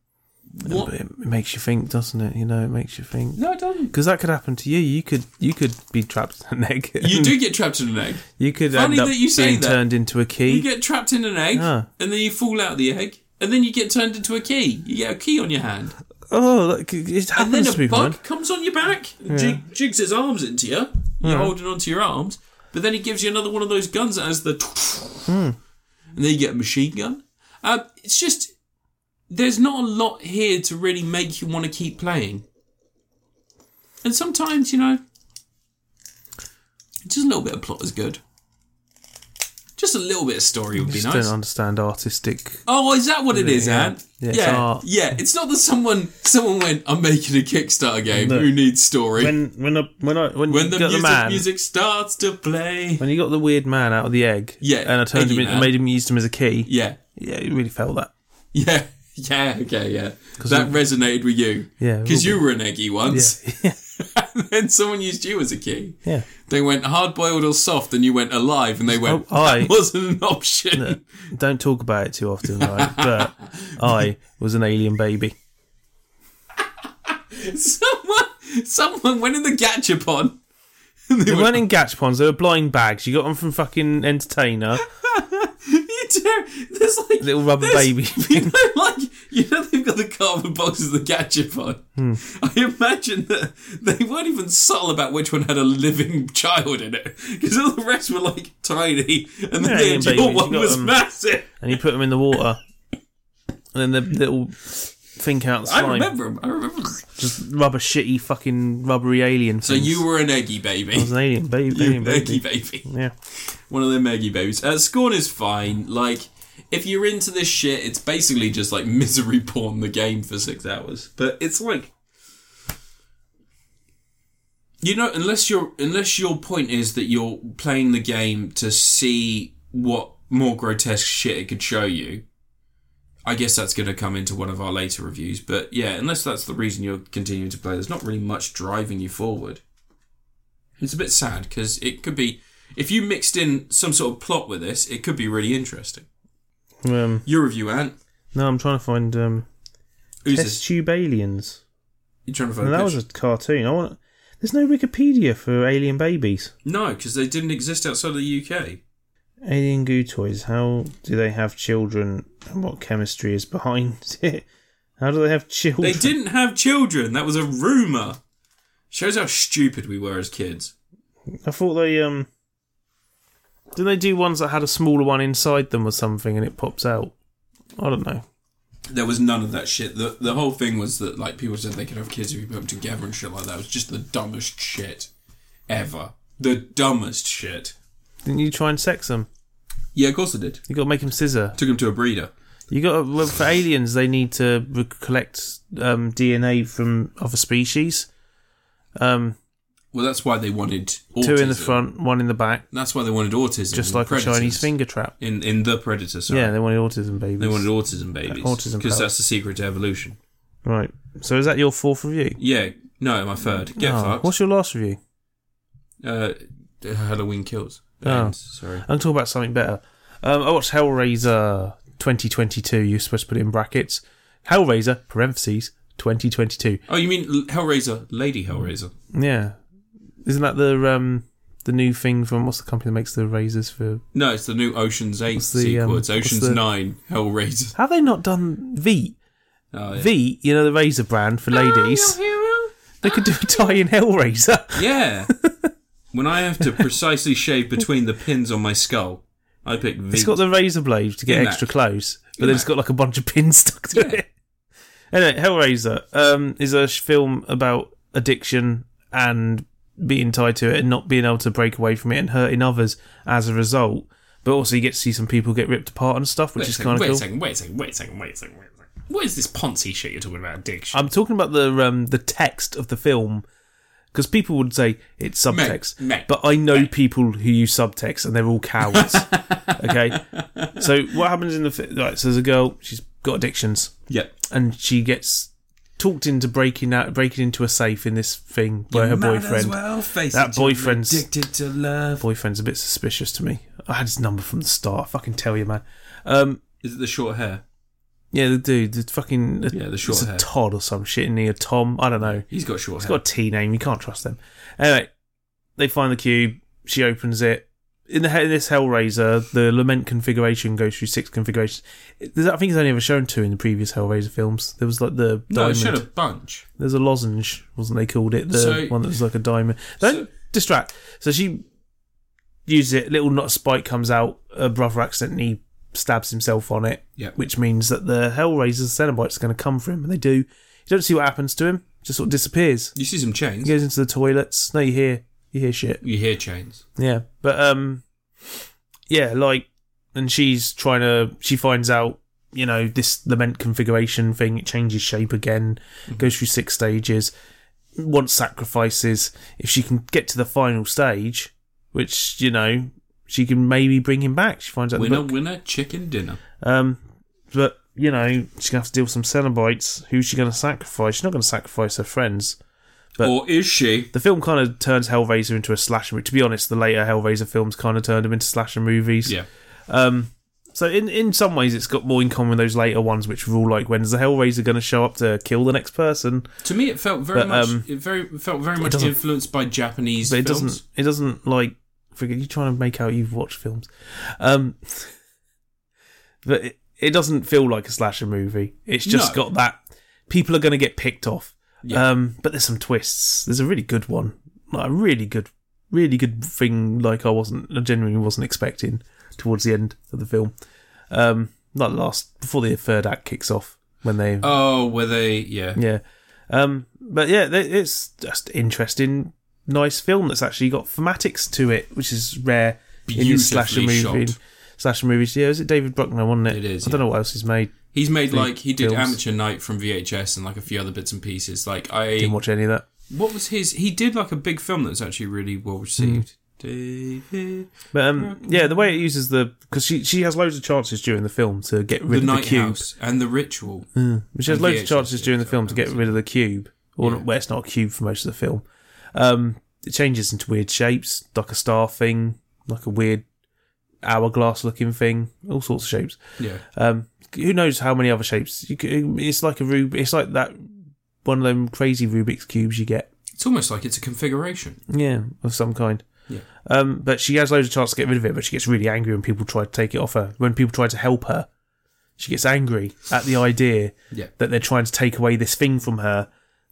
Speaker 1: What?
Speaker 2: But it, it makes you think, doesn't it? You know, it makes you think.
Speaker 1: No, it doesn't.
Speaker 2: Because that could happen to you. You could you could be trapped in an [laughs] egg.
Speaker 1: You do get trapped in an egg.
Speaker 2: You could
Speaker 1: Funny
Speaker 2: end up
Speaker 1: that you say
Speaker 2: being
Speaker 1: that.
Speaker 2: turned into a
Speaker 1: You
Speaker 2: key.
Speaker 1: get trapped in an egg,
Speaker 2: Yeah.
Speaker 1: and then you fall out of the egg, and then you get turned into a key. You get a key on your hand,
Speaker 2: oh, look, it
Speaker 1: and then
Speaker 2: happens
Speaker 1: a
Speaker 2: to me,
Speaker 1: bug
Speaker 2: man.
Speaker 1: comes on your back, jig, jigs his arms into you. You're holding onto your arms, but then he gives you another one of those guns that has the, and then you get a machine gun. Uh, it's just there's not a lot here to really make you want to keep playing, and sometimes you know, just a little bit of plot is good. Just a little bit of story would be
Speaker 2: Just
Speaker 1: nice.
Speaker 2: don't understand artistic.
Speaker 1: Oh, is that what it is,
Speaker 2: Yeah.
Speaker 1: Anne?
Speaker 2: Yeah, it's
Speaker 1: yeah.
Speaker 2: art.
Speaker 1: yeah. It's not that someone someone went, "I'm making a Kickstarter game.
Speaker 2: No.
Speaker 1: Who needs story?" When,
Speaker 2: [laughs] When when I, when I when, you
Speaker 1: the,
Speaker 2: got
Speaker 1: music,
Speaker 2: the man
Speaker 1: music starts to play,
Speaker 2: when you got the weird man out of the egg,
Speaker 1: Yeah,
Speaker 2: and I turned him,
Speaker 1: eggy
Speaker 2: in,
Speaker 1: man.
Speaker 2: made him used him as a key.
Speaker 1: yeah,
Speaker 2: Yeah, you really felt
Speaker 1: [laughs]
Speaker 2: that.
Speaker 1: yeah, yeah. Okay, yeah. That resonated with you,
Speaker 2: Yeah, it
Speaker 1: because
Speaker 2: will
Speaker 1: you were an eggy once,
Speaker 2: Yeah,
Speaker 1: and [laughs] then someone used you as a key.
Speaker 2: yeah.
Speaker 1: They went hard boiled or soft, and you went alive, and they went,
Speaker 2: Oh, I-
Speaker 1: "That wasn't an option."
Speaker 2: Don't talk about it too often, right? But I was an
Speaker 1: [laughs]
Speaker 2: alien baby.
Speaker 1: [laughs] someone, someone went in the Gachapon. and
Speaker 2: They
Speaker 1: went,
Speaker 2: weren't in Gatchpons. They were blind bags. You got them from
Speaker 1: [laughs]
Speaker 2: fucking Entertainer.
Speaker 1: [laughs] You do- There's like
Speaker 2: Little rubber
Speaker 1: there's-
Speaker 2: baby [laughs]
Speaker 1: [laughs] You know, like you know, they've got the cardboard boxes the gadget on.
Speaker 2: Hmm.
Speaker 1: I imagine that they weren't even subtle about which one had a living child in it because all the rest were like tiny, and
Speaker 2: Yeah,
Speaker 1: then the
Speaker 2: babies,
Speaker 1: your
Speaker 2: you
Speaker 1: one
Speaker 2: got
Speaker 1: was
Speaker 2: them.
Speaker 1: massive.
Speaker 2: and you put them in the water, and then the little thing out
Speaker 1: I
Speaker 2: slime.
Speaker 1: remember 'em, I remember. 'em.
Speaker 2: Just rubber shitty fucking rubbery alien.
Speaker 1: So you were an eggy
Speaker 2: I
Speaker 1: baby.
Speaker 2: was an alien baby.
Speaker 1: You an [laughs]
Speaker 2: alien
Speaker 1: eggy
Speaker 2: baby.
Speaker 1: baby.
Speaker 2: Yeah.
Speaker 1: One of them eggy babies. Uh, Scorn is fine. Like, if you're into this shit, it's basically just like [laughs] misery porn the game for six hours. But it's like, you know, unless your unless your point is that you're playing the game to see what more grotesque shit it could show you. I guess that's going to come into one of our later reviews, but yeah, unless that's the reason you're continuing to play, there's not really much driving you forward. It's a bit sad because it could be if you mixed in some sort of plot with this, it could be really interesting.
Speaker 2: Um,
Speaker 1: Your review, Ant.
Speaker 2: no, I'm trying to find um,
Speaker 1: Who's
Speaker 2: test
Speaker 1: this?
Speaker 2: tube aliens.
Speaker 1: You're trying to find
Speaker 2: And that
Speaker 1: a
Speaker 2: was
Speaker 1: picture?
Speaker 2: a cartoon. I want. There's no Wikipedia for alien babies.
Speaker 1: No, because they didn't exist outside of the UK.
Speaker 2: Alien goo toys. How do they have children? And what chemistry is behind [laughs] it? How do they have children? [laughs]
Speaker 1: They didn't have children. That was a rumor. Shows how stupid we were as kids.
Speaker 2: I thought they um. Didn't they do ones that had a smaller one inside them or something, and it pops out? I don't know.
Speaker 1: There was none of that shit. The the whole thing was that like people said they could have kids if you put them together and shit like that. It was just the dumbest shit ever. The dumbest shit.
Speaker 2: Didn't you try and sex them?
Speaker 1: Yeah, of course I did.
Speaker 2: You got to make them scissor.
Speaker 1: Took him to a breeder.
Speaker 2: You got well, for aliens, they need to re- collect um, DNA from other species. Um,
Speaker 1: Well, that's why they wanted autism.
Speaker 2: two in the front, one in the back,
Speaker 1: That's why they wanted autism.
Speaker 2: just
Speaker 1: in
Speaker 2: like a Chinese
Speaker 1: Predators.
Speaker 2: finger trap.
Speaker 1: in in the Predator. Sorry.
Speaker 2: Yeah, they wanted autism babies.
Speaker 1: They wanted autism babies.
Speaker 2: Autism
Speaker 1: Because
Speaker 2: powers.
Speaker 1: that's the secret to evolution.
Speaker 2: right. So is that your fourth review?
Speaker 1: Yeah. No, my third. Get
Speaker 2: Oh,
Speaker 1: fucked.
Speaker 2: What's your last review?
Speaker 1: Uh, Halloween kills.
Speaker 2: Oh.
Speaker 1: Ends, Sorry.
Speaker 2: I'm talking about something better. Um, I watched Hellraiser 2022. You're supposed to put it in brackets. Hellraiser parentheses 2022.
Speaker 1: Oh, you mean L- Hellraiser, Lady Hellraiser?
Speaker 2: Yeah, isn't that the um the new thing from what's the company that makes the razors for?
Speaker 1: No, it's the new Ocean's Eight
Speaker 2: the,
Speaker 1: sequel.
Speaker 2: um,
Speaker 1: it's
Speaker 2: what's
Speaker 1: Ocean's
Speaker 2: the-
Speaker 1: Nine Hellraiser. [laughs]
Speaker 2: Have they not done V?
Speaker 1: Oh, yeah.
Speaker 2: V, you know the razor brand
Speaker 1: Oh,
Speaker 2: for ladies. They could do a tie-in Hellraiser.
Speaker 1: yeah. when I have to precisely shave between the pins on my skull, I pick V.
Speaker 2: [laughs] It's got the razor blade to get
Speaker 1: Isn't
Speaker 2: extra
Speaker 1: that-
Speaker 2: close, but then it's got like a bunch of pins [laughs] stuck to it. Anyway, Hellraiser um, is a sh- film about addiction and being tied to it and not being able to break away from it and hurting others as a result. But also, you get to see some people get ripped apart and stuff, which
Speaker 3: Wait a
Speaker 2: is
Speaker 3: second,
Speaker 2: kind of
Speaker 3: wait a
Speaker 2: cool.
Speaker 3: second, wait a second, wait a second, wait a second, wait a second. What is this Ponzi shit you're talking about, addiction?
Speaker 2: I'm talking about the um, the text of the film because people would say it's subtext,
Speaker 3: mate,
Speaker 2: but I know people who use subtext and they're
Speaker 1: [laughs]
Speaker 2: all cowards. okay, so what happens in the fi- right? So there's a girl, she's got addictions,
Speaker 1: Yep.
Speaker 2: and she gets talked into breaking out, breaking into a safe in this thing by her
Speaker 1: Might As
Speaker 2: boyfriend.
Speaker 1: well face
Speaker 2: That
Speaker 1: it, you're
Speaker 2: boyfriend's-
Speaker 1: addicted to love.
Speaker 2: Boyfriend's a bit suspicious to me. I had his number from the start. I fucking tell you, man. Um,
Speaker 1: Is it the short hair?
Speaker 2: Yeah, the dude, the fucking
Speaker 1: Yeah, the short
Speaker 2: it's
Speaker 1: hair.
Speaker 2: a Todd or some shit, and he a Tom. I don't know.
Speaker 1: He's got short
Speaker 2: It's
Speaker 1: hair.
Speaker 2: got a T name. You can't trust them. Anyway, they find the cube. She opens it. In the he- this Hellraiser, the lament configuration goes through six configurations. It- there's- I think it's only ever shown two in the previous Hellraiser films. There was like the
Speaker 1: no, it
Speaker 2: diamond.
Speaker 1: showed a bunch.
Speaker 2: There's a lozenge, wasn't they called it? The
Speaker 1: So-
Speaker 2: one that was like a diamond. Don't distract. So she uses it. Little not spike comes out. Her brother accidentally stabs himself on it,
Speaker 1: Yeah.
Speaker 2: which means that the Hellraiser, the Cenobite's going to come for him, and they do. You don't see what happens to him. Just sort of disappears.
Speaker 1: You see some chains.
Speaker 2: He goes into the toilets. No, you hear you hear shit.
Speaker 1: You hear chains.
Speaker 2: Yeah, but um, yeah, like, and she's trying to. She finds out, you know, this lament configuration thing. It changes shape again. Goes through six stages. Wants sacrifices. If she can get to the final stage, which you know, she can maybe bring him back. She finds out. the
Speaker 1: Winner,
Speaker 2: book.
Speaker 1: winner, chicken dinner.
Speaker 2: Um, but you know, she's gonna have to deal with some Cenobites. Who's she gonna sacrifice? She's not gonna sacrifice her friends. But-
Speaker 1: or is she?
Speaker 2: The film kind of turns Hellraiser into a slasher movie. To be honest, the later Hellraiser films kind of turned them into slasher movies.
Speaker 1: Yeah.
Speaker 2: Um, so in, in some ways, it's got more in common with those later ones, which were all like, when's the Hellraiser going to show up to kill the next person?
Speaker 1: To me, it felt very
Speaker 2: But,
Speaker 1: much.
Speaker 2: um,
Speaker 1: it very it felt very much
Speaker 2: doesn't-
Speaker 1: influenced by Japanese
Speaker 2: But it
Speaker 1: films.
Speaker 2: doesn't. It doesn't like. Forget you trying to make out you've watched films. Um, [laughs] but it, it doesn't feel like a slasher movie. It's just
Speaker 1: No.
Speaker 2: got that people are going to get picked off.
Speaker 1: Yeah.
Speaker 2: Um, but there's some twists. There's a really good one. Like a really good, really good thing. Like I wasn't, I genuinely wasn't expecting towards the end of the film. Um, not last before the third act kicks off when they
Speaker 1: Oh, were they? Yeah.
Speaker 2: yeah. Um, but yeah, th- it's just interesting, nice film that's actually got thematics to it, which is rare in your slasher
Speaker 1: Beautifully
Speaker 2: movie.
Speaker 1: shot.
Speaker 2: Slasher movies, yeah. Is it David Bruckner? Wasn't it?
Speaker 1: It is,
Speaker 2: I don't know what else he's made.
Speaker 1: He's made like he did
Speaker 2: films.
Speaker 1: Amateur Night from VHS and like a few other bits and pieces. Like I,
Speaker 2: Didn't watch any of that.
Speaker 1: what was his? He did like a big film that was actually really well received.
Speaker 2: Hmm.
Speaker 1: David,
Speaker 2: But um, yeah, the way it uses the because she she has loads of chances during the film to get
Speaker 1: the
Speaker 2: rid of the
Speaker 1: Night
Speaker 2: cube.
Speaker 1: House and the Ritual.
Speaker 2: She has
Speaker 1: And
Speaker 2: loads of
Speaker 1: VHS,
Speaker 2: chances during the
Speaker 1: yeah,
Speaker 2: film to get rid of the cube, or well, it's not a cube for most of the film. Um, it changes into weird shapes, like a star thing, like a weird hourglass-looking thing, all sorts of shapes.
Speaker 1: Yeah,
Speaker 2: Um, who knows how many other shapes? You could, it's like a Rub- It's like that one of them crazy Rubik's cubes you get,
Speaker 1: it's almost like it's a configuration.
Speaker 2: yeah, of some kind.
Speaker 1: Yeah.
Speaker 2: Um, but she has loads of chances to get rid of it, but she gets really angry when people try to take it off her. When people try to help her, she gets angry at the idea
Speaker 1: Yeah.
Speaker 2: that they're trying to take away this thing from her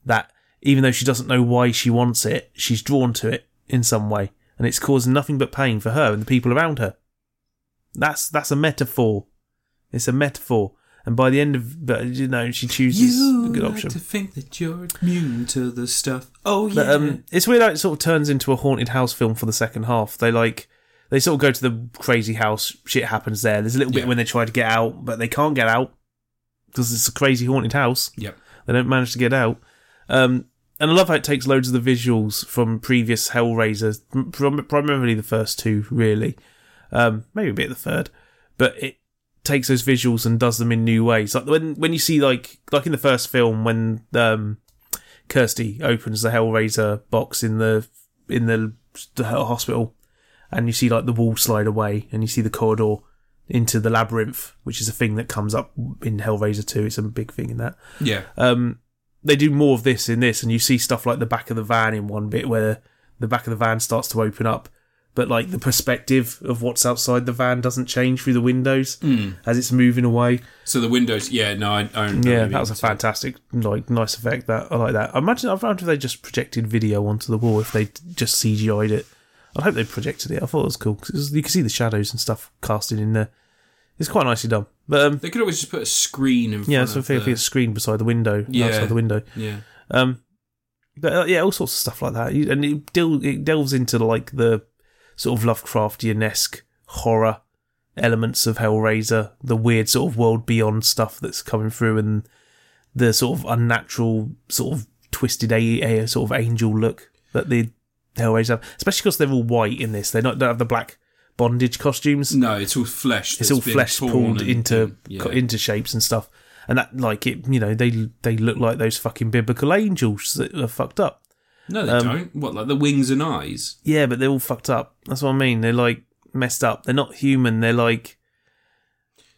Speaker 2: that even though she doesn't know why she wants it, she's drawn to it in some way. And it's causing nothing but pain for her and the people around her. That's that's a metaphor. It's a metaphor. And by the end of but you know, she chooses a good
Speaker 1: like
Speaker 2: option.
Speaker 1: to think that you're immune to the stuff. Oh yeah.
Speaker 2: But um, it's weird how it sort of turns into a haunted house film for the second half. They like they sort of go to the crazy house. Shit happens there. There's a little
Speaker 1: Yeah.
Speaker 2: bit when they try to get out, but they can't get out because it's a crazy haunted house.
Speaker 1: yep.
Speaker 2: They don't manage to get out. Um, and I love how it takes loads of the visuals from previous Hellraisers, prim- primarily the first two, really. Um, maybe a bit of the third, but it takes those visuals and does them in new ways. Like when when you see like like in the first film when um, Kirsty opens the Hellraiser box in the in the, the hospital, and you see like the wall slide away, and you see the corridor into the labyrinth, which is a thing that comes up in Hellraiser two. It's a big thing in that
Speaker 1: Yeah.
Speaker 2: um, they do more of this in this, and you see stuff like the back of the van in one bit where the back of the van starts to open up, but like the perspective of what's outside the van doesn't change through the windows as it's moving away.
Speaker 1: Hmm. So the windows. Yeah. No. I. I don't know what
Speaker 2: Yeah,
Speaker 1: you
Speaker 2: that was a
Speaker 1: mean.
Speaker 2: fantastic, like, nice effect. That I like that. I imagine I wonder if they just projected video onto the wall if they just CGI'd it. I hope they projected it. I thought it was cool because you can see the shadows and stuff casted in there. It's quite nicely done. But um,
Speaker 1: They could always just put a screen in front.
Speaker 2: yeah,
Speaker 1: of
Speaker 2: so if
Speaker 1: the-
Speaker 2: a screen beside the window,
Speaker 1: Yeah.
Speaker 2: outside the window.
Speaker 1: Yeah.
Speaker 2: Um, but uh, yeah, all sorts of stuff like that, You- and it, del- it delves into like the sort of Lovecraftian esque horror elements of Hellraiser, the weird sort of world beyond stuff that's coming through, and the sort of unnatural, sort of twisted, a, a sort of angel look that the Hellraiser have, especially because they're all white in this. They not don't have the black bondage costumes
Speaker 1: No, it's all flesh.
Speaker 2: it's
Speaker 1: that's
Speaker 2: all
Speaker 1: been
Speaker 2: flesh
Speaker 1: torn
Speaker 2: pulled
Speaker 1: and-
Speaker 2: into
Speaker 1: yeah.
Speaker 2: co- into shapes and stuff and that like it you know they they look like those fucking biblical angels that are fucked up
Speaker 1: No,
Speaker 2: Um,
Speaker 1: they don't. What, like the wings and eyes?
Speaker 2: yeah but they're all fucked up that's what i mean they're like messed up they're not human they're like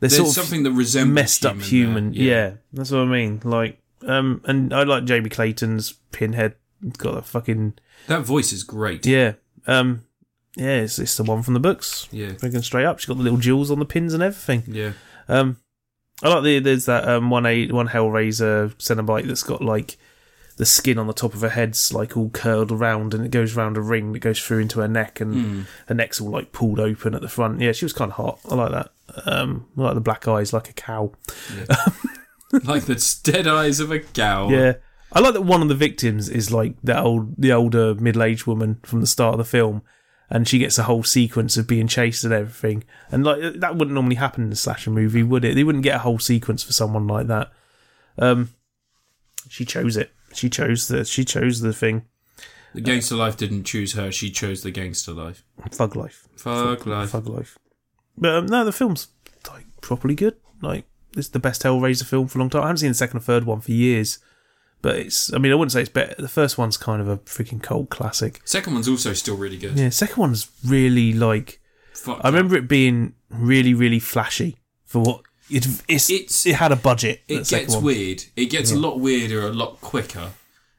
Speaker 2: They're
Speaker 1: There's
Speaker 2: sort of
Speaker 1: something that resembles
Speaker 2: messed up human.
Speaker 1: there.
Speaker 2: Yeah. that's what I mean. Like, um, and I like Jamie Clayton's Pinhead. It's got that fucking
Speaker 1: That voice is great.
Speaker 2: yeah, um, yeah. It's, it's the one from the books.
Speaker 1: Yeah.
Speaker 2: Fucking straight up. She's got the little jewels on the pins and everything.
Speaker 1: Yeah. [laughs]
Speaker 2: Um, I like the there's that um one a one Hellraiser Cenobite that's got like the skin on the top of her head's like all curled around and it goes round a ring that goes through into her neck and her neck's all like pulled open at the front. Yeah, she was kind of hot. I like that. Um, I like the black eyes like a cow.
Speaker 1: like the dead eyes of a cow.
Speaker 2: Yeah. I like that one of the victims is like that old the older middle aged woman from the start of the film and she gets a whole sequence of being chased and everything. And like that wouldn't normally happen in a slasher movie, would it? They wouldn't get a whole sequence for someone like that. Um she chose it. She chose the she chose the thing.
Speaker 1: The gangster life didn't choose her. She chose the gangster life.
Speaker 2: Thug life.
Speaker 1: Fuck life.
Speaker 2: Thug life. But um, no, the film's like properly good. Like it's the best Hellraiser film for a long time. I haven't seen the second or third one for years. But it's I mean I wouldn't say it's better. The first one's kind of a freaking cult classic.
Speaker 1: Second one's also still really good.
Speaker 2: Yeah, second one's really like
Speaker 1: Fuck.
Speaker 2: I remember it being really really flashy for what it it's,
Speaker 1: It's-
Speaker 2: it had a budget. that
Speaker 1: it
Speaker 2: second
Speaker 1: gets
Speaker 2: one.
Speaker 1: weird. It gets a lot weirder, a lot quicker.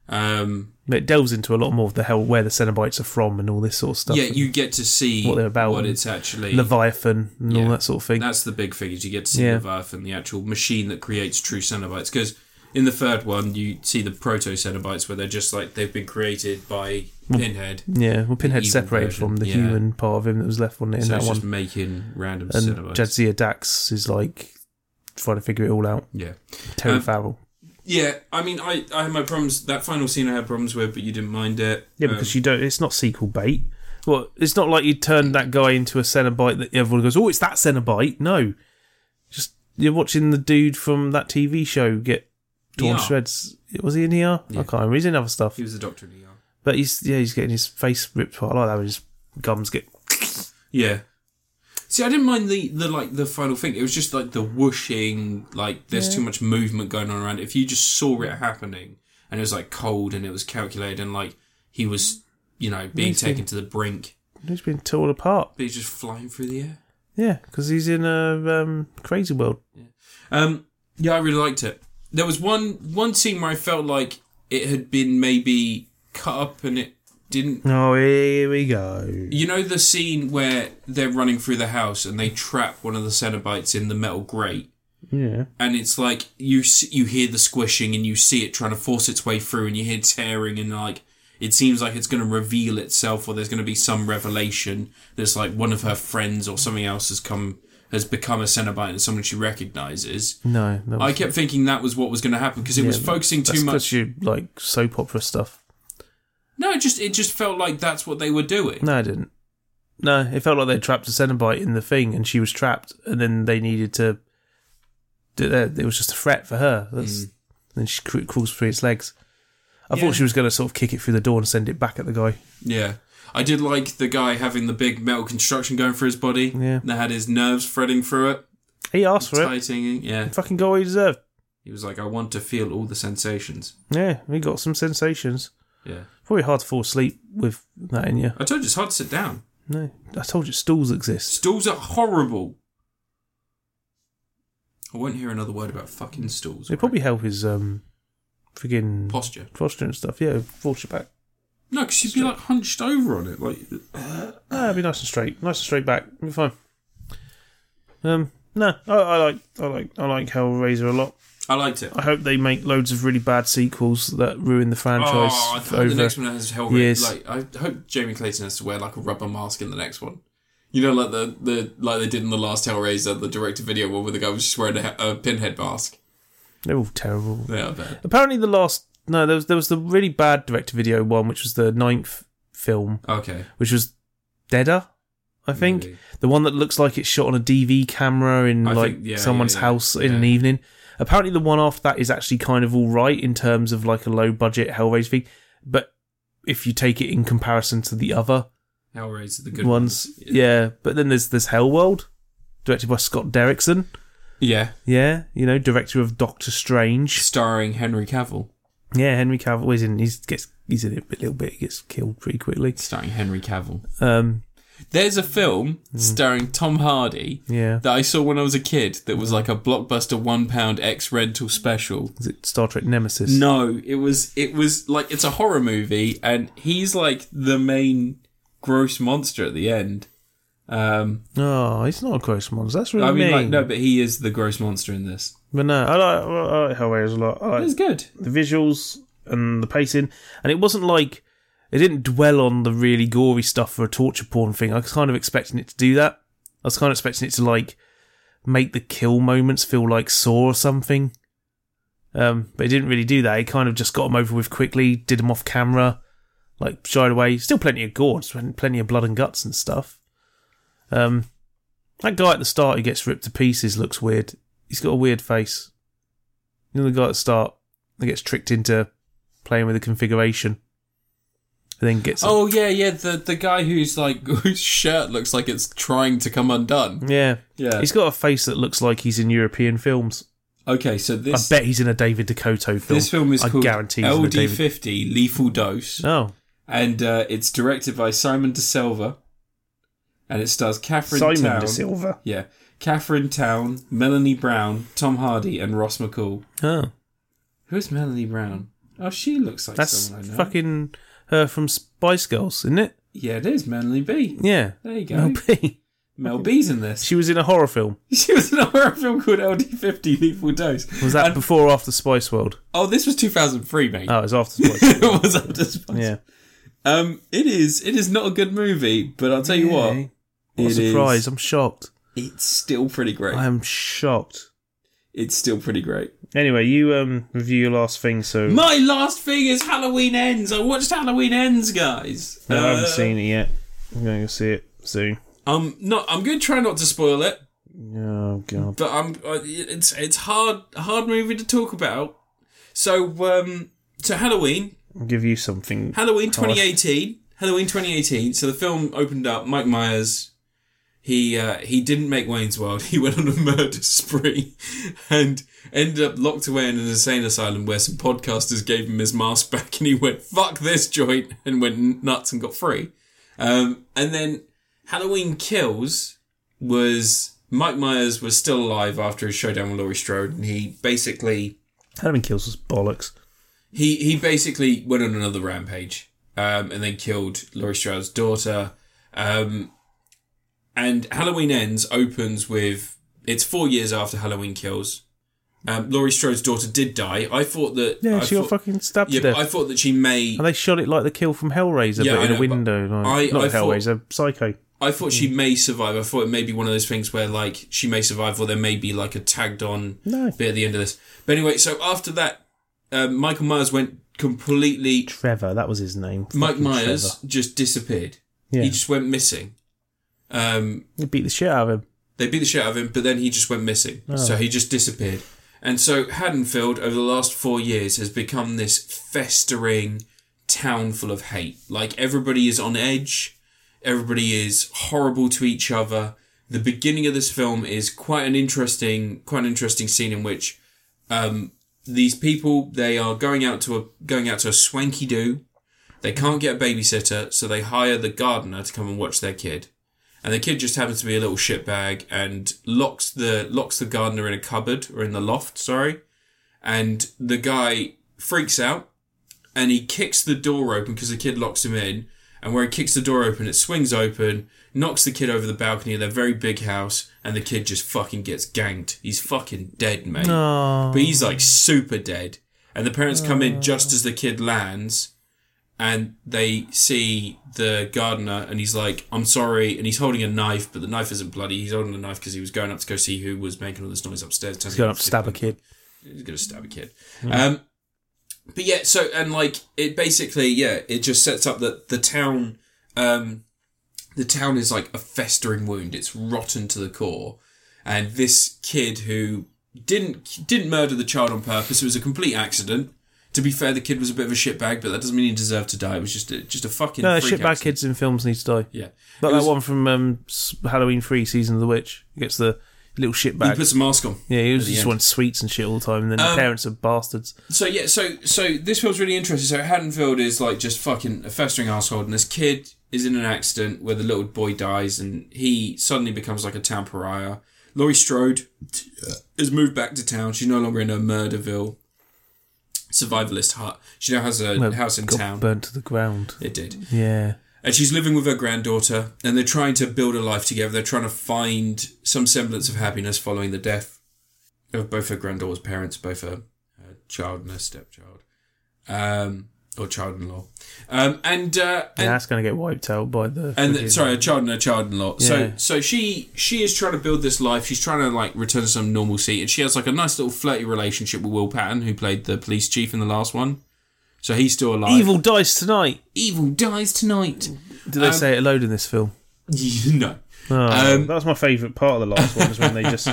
Speaker 1: Um,
Speaker 2: But It delves into a lot more of the hell where the Cenobites are from and all this sort of stuff.
Speaker 1: yeah,
Speaker 2: and
Speaker 1: you get to see
Speaker 2: What
Speaker 1: what,
Speaker 2: they're about and
Speaker 1: it's actually.
Speaker 2: Leviathan and all
Speaker 1: Yeah.
Speaker 2: that sort of thing.
Speaker 1: That's the big figures. You get to see
Speaker 2: Yeah.
Speaker 1: Leviathan, the actual machine that creates true Cenobites. Because in the third one, you see the proto Cenobites where they're just like they've been created by
Speaker 2: Hmm.
Speaker 1: Pinhead.
Speaker 2: yeah, well, Pinhead
Speaker 1: evil
Speaker 2: separated
Speaker 1: version,
Speaker 2: from the
Speaker 1: yeah.
Speaker 2: human part of him that was left on it in
Speaker 1: So
Speaker 2: that
Speaker 1: it's
Speaker 2: one.
Speaker 1: just making random
Speaker 2: and
Speaker 1: Cenobites.
Speaker 2: Jadzia Dax is like trying to figure it all out.
Speaker 1: yeah.
Speaker 2: Terry
Speaker 1: Um,
Speaker 2: Farrell,
Speaker 1: Yeah, I mean, I, I had my problems. That final scene I had problems with, but you didn't mind it.
Speaker 2: yeah, because
Speaker 1: Um,
Speaker 2: you don't. It's not sequel bait. Well, it's not like you turned that guy into a Cenobite that everyone goes, "Oh, it's that Cenobite." No, just you're watching the dude from that TV show get torn to
Speaker 1: ER.
Speaker 2: shreds. Was he in here? I can't remember. He's in other stuff,
Speaker 1: he was the doctor in ER.
Speaker 2: but he's yeah, he's getting his face ripped apart like that. Where his gums get [laughs]
Speaker 1: Yeah. See, I didn't mind the, the like the final thing. It was just like the whooshing, like there's too much movement going on around. it. If you just saw it happening and it was like cold and it was calculated and like he was, you know, being
Speaker 2: He's
Speaker 1: taken to the brink,
Speaker 2: he's been torn apart.
Speaker 1: but he's just flying through the air.
Speaker 2: Yeah, because he's in a um, crazy world.
Speaker 1: Um, yeah, I really liked it. There was one one scene where I felt like it had been maybe cut up and it didn't
Speaker 2: Oh, here we go.
Speaker 1: You know the scene where they're running through the house and they trap one of the Cenobites in the metal grate,
Speaker 2: Yeah.
Speaker 1: and it's like you s- you hear the squishing and you see it trying to force its way through, and you hear tearing and like it seems like it's going to reveal itself, or there's going to be some revelation that's like one of her friends or something else has come has become a Cenobite and someone she recognizes.
Speaker 2: No, that was
Speaker 1: I kept thinking that was what was going to happen because it was focusing
Speaker 2: That's
Speaker 1: too
Speaker 2: 'cause
Speaker 1: much.
Speaker 2: You like soap opera stuff?
Speaker 1: No, it just it just felt like that's what they were doing.
Speaker 2: No, I didn't. No, it felt like they trapped a Cenobite in the thing, and she was trapped, and then they needed to. do that. It was just a threat for her. That's, Then she cr- crawls through its legs. I
Speaker 1: Hmm. Yeah.
Speaker 2: thought she was going to sort of kick it through the door and send it back at the guy.
Speaker 1: Yeah. I did like the guy having the big metal construction going through his body.
Speaker 2: Yeah.
Speaker 1: That had his nerves threading through it.
Speaker 2: He asked for it.
Speaker 1: Tightening. Yeah.
Speaker 2: Fucking got what he deserved.
Speaker 1: He was like, I want to feel all the sensations.
Speaker 2: Yeah, he got some sensations.
Speaker 1: Yeah.
Speaker 2: Probably hard to fall asleep with that in you.
Speaker 1: I told you it's hard to sit down.
Speaker 2: No, I told you stools exist.
Speaker 1: Stools are horrible. I won't hear another word about fucking stools.
Speaker 2: It probably help his um, friggin'
Speaker 1: Posture.
Speaker 2: posture and stuff. Yeah, fortune back.
Speaker 1: No, because you'd be like hunched over on it. Like,
Speaker 2: Ah, it'd be nice and straight, nice and straight back. It'll be fine. Um, no, I, I like, I like, I like Hellraiser a lot.
Speaker 1: I liked it.
Speaker 2: I hope they make loads of really bad sequels that ruin the franchise
Speaker 1: Oh, I hope
Speaker 2: over.
Speaker 1: the next one has Hellraiser.
Speaker 2: years.
Speaker 1: Like, I hope Jamie Clayton has to wear like a rubber mask in the next one. You know, like the, the like they did in the last Hellraiser, the director video one, where the guy was just wearing a, he- a pinhead mask.
Speaker 2: They're all terrible.
Speaker 1: They are bad.
Speaker 2: Apparently, the last no, there was there was the really bad director video one, which was the ninth film,
Speaker 1: Okay.
Speaker 2: which was Deader, I think.
Speaker 1: Maybe.
Speaker 2: The one that looks like it's shot on a DV camera in
Speaker 1: I
Speaker 2: like
Speaker 1: think- yeah,
Speaker 2: someone's
Speaker 1: yeah, yeah.
Speaker 2: house in an
Speaker 1: Yeah.
Speaker 2: evening. Apparently, the one after that is actually kind of all right in terms of like a low budget Hellraiser thing, but if you take it in comparison to the other
Speaker 1: Hellraiser, the good
Speaker 2: ones, yeah. But then there's there's Hellworld, directed by Scott Derrickson,
Speaker 1: Yeah.
Speaker 2: yeah, you know, director of Doctor Strange,
Speaker 1: Starring Henry Cavill.
Speaker 2: yeah. Henry Cavill is in. He gets he's in it a little bit. He gets killed pretty quickly.
Speaker 1: Starring Henry Cavill.
Speaker 2: Um,
Speaker 1: There's a film starring Tom Hardy
Speaker 2: Hmm. Yeah.
Speaker 1: that I saw when I was a kid that was like a blockbuster one pound X rental special.
Speaker 2: Is it Star Trek Nemesis?
Speaker 1: No, it was it was like it's a horror movie and he's like the main gross monster at the end. Um,
Speaker 2: No, he's Ah, not a gross monster. That's really
Speaker 1: I mean,
Speaker 2: mean.
Speaker 1: like no, but he is the gross monster in this.
Speaker 2: But no, I like, I like how it is a lot. I
Speaker 1: It's
Speaker 2: like
Speaker 1: good.
Speaker 2: the visuals and the pacing, and it wasn't like it didn't dwell on the really gory stuff for a torture porn thing. I was kind of expecting it to do that. I was kind of expecting it to like make the kill moments feel like Saw or something. Um, but it didn't really do that. It kind of just got them over with quickly, did them off camera, like shied away. Still plenty of gore, just plenty of blood and guts and stuff. Um, that guy at the start who gets ripped to pieces looks weird. He's got a weird face. You know the guy at the start that gets tricked into playing with the configuration, and then gets
Speaker 1: Oh yeah, yeah. The the guy who's like [laughs] whose shirt looks like it's trying to come undone.
Speaker 2: yeah,
Speaker 1: Yeah.
Speaker 2: He's got a face that looks like he's in European films.
Speaker 1: Okay, so this
Speaker 2: I bet he's in a David Dakota film.
Speaker 1: this film is
Speaker 2: I
Speaker 1: called
Speaker 2: guarantee he's in a David.
Speaker 1: LD50 Lethal Dose,
Speaker 2: oh,
Speaker 1: and uh, it's directed by Simon De Silva, and it stars Catherine
Speaker 2: Simon
Speaker 1: Town.
Speaker 2: De Silva.
Speaker 1: Yeah, Catherine Town, Melanie Brown, Tom Hardy, and Ross McCall.
Speaker 2: Oh,
Speaker 1: Who's Melanie Brown? Oh, she looks like
Speaker 2: that's
Speaker 1: someone I know.
Speaker 2: fucking her from Spice Girls, isn't it?
Speaker 1: Yeah, it is Melanie B.
Speaker 2: Yeah.
Speaker 1: There you go.
Speaker 2: Mel B.
Speaker 1: Mel B's in this.
Speaker 2: [laughs] She was in a horror film.
Speaker 1: She was in a horror film called LD50 Lethal Dose.
Speaker 2: Was that
Speaker 1: And-
Speaker 2: before or after Spice World?
Speaker 1: oh, this was 2003, mate.
Speaker 2: Oh, it was after Spice. World.
Speaker 1: [laughs] it was after Spice.
Speaker 2: yeah.
Speaker 1: Um, it is. It is not a good movie, but I'll tell you what,
Speaker 2: What a
Speaker 1: It
Speaker 2: surprise!
Speaker 1: is-
Speaker 2: I'm shocked.
Speaker 1: it's still pretty great.
Speaker 2: I am shocked.
Speaker 1: It's still pretty great.
Speaker 2: Anyway, you um review your last thing. So
Speaker 1: My last thing is Halloween Ends. I watched Halloween Ends, guys.
Speaker 2: no, I
Speaker 1: Uh,
Speaker 2: haven't seen it yet. I'm going to see it soon.
Speaker 1: Um, no, I'm going to try not to spoil it,
Speaker 2: Oh god.
Speaker 1: but I'm. Uh, it's it's hard hard movie to talk about. So um, so Halloween,
Speaker 2: I'll give you something.
Speaker 1: Halloween 2018. Halloween 2018. So the film opened up. Mike Myers. He uh, he didn't make Wayne's World. [laughs] He went on a murder spree, [laughs] and ended up locked away in an insane asylum where some podcasters gave him his mask back, and he went fuck this joint and went nuts and got free. Um, and then Halloween Kills was Mike Myers was still alive after his showdown with Laurie Strode, and he basically
Speaker 2: Halloween Kills was bollocks.
Speaker 1: he he basically went on another rampage um, and then killed Laurie Strode's daughter. Um, and Halloween Ends opens with it's four years after Halloween Kills. Um, Laurie Strode's daughter did die. I thought that
Speaker 2: Yeah,
Speaker 1: I
Speaker 2: she got
Speaker 1: thought,
Speaker 2: fucking stabbed
Speaker 1: yeah,
Speaker 2: to death.
Speaker 1: I thought that she may.
Speaker 2: and they shot it like the kill from Hellraiser,
Speaker 1: Yeah,
Speaker 2: but
Speaker 1: I
Speaker 2: in
Speaker 1: know, but
Speaker 2: a window.
Speaker 1: I-
Speaker 2: Like, not
Speaker 1: I thought-
Speaker 2: Hellraiser, Psycho.
Speaker 1: I thought she may survive. I thought it may be one of those things where like she may survive, or there may be like a tagged on
Speaker 2: No.
Speaker 1: bit at the end of this. But anyway, so after that, um, Michael Myers went completely.
Speaker 2: Trevor, that was his name.
Speaker 1: Mike
Speaker 2: Fucking
Speaker 1: Myers just disappeared.
Speaker 2: Trevor. Yeah.
Speaker 1: He just went missing. Um,
Speaker 2: They beat the shit out of him.
Speaker 1: they beat the shit out of him, but then he just went missing. So he just disappeared. And so Haddonfield, over the last four years, has become this festering town full of hate. Like everybody is on edge, everybody is horrible to each other. The beginning of this film is quite an interesting, quite an interesting scene in which um, these people they are going out to a going out to a swanky do. They can't get a babysitter, so they hire the gardener to come and watch their kid and the kid just happens to be a little shitbag and locks the locks the gardener in a cupboard or in the loft, sorry. And the guy freaks out and he kicks the door open because the kid locks him in. And where he kicks the door open, it swings open, knocks the kid over the balcony of their very big house, and the kid just fucking gets ganked. He's fucking dead, mate.
Speaker 2: No.
Speaker 1: But he's like super dead. And the parents come in just as the kid lands and they see the gardener and he's like, I'm sorry. And he's holding a knife, but the knife isn't bloody. He's holding a knife because he was going up to go see who was making all this noise upstairs.
Speaker 2: He's going up to stab a kid.
Speaker 1: He's going to stab a kid.
Speaker 2: Hmm.
Speaker 1: Um, but yeah, so, and like, it basically, yeah, it just sets up that the town, um, the town is like a festering wound. It's rotten to the core. And this kid who didn't didn't murder the child on purpose. It was a complete accident. To be fair, the kid was a bit of a shitbag, but that doesn't mean he deserved to die. It was just a, just a fucking
Speaker 2: No,
Speaker 1: freak
Speaker 2: shitbag
Speaker 1: accident.
Speaker 2: kids in films need to die.
Speaker 1: Yeah,
Speaker 2: Like
Speaker 1: It was-
Speaker 2: that one from um, S- Halloween 3, Season of the Witch. He gets the little
Speaker 1: He
Speaker 2: shitbag.
Speaker 1: puts a mask on.
Speaker 2: yeah, he was
Speaker 1: the
Speaker 2: just
Speaker 1: end. Um,
Speaker 2: wanted sweets and shit all the time, and then the parents are bastards.
Speaker 1: So yeah, so so this film's really interesting. So Haddonfield is like just fucking a festering asshole, and this kid is in an accident where the little boy dies, and he suddenly becomes like a town pariah. Laurie Strode has moved back to town. She's no longer in her Murderville survivalist hut. She now has a
Speaker 2: Well,
Speaker 1: house in
Speaker 2: got
Speaker 1: town.
Speaker 2: burnt to the ground.
Speaker 1: it did,
Speaker 2: Yeah,
Speaker 1: and she's living with her granddaughter, and they're trying to build a life together. They're trying to find some semblance of happiness following the death of both her granddaughter's parents, both her, her child and her stepchild, um, or child-in-law, um, and uh,
Speaker 2: and
Speaker 1: and,
Speaker 2: that's going to get wiped out by the.
Speaker 1: and
Speaker 2: friggin-
Speaker 1: sorry, a child and her child-in-law. So
Speaker 2: Yeah.
Speaker 1: so she she is trying to build this life. She's trying to like return to some normalcy, and she has like a nice little flirty relationship with Will Patton, who played the police chief in the last one. So he's still alive.
Speaker 2: evil dies tonight.
Speaker 1: Evil dies tonight.
Speaker 2: Do they
Speaker 1: Um,
Speaker 2: say it a load in this film?
Speaker 1: no.
Speaker 2: Oh,
Speaker 1: Um,
Speaker 2: that was my favourite part of the last one. Is when they [laughs] just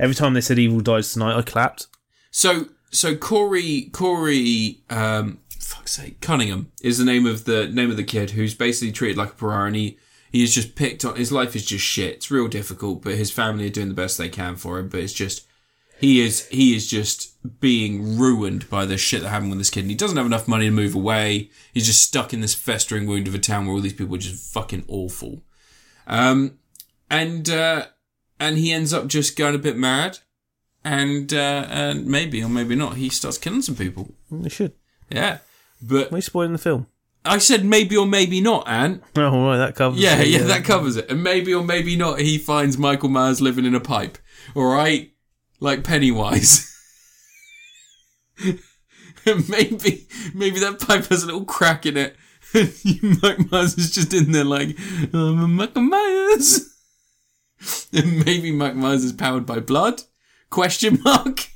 Speaker 2: every time they said "evil dies tonight," I clapped.
Speaker 1: So so Corey Corey um fuck's sake Cunningham is the name of the name of the kid who's basically treated like a pariah and he he is just picked on his life is just shit. It's real difficult, but his family are doing the best they can for him, but it's just he is he is just being ruined by the shit that happened with this kid and he doesn't have enough money to move away. He's just stuck in this festering wound of a town where all these people are just fucking awful. Um and uh and he ends up just going a bit mad and uh, and maybe or maybe not, he starts killing some people.
Speaker 2: They should.
Speaker 1: Yeah, but
Speaker 2: Were you spoiling the film?
Speaker 1: I said maybe or maybe not, Ant.
Speaker 2: Oh, all right, that covers. uh,
Speaker 1: Yeah,
Speaker 2: it,
Speaker 1: yeah, that covers it. And maybe or maybe not, he finds Michael Myers living in a pipe. All right, like Pennywise. [laughs] And maybe maybe that pipe has a little crack in it. [laughs] Michael Myers is just in there like I'm a Michael Myers. [laughs] And maybe Mike Myers is powered by blood? Question mark.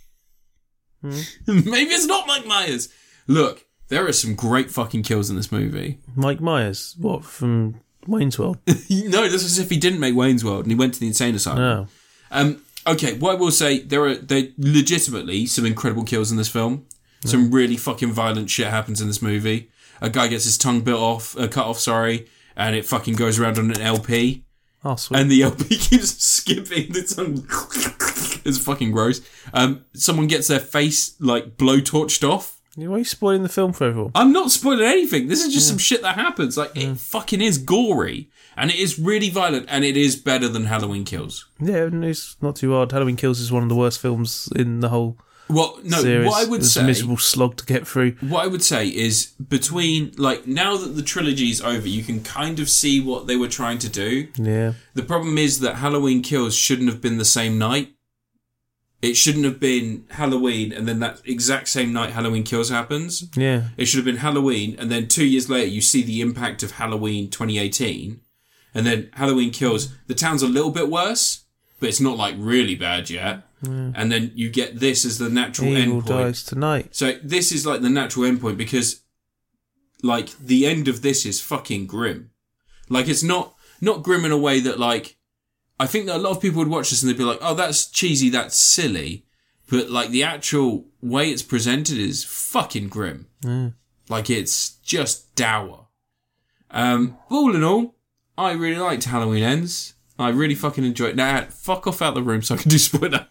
Speaker 1: Hmm. [laughs] Maybe it's not Mike Myers. Look, there are some great fucking kills in this movie.
Speaker 2: Mike Myers, what from Wayne's
Speaker 1: [laughs]
Speaker 2: World?
Speaker 1: No, this is if he didn't make Wayne's World and he went to the insane asylum.
Speaker 2: No,
Speaker 1: Um, okay, what I will say, there are there legitimately some incredible kills in this film. Some really fucking violent shit happens in this movie. A guy gets his tongue bit off, uh, cut off, sorry, and it fucking goes around on an LP,
Speaker 2: oh sweet.
Speaker 1: and the LP [laughs] keeps skipping. The tongue. [laughs] it's fucking gross. Um, someone gets their face like blowtorched off.
Speaker 2: Why are you spoiling the film for everyone?
Speaker 1: I'm not spoiling anything. This is just
Speaker 2: Mm.
Speaker 1: some shit that happens. Like it fucking is gory, and it is really violent, and it is better than Halloween Kills.
Speaker 2: Yeah, and it's not too hard. Halloween Kills is one of the worst films in the whole
Speaker 1: Well, no.
Speaker 2: series.
Speaker 1: What I would
Speaker 2: it's
Speaker 1: say,
Speaker 2: a miserable slog to get through.
Speaker 1: what I would say is between like now that the trilogy's over, you can kind of see what they were trying to do.
Speaker 2: Yeah,
Speaker 1: The problem is that Halloween Kills shouldn't have been the same night. It shouldn't have been Halloween and then that exact same night Halloween Kills happens.
Speaker 2: yeah.
Speaker 1: It should have been Halloween, and then two years later, you see the impact of Halloween 2018, and then Halloween kills. The town's a little bit worse, but it's not like really bad yet. And then you get this as the natural
Speaker 2: Evil
Speaker 1: endpoint.
Speaker 2: dies tonight.
Speaker 1: So this is like the natural endpoint because, like, the end of this is fucking grim. Like, it's not not grim in a way that like, I think that a lot of people would watch this and they'd be like, "Oh, that's cheesy, that's silly," but like the actual way it's presented is fucking grim. Like, it's just dour. Um, all in all, I really liked Halloween Ends. I really fucking enjoyed it. Now, fuck off out the room so I can do [laughs] spoiler.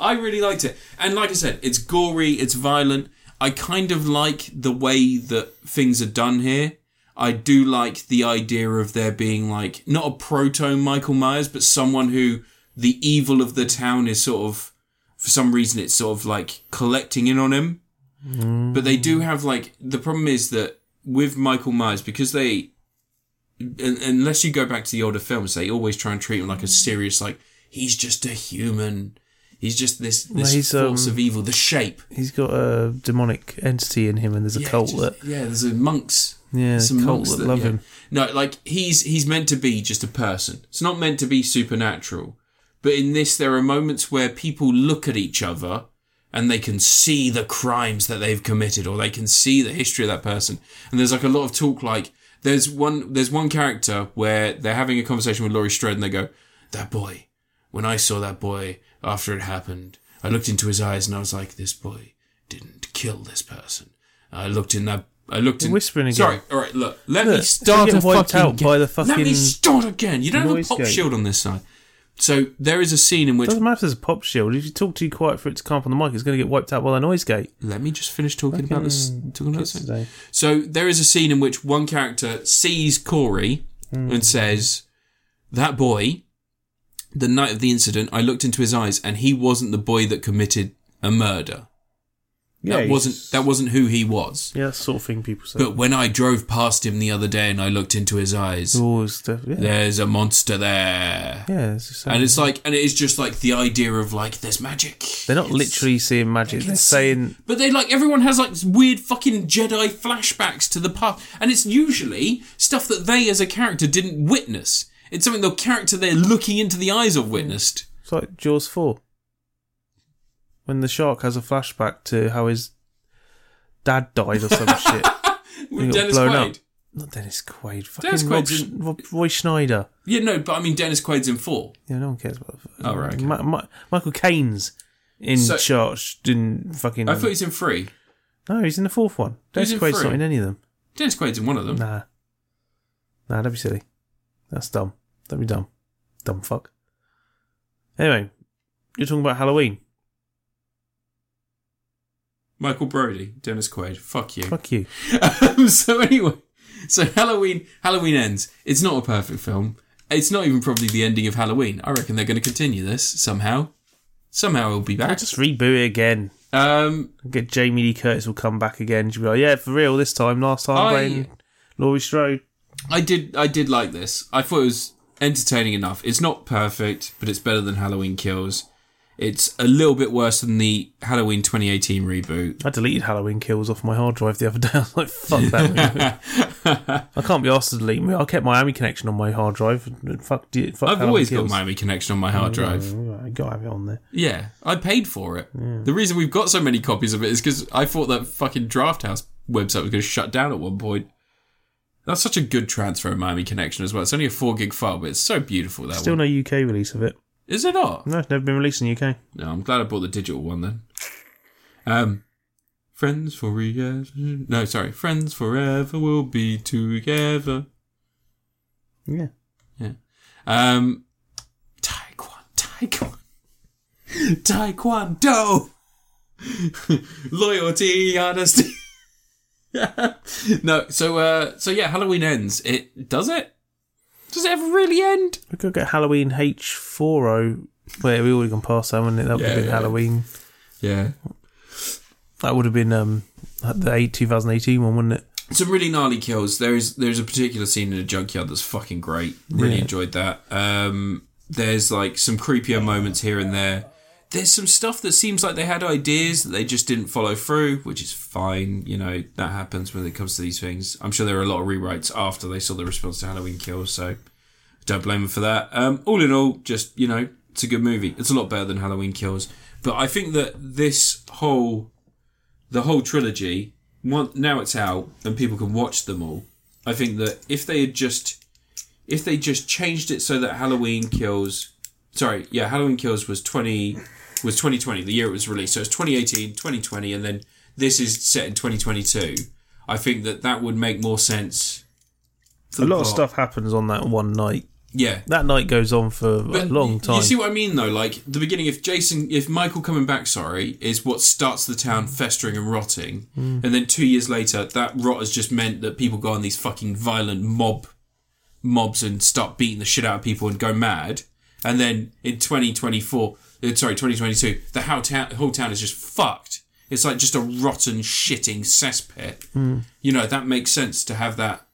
Speaker 1: I really liked it. And like I said, it's gory, it's violent. I kind of like the way that things are done here. I do like the idea of there being like, not a proto Michael Myers, but someone who the evil of the town is sort of, for some reason, it's sort of like collecting in on him. But they do have like, the problem is that with Michael Myers, because they, un- unless you go back to the older films, they always try and treat him like a serious, like he's just a human. He's just this this
Speaker 2: he's,
Speaker 1: force
Speaker 2: um,
Speaker 1: of evil, the shape.
Speaker 2: He's got a demonic entity in him, and there's a
Speaker 1: Yeah,
Speaker 2: cult
Speaker 1: just-
Speaker 2: that
Speaker 1: yeah, there's a monks.
Speaker 2: yeah,
Speaker 1: Some
Speaker 2: cult
Speaker 1: monks
Speaker 2: that,
Speaker 1: that-
Speaker 2: love
Speaker 1: yeah.
Speaker 2: him.
Speaker 1: No, like he's he's meant to be just a person. It's not meant to be supernatural. But in this, there are moments where people look at each other and they can see the crimes that they've committed, or they can see the history of that person. And there's like a lot of talk. Like there's one there's one character where they're having a conversation with Laurie Strode, and they go, "That boy, when I saw that boy after it happened, I looked into his eyes and I was like, this boy didn't kill this person. I looked in that. I looked in.
Speaker 2: whispering again.
Speaker 1: Sorry, all right. Look, let me
Speaker 2: Look,
Speaker 1: start
Speaker 2: you're
Speaker 1: a
Speaker 2: getting wiped
Speaker 1: fucking.
Speaker 2: out by the
Speaker 1: Let me
Speaker 2: fucking
Speaker 1: start again. You don't have a
Speaker 2: noise
Speaker 1: pop
Speaker 2: gate.
Speaker 1: shield on this side. So there is a scene in which.
Speaker 2: Doesn't matter if there's a pop shield. If you talk too quiet for it to come up on the mic, it's going to get wiped out by the noise gate.
Speaker 1: Let me just finish talking about this. Talking about this.
Speaker 2: Kids
Speaker 1: scene.
Speaker 2: today.
Speaker 1: So there is a scene in which one character sees Corey
Speaker 2: Hmm.
Speaker 1: and says, "That boy." The night of the incident, I looked into his eyes, and he wasn't the boy that committed a murder.
Speaker 2: Yeah,
Speaker 1: that
Speaker 2: he's-
Speaker 1: wasn't that wasn't who he was.
Speaker 2: Yeah, that's the sort of thing people say.
Speaker 1: But when I drove past him the other day and I looked into his eyes,
Speaker 2: Always the- Oh, yeah. yeah.
Speaker 1: there's a monster there.
Speaker 2: it's the same.
Speaker 1: And it's like, and it is just like the idea of like, there's magic.
Speaker 2: They're not literally seeing magic. They're saying
Speaker 1: But they like everyone has like weird fucking Jedi flashbacks to the past, and it's usually stuff that they as a character didn't witness. It's something the character they're looking into the eyes of witnessed.
Speaker 2: it's like Jaws four, when the shark has a flashback to how his dad died
Speaker 1: [laughs]
Speaker 2: or some shit.
Speaker 1: With
Speaker 2: got
Speaker 1: Dennis
Speaker 2: blown
Speaker 1: Quaid.
Speaker 2: up. Not Dennis Quaid. Fucking
Speaker 1: Dennis
Speaker 2: Rob,
Speaker 1: Quaid's
Speaker 2: Sch- Rob, Roy Schneider.
Speaker 1: Yeah, no, but I mean Dennis Quaid's in four.
Speaker 2: Yeah, no one cares about.
Speaker 1: Oh, right, okay.
Speaker 2: Ma- Ma- Michael Caine's in
Speaker 1: So-
Speaker 2: church. Didn't fucking.
Speaker 1: I thought he's in three.
Speaker 2: no, he's in the fourth one.
Speaker 1: He's
Speaker 2: Dennis
Speaker 1: in
Speaker 2: Quaid's
Speaker 1: three. Oh.
Speaker 2: not in any of them.
Speaker 1: Dennis Quaid's in one of them.
Speaker 2: Nah. Nah, don't be silly. That's dumb. Don't be dumb. Dumb fuck. Anyway, you're talking about Halloween.
Speaker 1: Michael Brody, Dennis Quaid. Fuck you.
Speaker 2: Fuck you.
Speaker 1: [laughs] Um, so anyway, so Halloween Halloween ends. It's not a perfect film. It's not even probably the ending of Halloween. I reckon they're going to continue this somehow. Somehow it'll be back.
Speaker 2: Just reboot it again.
Speaker 1: Um,
Speaker 2: Get Jamie Lee Curtis will come back again. She'll be like, yeah, for real this time. Last time
Speaker 1: I-
Speaker 2: playing Laurie Strode.
Speaker 1: I did I did like this. I thought it was entertaining enough. It's not perfect, but it's better than Halloween Kills. It's a little bit worse than the Halloween 2018
Speaker 2: [laughs]
Speaker 1: reboot.
Speaker 2: I deleted Halloween Kills off my hard drive the other day. [laughs] I was like, fuck that.
Speaker 1: [laughs]
Speaker 2: movie. I can't be asked to delete me. I kept Miami Connection on my hard drive. Fuck, d- fuck
Speaker 1: I've
Speaker 2: Halloween
Speaker 1: always got
Speaker 2: Kills. Mm.
Speaker 1: Miami Connection on my hard drive.
Speaker 2: I gotta have it on there.
Speaker 1: Yeah, I paid for it. The reason we've got so many copies of it is because I thought that fucking Draft House website was going to shut down at one point. That's such a good transfer of Miami Connection as well. It's only a four gig file, but it's so beautiful that
Speaker 2: Still
Speaker 1: one.
Speaker 2: no UK release of it.
Speaker 1: is it not?
Speaker 2: No, it's never been released in the UK.
Speaker 1: No, I'm glad I bought the digital one then. Um, friends forever. No, sorry, friends forever will be together.
Speaker 2: Yeah.
Speaker 1: Um, Taekwondo. Taekwondo. [laughs] Taekwondo. [laughs] Loyalty, honesty. [laughs] no, so uh, so yeah, Halloween ends. It does it. Does it ever really end?
Speaker 2: We could get Halloween H40. Wait, we already gone past that, wouldn't it? That would
Speaker 1: Yeah,
Speaker 2: have been
Speaker 1: yeah.
Speaker 2: Halloween.
Speaker 1: Yeah,
Speaker 2: That would have been um the eight 2018 one, wouldn't it?
Speaker 1: some really gnarly kills. There is there's a particular scene in a junkyard that's fucking great. Really
Speaker 2: Yeah.
Speaker 1: enjoyed that. Um, there's like some creepier moments here and there. There's some stuff that seems like they had ideas that they just didn't follow through, which is fine. You know that happens when it comes to these things. I'm sure there were a lot of rewrites after they saw the response to Halloween Kills, so don't blame them for that. Um, all in all, just you know, it's a good movie. It's a lot better than Halloween Kills, but I think that this whole the whole trilogy, one, now it's out and people can watch them all. I think that if they had just, if they just changed it so that Halloween Kills, sorry, yeah, Halloween Kills was twenty, was twenty twenty, the year it was released. So it's 2018, 2020, and then this is set in twenty twenty two. I think that that would make more sense. for
Speaker 2: A
Speaker 1: the
Speaker 2: lot of
Speaker 1: plot.
Speaker 2: stuff happens on that one night.
Speaker 1: Yeah,
Speaker 2: That night goes on for a
Speaker 1: but
Speaker 2: long
Speaker 1: y-
Speaker 2: time.
Speaker 1: You see what I mean, though? Like the beginning, if Jason, if Michael coming back, sorry, is what starts the town festering and rotting,
Speaker 2: Hmm.
Speaker 1: and then two years later, that rot has just meant that people go on these fucking violent mob mobs and start beating the shit out of people and go mad, and then in 2024, uh, sorry, 2022, the whole town, whole town is just fucked. It's like just a rotten, shitting cesspit.
Speaker 2: Hmm.
Speaker 1: You know that makes sense to have that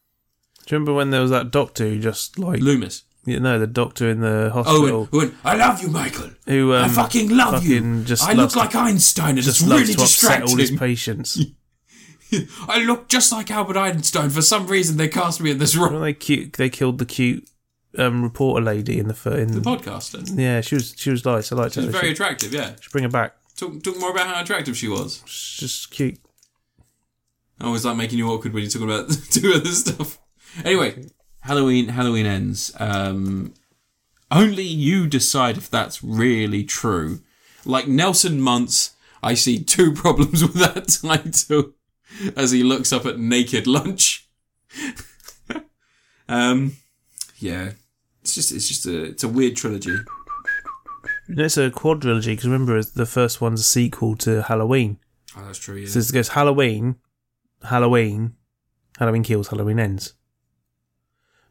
Speaker 2: Do you remember when there was that doctor who just like
Speaker 1: Loomis.
Speaker 2: you know the doctor in the hospital
Speaker 1: Owen, Owen, I love you, Michael.
Speaker 2: who um,
Speaker 1: I Oh, fucking love you.
Speaker 2: fucking just
Speaker 1: I look
Speaker 2: loves to-
Speaker 1: like Einstein, and
Speaker 2: just
Speaker 1: it's
Speaker 2: loves
Speaker 1: really
Speaker 2: to upset all his
Speaker 1: distracting.
Speaker 2: patients.
Speaker 1: [laughs] I look just like Albert Einstein. For some reason, they cast me in this role.
Speaker 2: Remember they cute they killed the cute um, reporter lady in the fir- in
Speaker 1: The podcaster.
Speaker 2: yeah she was she was nice. I liked
Speaker 1: She's
Speaker 2: her.
Speaker 1: very
Speaker 2: She-
Speaker 1: attractive. Yeah.
Speaker 2: should bring her back.
Speaker 1: Talk, talk more about how attractive she was.
Speaker 2: She's just cute.
Speaker 1: I always like Oh, making you awkward when you're talking about [laughs] two other stuff. Anyway, Halloween. Halloween ends. Um, only you decide if that's really true. Like Nelson Muntz, I see two [laughs] problems with that title [laughs] as he looks up at naked lunch. [laughs] um, yeah, it's just it's just a it's a weird trilogy.
Speaker 2: No, it's a quadrilogy because remember the first one's a sequel to Halloween.
Speaker 1: Oh, that's true. Yeah.
Speaker 2: So it goes Halloween, Halloween, Halloween kills, Halloween ends.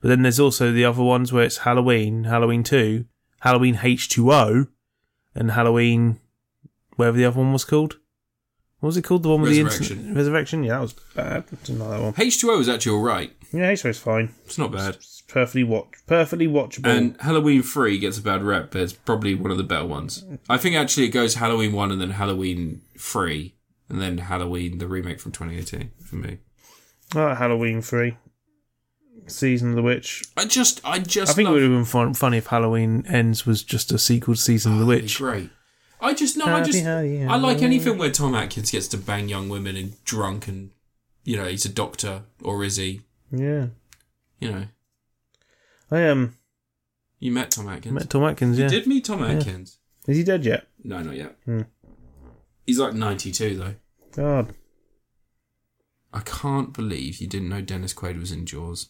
Speaker 2: But then there's also the other ones where it's Halloween, Halloween two, Halloween H two O, and Halloween, whatever the other one was called. What was it called? The one with the
Speaker 1: Resurrection.
Speaker 2: internet resurrection. Yeah, that was bad. I didn't like that one.
Speaker 1: H2O is actually all right.
Speaker 2: Yeah, so it's fine.
Speaker 1: It's not bad.
Speaker 2: It's perfectly watch, perfectly watchable.
Speaker 1: And Halloween 3 gets a bad rep, but it's probably one of the better ones. I think actually it goes Halloween 1 and then Halloween 3, and then Halloween, the remake from 2018 for me.
Speaker 2: I like Halloween three, season of the witch.
Speaker 1: I just, I just
Speaker 2: I think it
Speaker 1: love
Speaker 2: would have been fun, funny if Halloween Ends was just a sequel to Season of the
Speaker 1: It'd be
Speaker 2: Witch.
Speaker 1: Oh, Great. I just no. I
Speaker 2: Happy,
Speaker 1: just
Speaker 2: happy,
Speaker 1: I like
Speaker 2: happy.
Speaker 1: anything where Tom Atkins gets to bang young women and drunk and you know he's a doctor or is he?
Speaker 2: Yeah,
Speaker 1: You know,
Speaker 2: I um
Speaker 1: you met Tom Atkins.
Speaker 2: met Tom Atkins.
Speaker 1: You
Speaker 2: Yeah,
Speaker 1: did meet Tom Atkins?
Speaker 2: is he dead yet?
Speaker 1: No, not yet.
Speaker 2: Hmm.
Speaker 1: He's like ninety two though.
Speaker 2: God,
Speaker 1: I can't believe you didn't know Dennis Quaid was in Jaws.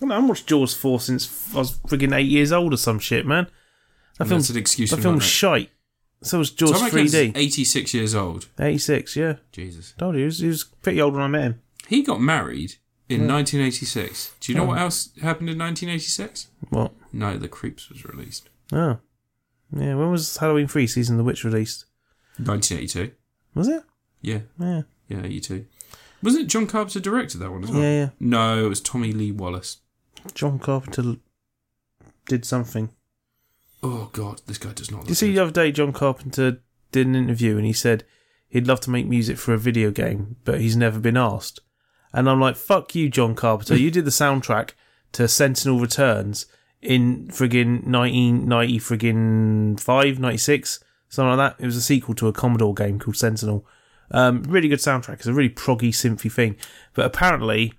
Speaker 2: I mean, I've watched Jaws four since f- I was frigging eight years old or some shit, man. That
Speaker 1: And
Speaker 2: film,
Speaker 1: that's an excuse
Speaker 2: that
Speaker 1: for
Speaker 2: film's
Speaker 1: not knowing.
Speaker 2: shite. So was Jaws
Speaker 1: Tom
Speaker 2: three
Speaker 1: Atkins
Speaker 2: D.
Speaker 1: eighty six years old.
Speaker 2: Eighty six. Yeah,
Speaker 1: Jesus,
Speaker 2: told you he was, he was pretty old when I met him.
Speaker 1: he got married in nineteen eighty six. Do you know what else happened in nineteen eighty six?
Speaker 2: What?
Speaker 1: No, The Creeps was released
Speaker 2: Oh, yeah. When was Halloween three Season of the Witch released?
Speaker 1: nineteen eighty two.
Speaker 2: Was it?
Speaker 1: Yeah.
Speaker 2: Yeah.
Speaker 1: Yeah, you too. Wasn't it John Carpenter directed that one as well?
Speaker 2: Yeah, yeah.
Speaker 1: No, it was Tommy Lee Wallace.
Speaker 2: John Carpenter l- did something.
Speaker 1: Oh god, this guy does not.
Speaker 2: Did
Speaker 1: look
Speaker 2: you see
Speaker 1: good.
Speaker 2: the other day John Carpenter did an interview and he said he'd love to make music for a video game, but he's never been asked. And I'm like, fuck you, John Carpenter. you did the soundtrack to Sentinel Returns in friggin' 1990 friggin' 5, 96, something like that. It was a sequel to a Commodore game called Sentinel. Um, really good soundtrack. It's a really proggy, synthy thing. But apparently,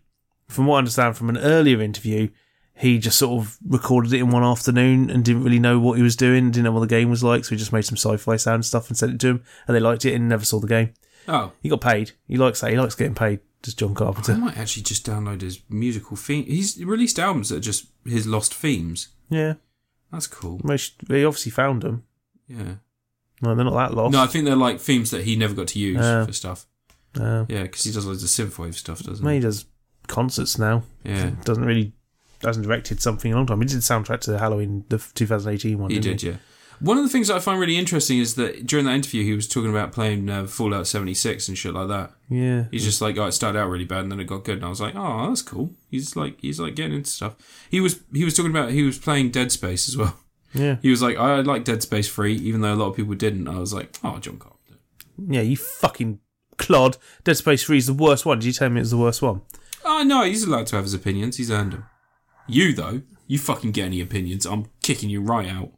Speaker 2: from what I understand from an earlier interview, he just sort of recorded it in one afternoon and didn't really know what he was doing, didn't know what the game was like, so he just made some sci-fi sound stuff and sent it to him, and they liked it and never saw the game.
Speaker 1: Oh,
Speaker 2: He got paid. He likes that. He likes getting paid. Just John
Speaker 1: I
Speaker 2: Carpenter.
Speaker 1: might actually just download his musical theme. He's released albums that are just his lost themes.
Speaker 2: Yeah,
Speaker 1: That's cool.
Speaker 2: most he obviously found them.
Speaker 1: Yeah.
Speaker 2: No, they're not that lost.
Speaker 1: No, I think they're like themes that he never got to use
Speaker 2: Oh.
Speaker 1: for stuff.
Speaker 2: Uh,
Speaker 1: Yeah, because he does loads of synthwave stuff, doesn't
Speaker 2: well, he does concerts now.
Speaker 1: he? Yeah,
Speaker 2: Doesn't really hasn't directed something in a long time. He did the soundtrack to the Halloween the 2018 one.
Speaker 1: he
Speaker 2: didn't
Speaker 1: did. Yeah. One of the things that I find really interesting is that during that interview, he was talking about playing uh, Fallout seventy six and shit like that.
Speaker 2: he? Yeah.
Speaker 1: He's just like, oh, it started out really bad and then it got good, and I was like, oh, that's cool. He's like, he's like getting into stuff. He was, he was talking about he was playing Dead Space as well.
Speaker 2: Yeah.
Speaker 1: He was like, I like Dead Space Three, even though a lot of people didn't. I was like, oh, John Carpenter.
Speaker 2: Yeah. You fucking clod. Dead Space Three is the worst one. Did you tell me it was the worst one?
Speaker 1: Oh no, he's allowed to have his opinions. He's earned them. You though, you fucking get any opinions? I'm kicking you right out.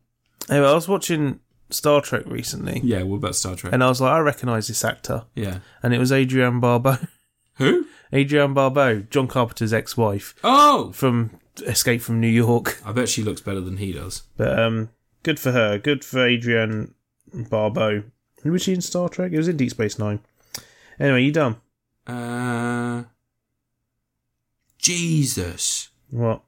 Speaker 2: Anyway, I was watching Star Trek recently,
Speaker 1: Yeah, what about Star Trek?
Speaker 2: and I was like, I recognise this actor,
Speaker 1: yeah,
Speaker 2: and it was Adrienne Barbeau. [laughs]
Speaker 1: who?
Speaker 2: Adrienne Barbeau, John Carpenter's ex-wife
Speaker 1: Oh,
Speaker 2: from Escape from New York.
Speaker 1: I bet she looks better than he does.
Speaker 2: But um, good for her. Good for Adrienne Barbeau. Who was she in Star Trek? It was in Deep Space Nine. Anyway, you done?
Speaker 1: Uh, Jesus,
Speaker 2: What?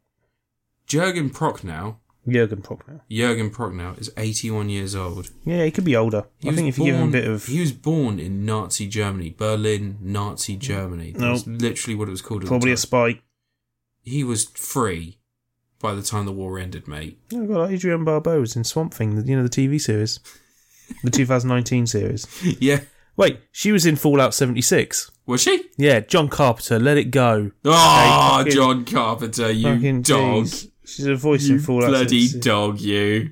Speaker 1: Jurgen Prochnow.
Speaker 2: Jurgen Prochnow.
Speaker 1: Jurgen Prochnow is 81 years old.
Speaker 2: Yeah, he could be older.
Speaker 1: He
Speaker 2: I
Speaker 1: was
Speaker 2: think if you give him a
Speaker 1: born-
Speaker 2: bit of
Speaker 1: He was born in Nazi Germany, Berlin, Nazi Germany. That's literally what it was called. At
Speaker 2: probably
Speaker 1: the
Speaker 2: a
Speaker 1: time.
Speaker 2: spike.
Speaker 1: he was free by the time the war ended, mate. [laughs]
Speaker 2: No, God, like Adrienne Barbeau was in Swamp Thing, you know, the TV series, the 2019 series.
Speaker 1: yeah,
Speaker 2: Wait, she was in Fallout 76.
Speaker 1: was she?
Speaker 2: Yeah, John Carpenter, let it go.
Speaker 1: Oh,
Speaker 2: fucking-
Speaker 1: John Carpenter, you
Speaker 2: Fucking
Speaker 1: dog,
Speaker 2: jeez. She's a voice
Speaker 1: you
Speaker 2: in Fallout
Speaker 1: bloody
Speaker 2: 76.
Speaker 1: dog, you.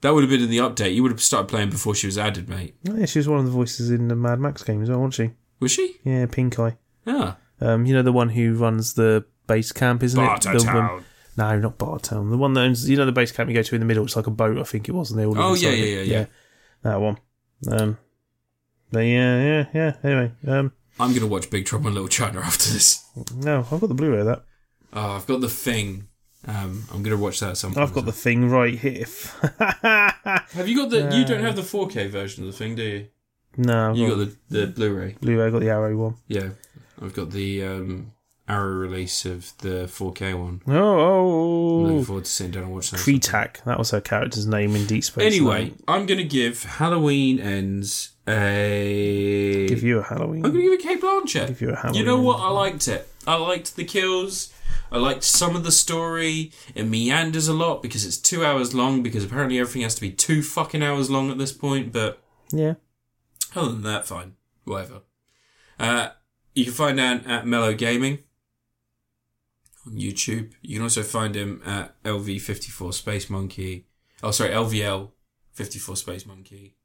Speaker 1: That would have been in the update. You would have started playing before she was added, mate.
Speaker 2: Oh, Yeah, she was one of the voices in the Mad Max game as well, wasn't
Speaker 1: Was she? Ah.
Speaker 2: she? Yeah, Pink Eye.
Speaker 1: Yeah.
Speaker 2: Um, you know the one who runs the base camp, isn't it? The
Speaker 1: Bartertown.
Speaker 2: one- no, not Bartown. The one that owns, you know, the base camp you go to in the middle. It's like a boat, I think it was, and they all. live
Speaker 1: Oh, yeah,
Speaker 2: inside
Speaker 1: yeah,
Speaker 2: it.
Speaker 1: yeah, yeah.
Speaker 2: that one. Um, but yeah, yeah, yeah. Anyway, um,
Speaker 1: I'm gonna watch Big Trouble in Little China after this.
Speaker 2: no, I've got the Blu-ray of that.
Speaker 1: Oh, I've got the thing. Um, I'm gonna watch that at some point.
Speaker 2: I've got the thing right here. [laughs]
Speaker 1: Have you got the? You don't have the 4K version of the thing, do you?
Speaker 2: no, I've
Speaker 1: You
Speaker 2: got
Speaker 1: got the the Blu-ray.
Speaker 2: the Blu-ray. I got the Arrow one.
Speaker 1: Yeah, I've got the um, Arrow release of the 4K one.
Speaker 2: Oh,
Speaker 1: I'm looking
Speaker 2: oh.
Speaker 1: forward to sitting down and watching that.
Speaker 2: Kretak. That was her character's name in Deep Space.
Speaker 1: Anyway,
Speaker 2: Nine.
Speaker 1: I'm going to give Halloween Ends a.
Speaker 2: give you a Halloween.
Speaker 1: I'm going to give it Kate Blanchett.
Speaker 2: Give you a Halloween.
Speaker 1: You know what? I liked it. I liked the kills. I liked some of the story. It meanders a lot because it's two hours long. Because apparently everything has to be two fucking hours long at this point. But
Speaker 2: Yeah.
Speaker 1: other than that, fine, whatever. Uh, you can find Dan at Mellow Gaming on YouTube. You can also find him at LV54 Space Monkey. Oh, sorry, LVL54 Space Monkey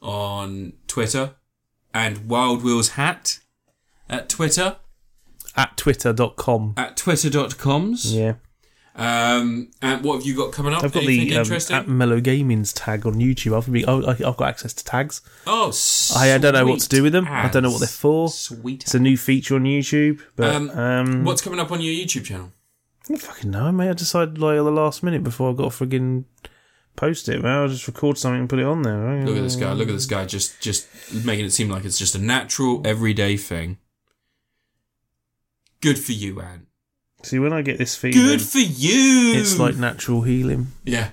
Speaker 1: on Twitter and Wild Will's Hat at Twitter
Speaker 2: At twitter.com.
Speaker 1: at twitter.coms.
Speaker 2: Yeah.
Speaker 1: Um, and what have you got coming up?
Speaker 2: I've got
Speaker 1: Anything
Speaker 2: the um,
Speaker 1: interesting?
Speaker 2: at Mellow Gaming's tag on YouTube. I've, been, oh, I- I've got access to tags.
Speaker 1: oh,
Speaker 2: I- I don't know what to
Speaker 1: sweet
Speaker 2: do with them. I don't know what they're
Speaker 1: ass.
Speaker 2: for.
Speaker 1: Sweet.
Speaker 2: It's a new feature on YouTube, but
Speaker 1: Um,
Speaker 2: um,
Speaker 1: What's coming up on your YouTube channel?
Speaker 2: I don't fucking know, mate. I decided like at the last minute before I got to friggin' post it. Man, I'll just record something and put it on there.
Speaker 1: Look at this guy. Look at this guy. Just, just making it seem like it's just a natural, everyday thing. Good for you, Ant.
Speaker 2: See, when I get this feed,
Speaker 1: Good for you.
Speaker 2: it's like natural healing.
Speaker 1: yeah.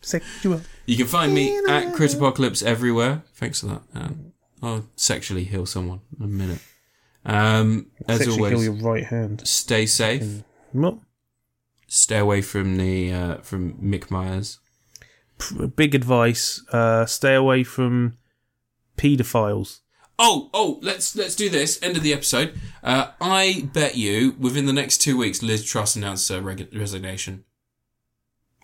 Speaker 2: Sexual.
Speaker 1: You can find me at Crit Apocalypse everywhere. Thanks for that. Ant. I'll sexually heal someone in a minute. Um, as
Speaker 2: Sexually
Speaker 1: always,
Speaker 2: heal your right hand.
Speaker 1: stay
Speaker 2: Mm.
Speaker 1: safe.
Speaker 2: What?
Speaker 1: Stay away from the uh, from Mick Myers.
Speaker 2: P- Big advice: uh, stay away from paedophiles.
Speaker 1: Oh, oh, let's let's do this. End of the episode. Uh, I bet you within the next two weeks, Liz Truss announced her reg- resignation.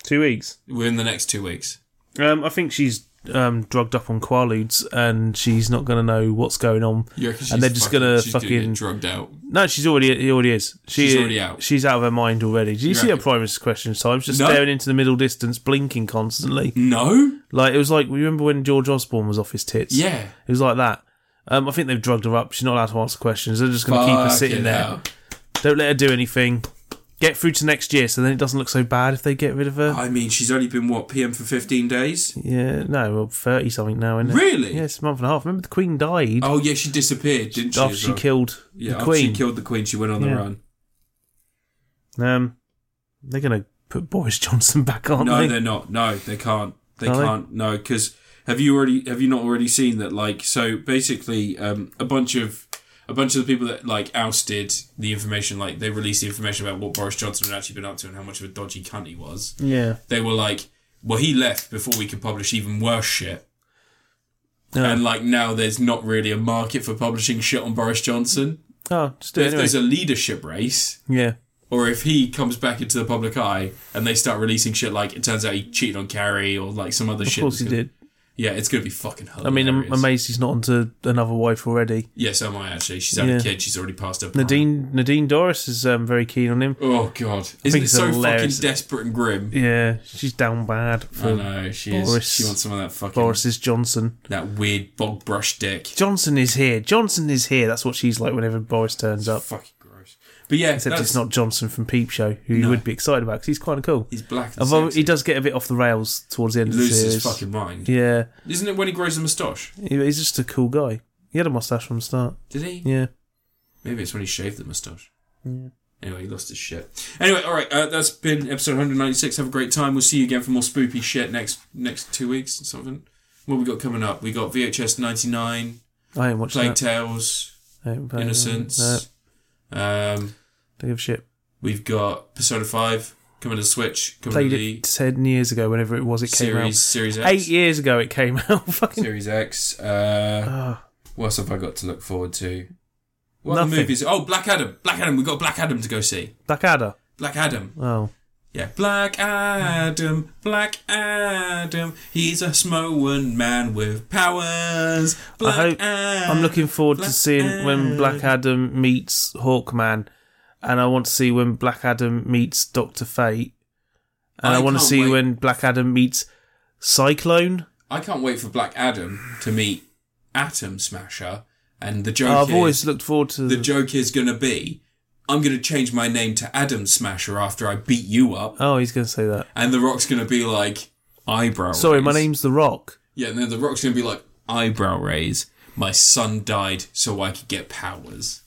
Speaker 2: Two weeks.
Speaker 1: within the next two weeks.
Speaker 2: Um, I think she's um, drugged up on quaaludes, and she's not going to know what's going on.
Speaker 1: You reckon she's
Speaker 2: And they're just
Speaker 1: fucking-
Speaker 2: gonna
Speaker 1: she's gonna
Speaker 2: fucking-
Speaker 1: get drugged out.
Speaker 2: No, she's already he already is. She,
Speaker 1: She's already out.
Speaker 2: She's out of her mind already. Did you,
Speaker 1: You
Speaker 2: see her
Speaker 1: reckon?
Speaker 2: prime minister's question times? Just
Speaker 1: No.
Speaker 2: staring into the middle distance, blinking constantly.
Speaker 1: No,
Speaker 2: Like it was like you remember when George Osborne was off his tits?
Speaker 1: yeah,
Speaker 2: It was like that. Um, I think they've drugged her up. She's not allowed to answer questions. They're just going to keep her
Speaker 1: Fucking
Speaker 2: sitting there.
Speaker 1: hell.
Speaker 2: Don't let her do anything. Get through to next year, so then it doesn't look so bad if they get rid of her.
Speaker 1: I mean, she's only been what PM for fifteen days.
Speaker 2: yeah, no, well, thirty something now, isn't it?
Speaker 1: Really?
Speaker 2: Yeah, it's a month and a half. Remember the Queen died
Speaker 1: Oh yeah, she disappeared, didn't she?
Speaker 2: after
Speaker 1: as
Speaker 2: she
Speaker 1: well?
Speaker 2: killed
Speaker 1: yeah,
Speaker 2: the
Speaker 1: after
Speaker 2: Queen.
Speaker 1: she killed the queen. She went on the
Speaker 2: Yeah.
Speaker 1: run.
Speaker 2: um, they're going to put Boris [laughs] Johnson back on.
Speaker 1: No,
Speaker 2: they?
Speaker 1: they're not. No, they can't. They
Speaker 2: Are they?
Speaker 1: can't. No, because have you already? Have you not already seen that? Like, so basically, um, a bunch of a bunch of the people that like ousted the information, like they released the information about what Boris Johnson had actually been up to and how much of a dodgy cunt he was.
Speaker 2: Yeah.
Speaker 1: they were like, well, he left before we could publish even worse shit.
Speaker 2: Yeah.
Speaker 1: And like now, there's not really a market for publishing shit on Boris Johnson.
Speaker 2: Oh, just do
Speaker 1: If
Speaker 2: it anyway.
Speaker 1: there's a leadership race,
Speaker 2: yeah.
Speaker 1: or if he comes back into the public eye and they start releasing shit like it turns out he cheated on Carrie or like some other
Speaker 2: Of
Speaker 1: shit.
Speaker 2: course
Speaker 1: that's
Speaker 2: he
Speaker 1: gonna-
Speaker 2: did.
Speaker 1: Yeah, it's gonna be fucking
Speaker 2: I mean, um,
Speaker 1: hilarious.
Speaker 2: I'm amazed he's not onto another wife already.
Speaker 1: Yes, am I actually? She's had
Speaker 2: Yeah.
Speaker 1: a kid. She's already passed her. prime.
Speaker 2: Nadine Nadine Doris is um, very keen on him.
Speaker 1: Oh god, isn't it
Speaker 2: it's
Speaker 1: so
Speaker 2: hilarious.
Speaker 1: fucking desperate and grim?
Speaker 2: Yeah, she's down bad
Speaker 1: I
Speaker 2: for
Speaker 1: know she is.
Speaker 2: Boris-
Speaker 1: She wants some of that fucking
Speaker 2: Boris's Johnson.
Speaker 1: that weird bog brush dick.
Speaker 2: Johnson is here. Johnson is here. That's what she's like whenever Boris turns up.
Speaker 1: Fucking gross. But yeah,
Speaker 2: Except
Speaker 1: that's-
Speaker 2: it's not Johnson from Peep Show, who you would be excited about because he's kind of cool.
Speaker 1: He's black. And
Speaker 2: Although
Speaker 1: sexy.
Speaker 2: he does get a bit off the rails towards the end of the
Speaker 1: loses his
Speaker 2: series.
Speaker 1: fucking mind.
Speaker 2: Yeah,
Speaker 1: Isn't it when he grows a moustache?
Speaker 2: he- he's just a cool guy. He had a mustache from the start.
Speaker 1: Did he?
Speaker 2: Yeah.
Speaker 1: Maybe it's when he shaved the moustache. Anyway, he lost his shit. Anyway, all right. Uh, that's been episode 196. Have a great time. We'll see you again for more spoopy shit next next two weeks or something. What we got coming up? We got VHS 99,
Speaker 2: I ain't watched
Speaker 1: Plague
Speaker 2: that.
Speaker 1: Tales,
Speaker 2: I ain't playing that. No,
Speaker 1: Innocence. Um,
Speaker 2: don't give a shit.
Speaker 1: we've got Persona 5 coming to Switch, coming
Speaker 2: Played
Speaker 1: to the
Speaker 2: it 10 years ago, whenever it was it came out.
Speaker 1: series Series X.
Speaker 2: Eight years ago it came [laughs] out. Fucking.
Speaker 1: Series X. Uh,
Speaker 2: Ah,
Speaker 1: What else have I got to look forward to? What other
Speaker 2: Nothing.
Speaker 1: movies? Oh, Black Adam. Black Adam. We've got Black Adam to go see.
Speaker 2: Blackadder.
Speaker 1: Black Adam.
Speaker 2: Oh.
Speaker 1: Yeah. Black Adam. Black Adam. He's a smoking man with powers. Black
Speaker 2: hope-
Speaker 1: Adam.
Speaker 2: I'm looking forward to
Speaker 1: Black
Speaker 2: seeing when Black Adam meets Hawkman, and I want to see when Black Adam meets Doctor Fate, and
Speaker 1: I
Speaker 2: I, want to
Speaker 1: can't
Speaker 2: see
Speaker 1: wait.
Speaker 2: when Black Adam meets Cyclone.
Speaker 1: I can't wait for Black Adam to meet Atom Smasher. And the joke
Speaker 2: I've
Speaker 1: is,
Speaker 2: always looked forward to
Speaker 1: the joke is going to be, I'm going to change my name to Adam Smasher after I beat you up.
Speaker 2: Oh, he's going to say that.
Speaker 1: And The Rock's going to be like, eyebrow.
Speaker 2: Sorry, my
Speaker 1: raise.
Speaker 2: name's The Rock.
Speaker 1: Yeah, and then The Rock's gonna be like, eyebrow raise. My son died so I could get powers.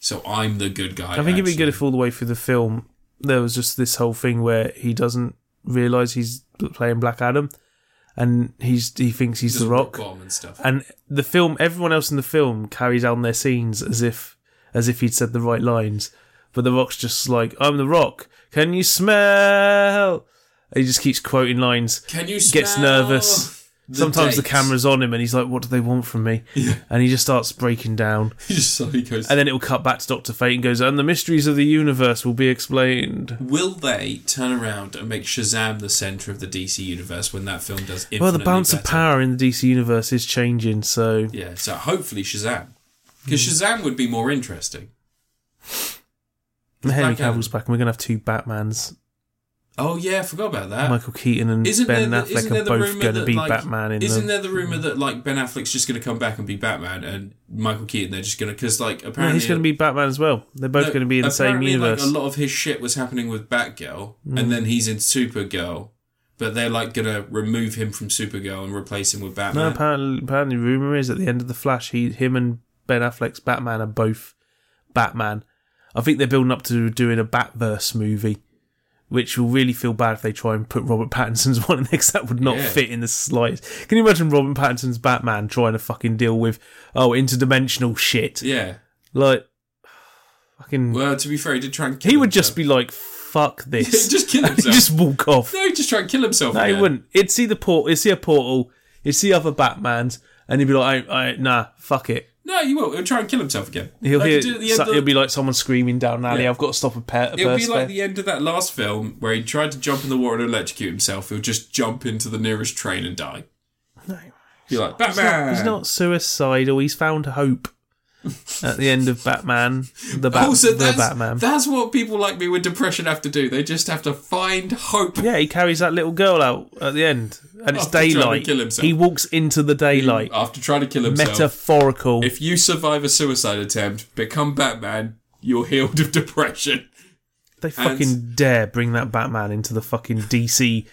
Speaker 1: So I'm the good guy.
Speaker 2: Hmm. I think it'd be
Speaker 1: actually.
Speaker 2: good if all the way through the film there was just this whole thing where he doesn't realize he's playing Black Adam, and he's he thinks he's
Speaker 1: Just
Speaker 2: the Rock.
Speaker 1: bomb and stuff.
Speaker 2: And the film, everyone else in the film carries on their scenes as if as if he'd said the right lines, but the Rock's just like, "I'm the Rock. Can you smell?" And he just keeps quoting lines.
Speaker 1: Can you
Speaker 2: gets
Speaker 1: smell
Speaker 2: nervous.
Speaker 1: the
Speaker 2: Sometimes the
Speaker 1: dates?
Speaker 2: camera's on him, and he's like, "What do they want from me?" And he just starts breaking down.
Speaker 1: He [laughs] just suddenly goes.
Speaker 2: And then it'll cut back to Doctor Fate and goes, and the mysteries of the universe will be explained.
Speaker 1: Will they turn around and make Shazam the center of the DC universe when that film does? Infinitely
Speaker 2: Well, the balance of
Speaker 1: better?
Speaker 2: power in the DC universe is changing, so
Speaker 1: Yeah, so hopefully Shazam, because
Speaker 2: Hmm.
Speaker 1: Shazam would be more interesting.
Speaker 2: Henry
Speaker 1: Black Adam.
Speaker 2: Cavill's back, and we're gonna have two Batmans.
Speaker 1: Oh yeah, I forgot about that.
Speaker 2: Michael Keaton and
Speaker 1: isn't
Speaker 2: Ben
Speaker 1: there, the-
Speaker 2: Affleck
Speaker 1: isn't there
Speaker 2: are
Speaker 1: the
Speaker 2: both
Speaker 1: rumor
Speaker 2: gonna
Speaker 1: that,
Speaker 2: be
Speaker 1: like,
Speaker 2: Batman in
Speaker 1: Isn't
Speaker 2: the.
Speaker 1: there the rumor that like Ben Affleck's just going to come back and be Batman and Michael Keaton? They're just going to because like
Speaker 2: No,
Speaker 1: apparently
Speaker 2: he's going to be Batman as well. They're both
Speaker 1: No,
Speaker 2: going to be in the same
Speaker 1: apparently,
Speaker 2: universe. Mm.
Speaker 1: Like, a lot of his shit was happening with Batgirl, and then he's in Supergirl, but they're like going to remove him from Supergirl and replace him with
Speaker 2: no,
Speaker 1: Batman.
Speaker 2: apparently, apparently, rumor is at the end of the Flash, he, him, and Ben Affleck's Batman are both Batman. I think they're building up to doing a Batverse movie, which will really feel bad if they try and put Robert Pattinson's [laughs] one in there 'cause that would not
Speaker 1: Yeah.
Speaker 2: fit in the slightest. Can you imagine Robert Pattinson's Batman trying to fucking deal with oh interdimensional shit?
Speaker 1: yeah.
Speaker 2: Like, [sighs] fucking,
Speaker 1: Well, to be fair, he did try and kill
Speaker 2: he would just
Speaker 1: himself.
Speaker 2: be like, "Fuck
Speaker 1: [laughs]
Speaker 2: this,"
Speaker 1: just
Speaker 2: [laughs]
Speaker 1: kill
Speaker 2: He'd
Speaker 1: himself.
Speaker 2: just walk off.
Speaker 1: No, he'd just try and kill himself.
Speaker 2: No, he
Speaker 1: again.
Speaker 2: wouldn't. He'd see the port. He'd see a portal. He'd see other Batman's, and he'd be like, I, I, "Nah, fuck it."
Speaker 1: No, he will. He'll try and kill himself again.
Speaker 2: He'll
Speaker 1: Like
Speaker 2: hear.
Speaker 1: he did at the end
Speaker 2: so-
Speaker 1: of the-
Speaker 2: It'll be like someone screaming down an alley.
Speaker 1: Yeah.
Speaker 2: I've got to stop a pet. A
Speaker 1: It'll be
Speaker 2: burst
Speaker 1: like
Speaker 2: spare."
Speaker 1: the end of that last film where he tried to jump in the water and electrocute himself. He'll just jump into the nearest train and die. Be
Speaker 2: No.
Speaker 1: like
Speaker 2: He's not,
Speaker 1: Batman.
Speaker 2: he's not suicidal. He's found
Speaker 1: [laughs]
Speaker 2: hope at the end of Batman. The, Bat,
Speaker 1: also,
Speaker 2: the
Speaker 1: that's,
Speaker 2: Batman.
Speaker 1: that's what people like me with depression have to do. They just have to find hope.
Speaker 2: yeah, he carries that little girl out at the end, and it's
Speaker 1: After Oh, trying to
Speaker 2: daylight.
Speaker 1: kill himself.
Speaker 2: He walks into the daylight.
Speaker 1: After trying to kill himself.
Speaker 2: Metaphorical.
Speaker 1: if you survive a suicide attempt, become Batman, you're healed of depression.
Speaker 2: they fucking dare bring that Batman into the fucking DC
Speaker 1: Day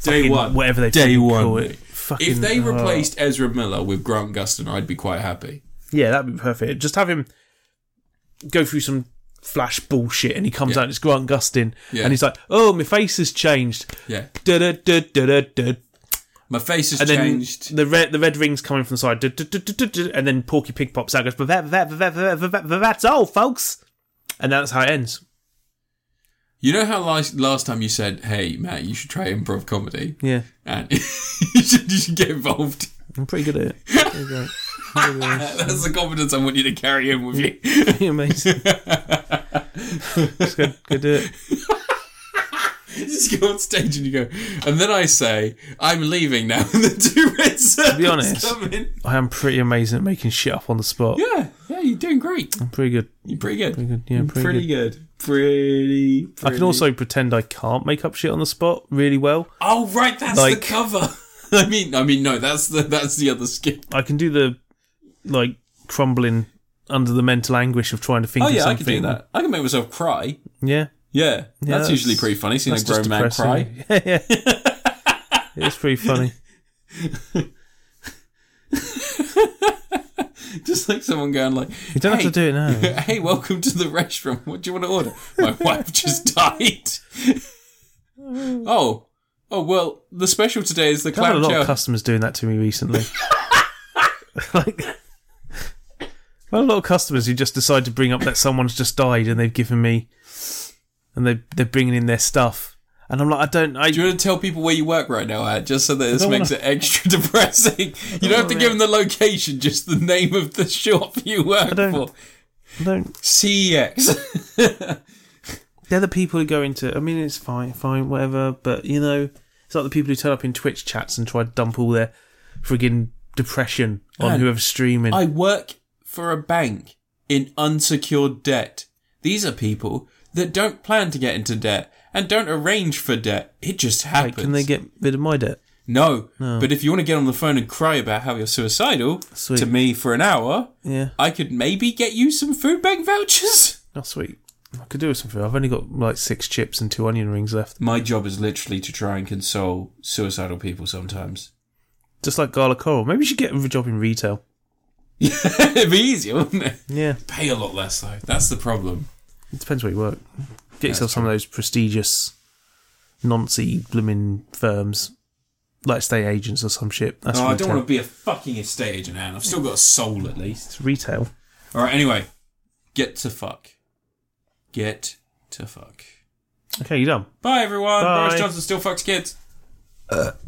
Speaker 2: fucking
Speaker 1: one.
Speaker 2: whatever they
Speaker 1: Day
Speaker 2: fucking
Speaker 1: one.
Speaker 2: call it. Fucking,
Speaker 1: If they
Speaker 2: oh.
Speaker 1: replaced Ezra Miller with Grant Gustin, I'd be quite happy.
Speaker 2: yeah, that'd be perfect. Just have him go through some flash bullshit, and he comes
Speaker 1: Yeah.
Speaker 2: out. And it's Grant Gustin,
Speaker 1: Yeah.
Speaker 2: and he's like, "Oh, my face has changed."
Speaker 1: Yeah.
Speaker 2: Da da da da da da.
Speaker 1: My face has
Speaker 2: And then
Speaker 1: changed.
Speaker 2: the red the red ring's coming from the side, duh, duh, duh, duh, duh, duh, and then Porky Pig pops out, and goes, "But that that that that that- that- that's all, folks." And that's how it ends.
Speaker 1: You know how last, last time you said, hey, Matt, you should try improv comedy?
Speaker 2: Yeah,
Speaker 1: And [laughs] you, should, you should get involved. [laughs]
Speaker 2: I'm pretty good at it. [laughs] Pretty great. Pretty good at
Speaker 1: That's the confidence I want you to carry in with you.
Speaker 2: it. Pretty amazing. Just go, go do it.
Speaker 1: [laughs] You just go on stage and you go, and then I say, I'm leaving now. [laughs] And the two red circles
Speaker 2: be honest.
Speaker 1: come in.
Speaker 2: I am pretty amazing at making shit up on the spot.
Speaker 1: Yeah, yeah, you're doing great.
Speaker 2: I'm pretty good.
Speaker 1: You're pretty good.
Speaker 2: Pretty good. Yeah, pretty, good.
Speaker 1: pretty good. Pretty,
Speaker 2: I can also pretend I can't make up shit on the spot really well.
Speaker 1: Oh right, that's the
Speaker 2: Like-
Speaker 1: cover. [laughs] I mean, I mean, no, that's the that's the other skin.
Speaker 2: I can do the like crumbling under the mental anguish of trying to think
Speaker 1: Oh
Speaker 2: of
Speaker 1: yeah, I
Speaker 2: something.
Speaker 1: can do that. I can make myself cry.
Speaker 2: Yeah,
Speaker 1: Yeah, that's,
Speaker 2: that's-
Speaker 1: usually pretty funny. Seeing a
Speaker 2: that's just
Speaker 1: grown man cry.
Speaker 2: depressing. [laughs] Yeah, yeah. it's pretty funny.
Speaker 1: Just like someone going like,
Speaker 2: You don't
Speaker 1: Hey.
Speaker 2: have to do it
Speaker 1: [laughs]
Speaker 2: now.
Speaker 1: "Hey, welcome to the restaurant. What do you want to order?
Speaker 2: [laughs]
Speaker 1: My wife just died. [laughs] oh, oh well. The special today is the
Speaker 2: I've had a
Speaker 1: clam
Speaker 2: lot of
Speaker 1: chowder.
Speaker 2: customers doing that to me recently. [laughs] like, I've had a lot of customers who just decide to bring up that someone's just died and they've given me, and they they're bringing in their stuff, and I'm like, I don't, I
Speaker 1: Do you want to tell people where you work right now at, just so that this
Speaker 2: don't
Speaker 1: makes it extra [laughs] depressing? You don't have to give them the location, just the name of the [laughs] shop you work
Speaker 2: don't-
Speaker 1: for. E
Speaker 2: I don't
Speaker 1: CEX.
Speaker 2: They're the people who go into. I mean, it's fine, fine, whatever. But you know, it's like the people who turn up in Twitch chats and try to dump all their friggin' depression on
Speaker 1: Man,
Speaker 2: whoever's streaming.
Speaker 1: I work for a bank in unsecured debt. These are people that don't plan to get into debt and don't arrange for debt. It just
Speaker 2: Like,
Speaker 1: happens.
Speaker 2: can they get rid of my debt?
Speaker 1: no, but if you want to get on the phone and cry about how you're suicidal
Speaker 2: Sweet.
Speaker 1: to me for an hour,
Speaker 2: Yeah,
Speaker 1: I could maybe get you some food bank vouchers. [laughs]
Speaker 2: not sweet. I could do with something. I've only got like six chips and two onion rings left.
Speaker 1: My job is literally to try and console suicidal people sometimes. [laughs]
Speaker 2: Just like Gala Coral. Maybe you should get a job in retail.
Speaker 1: It'd be easier, wouldn't it?
Speaker 2: Yeah,
Speaker 1: Pay a lot less though. That's the problem.
Speaker 2: it depends where you work. Get yourself some of those prestigious, noncy blooming firms, like estate agents or some shit. That's
Speaker 1: No, Oh, I
Speaker 2: retail.
Speaker 1: don't want to be a fucking estate agent, Anne. I've still got a soul at least.
Speaker 2: It's retail.
Speaker 1: All right. Anyway, get to fuck. Get to fuck.
Speaker 2: Okay, you done.
Speaker 1: Bye, everyone.
Speaker 2: Bye.
Speaker 1: Boris Johnson still fucks kids.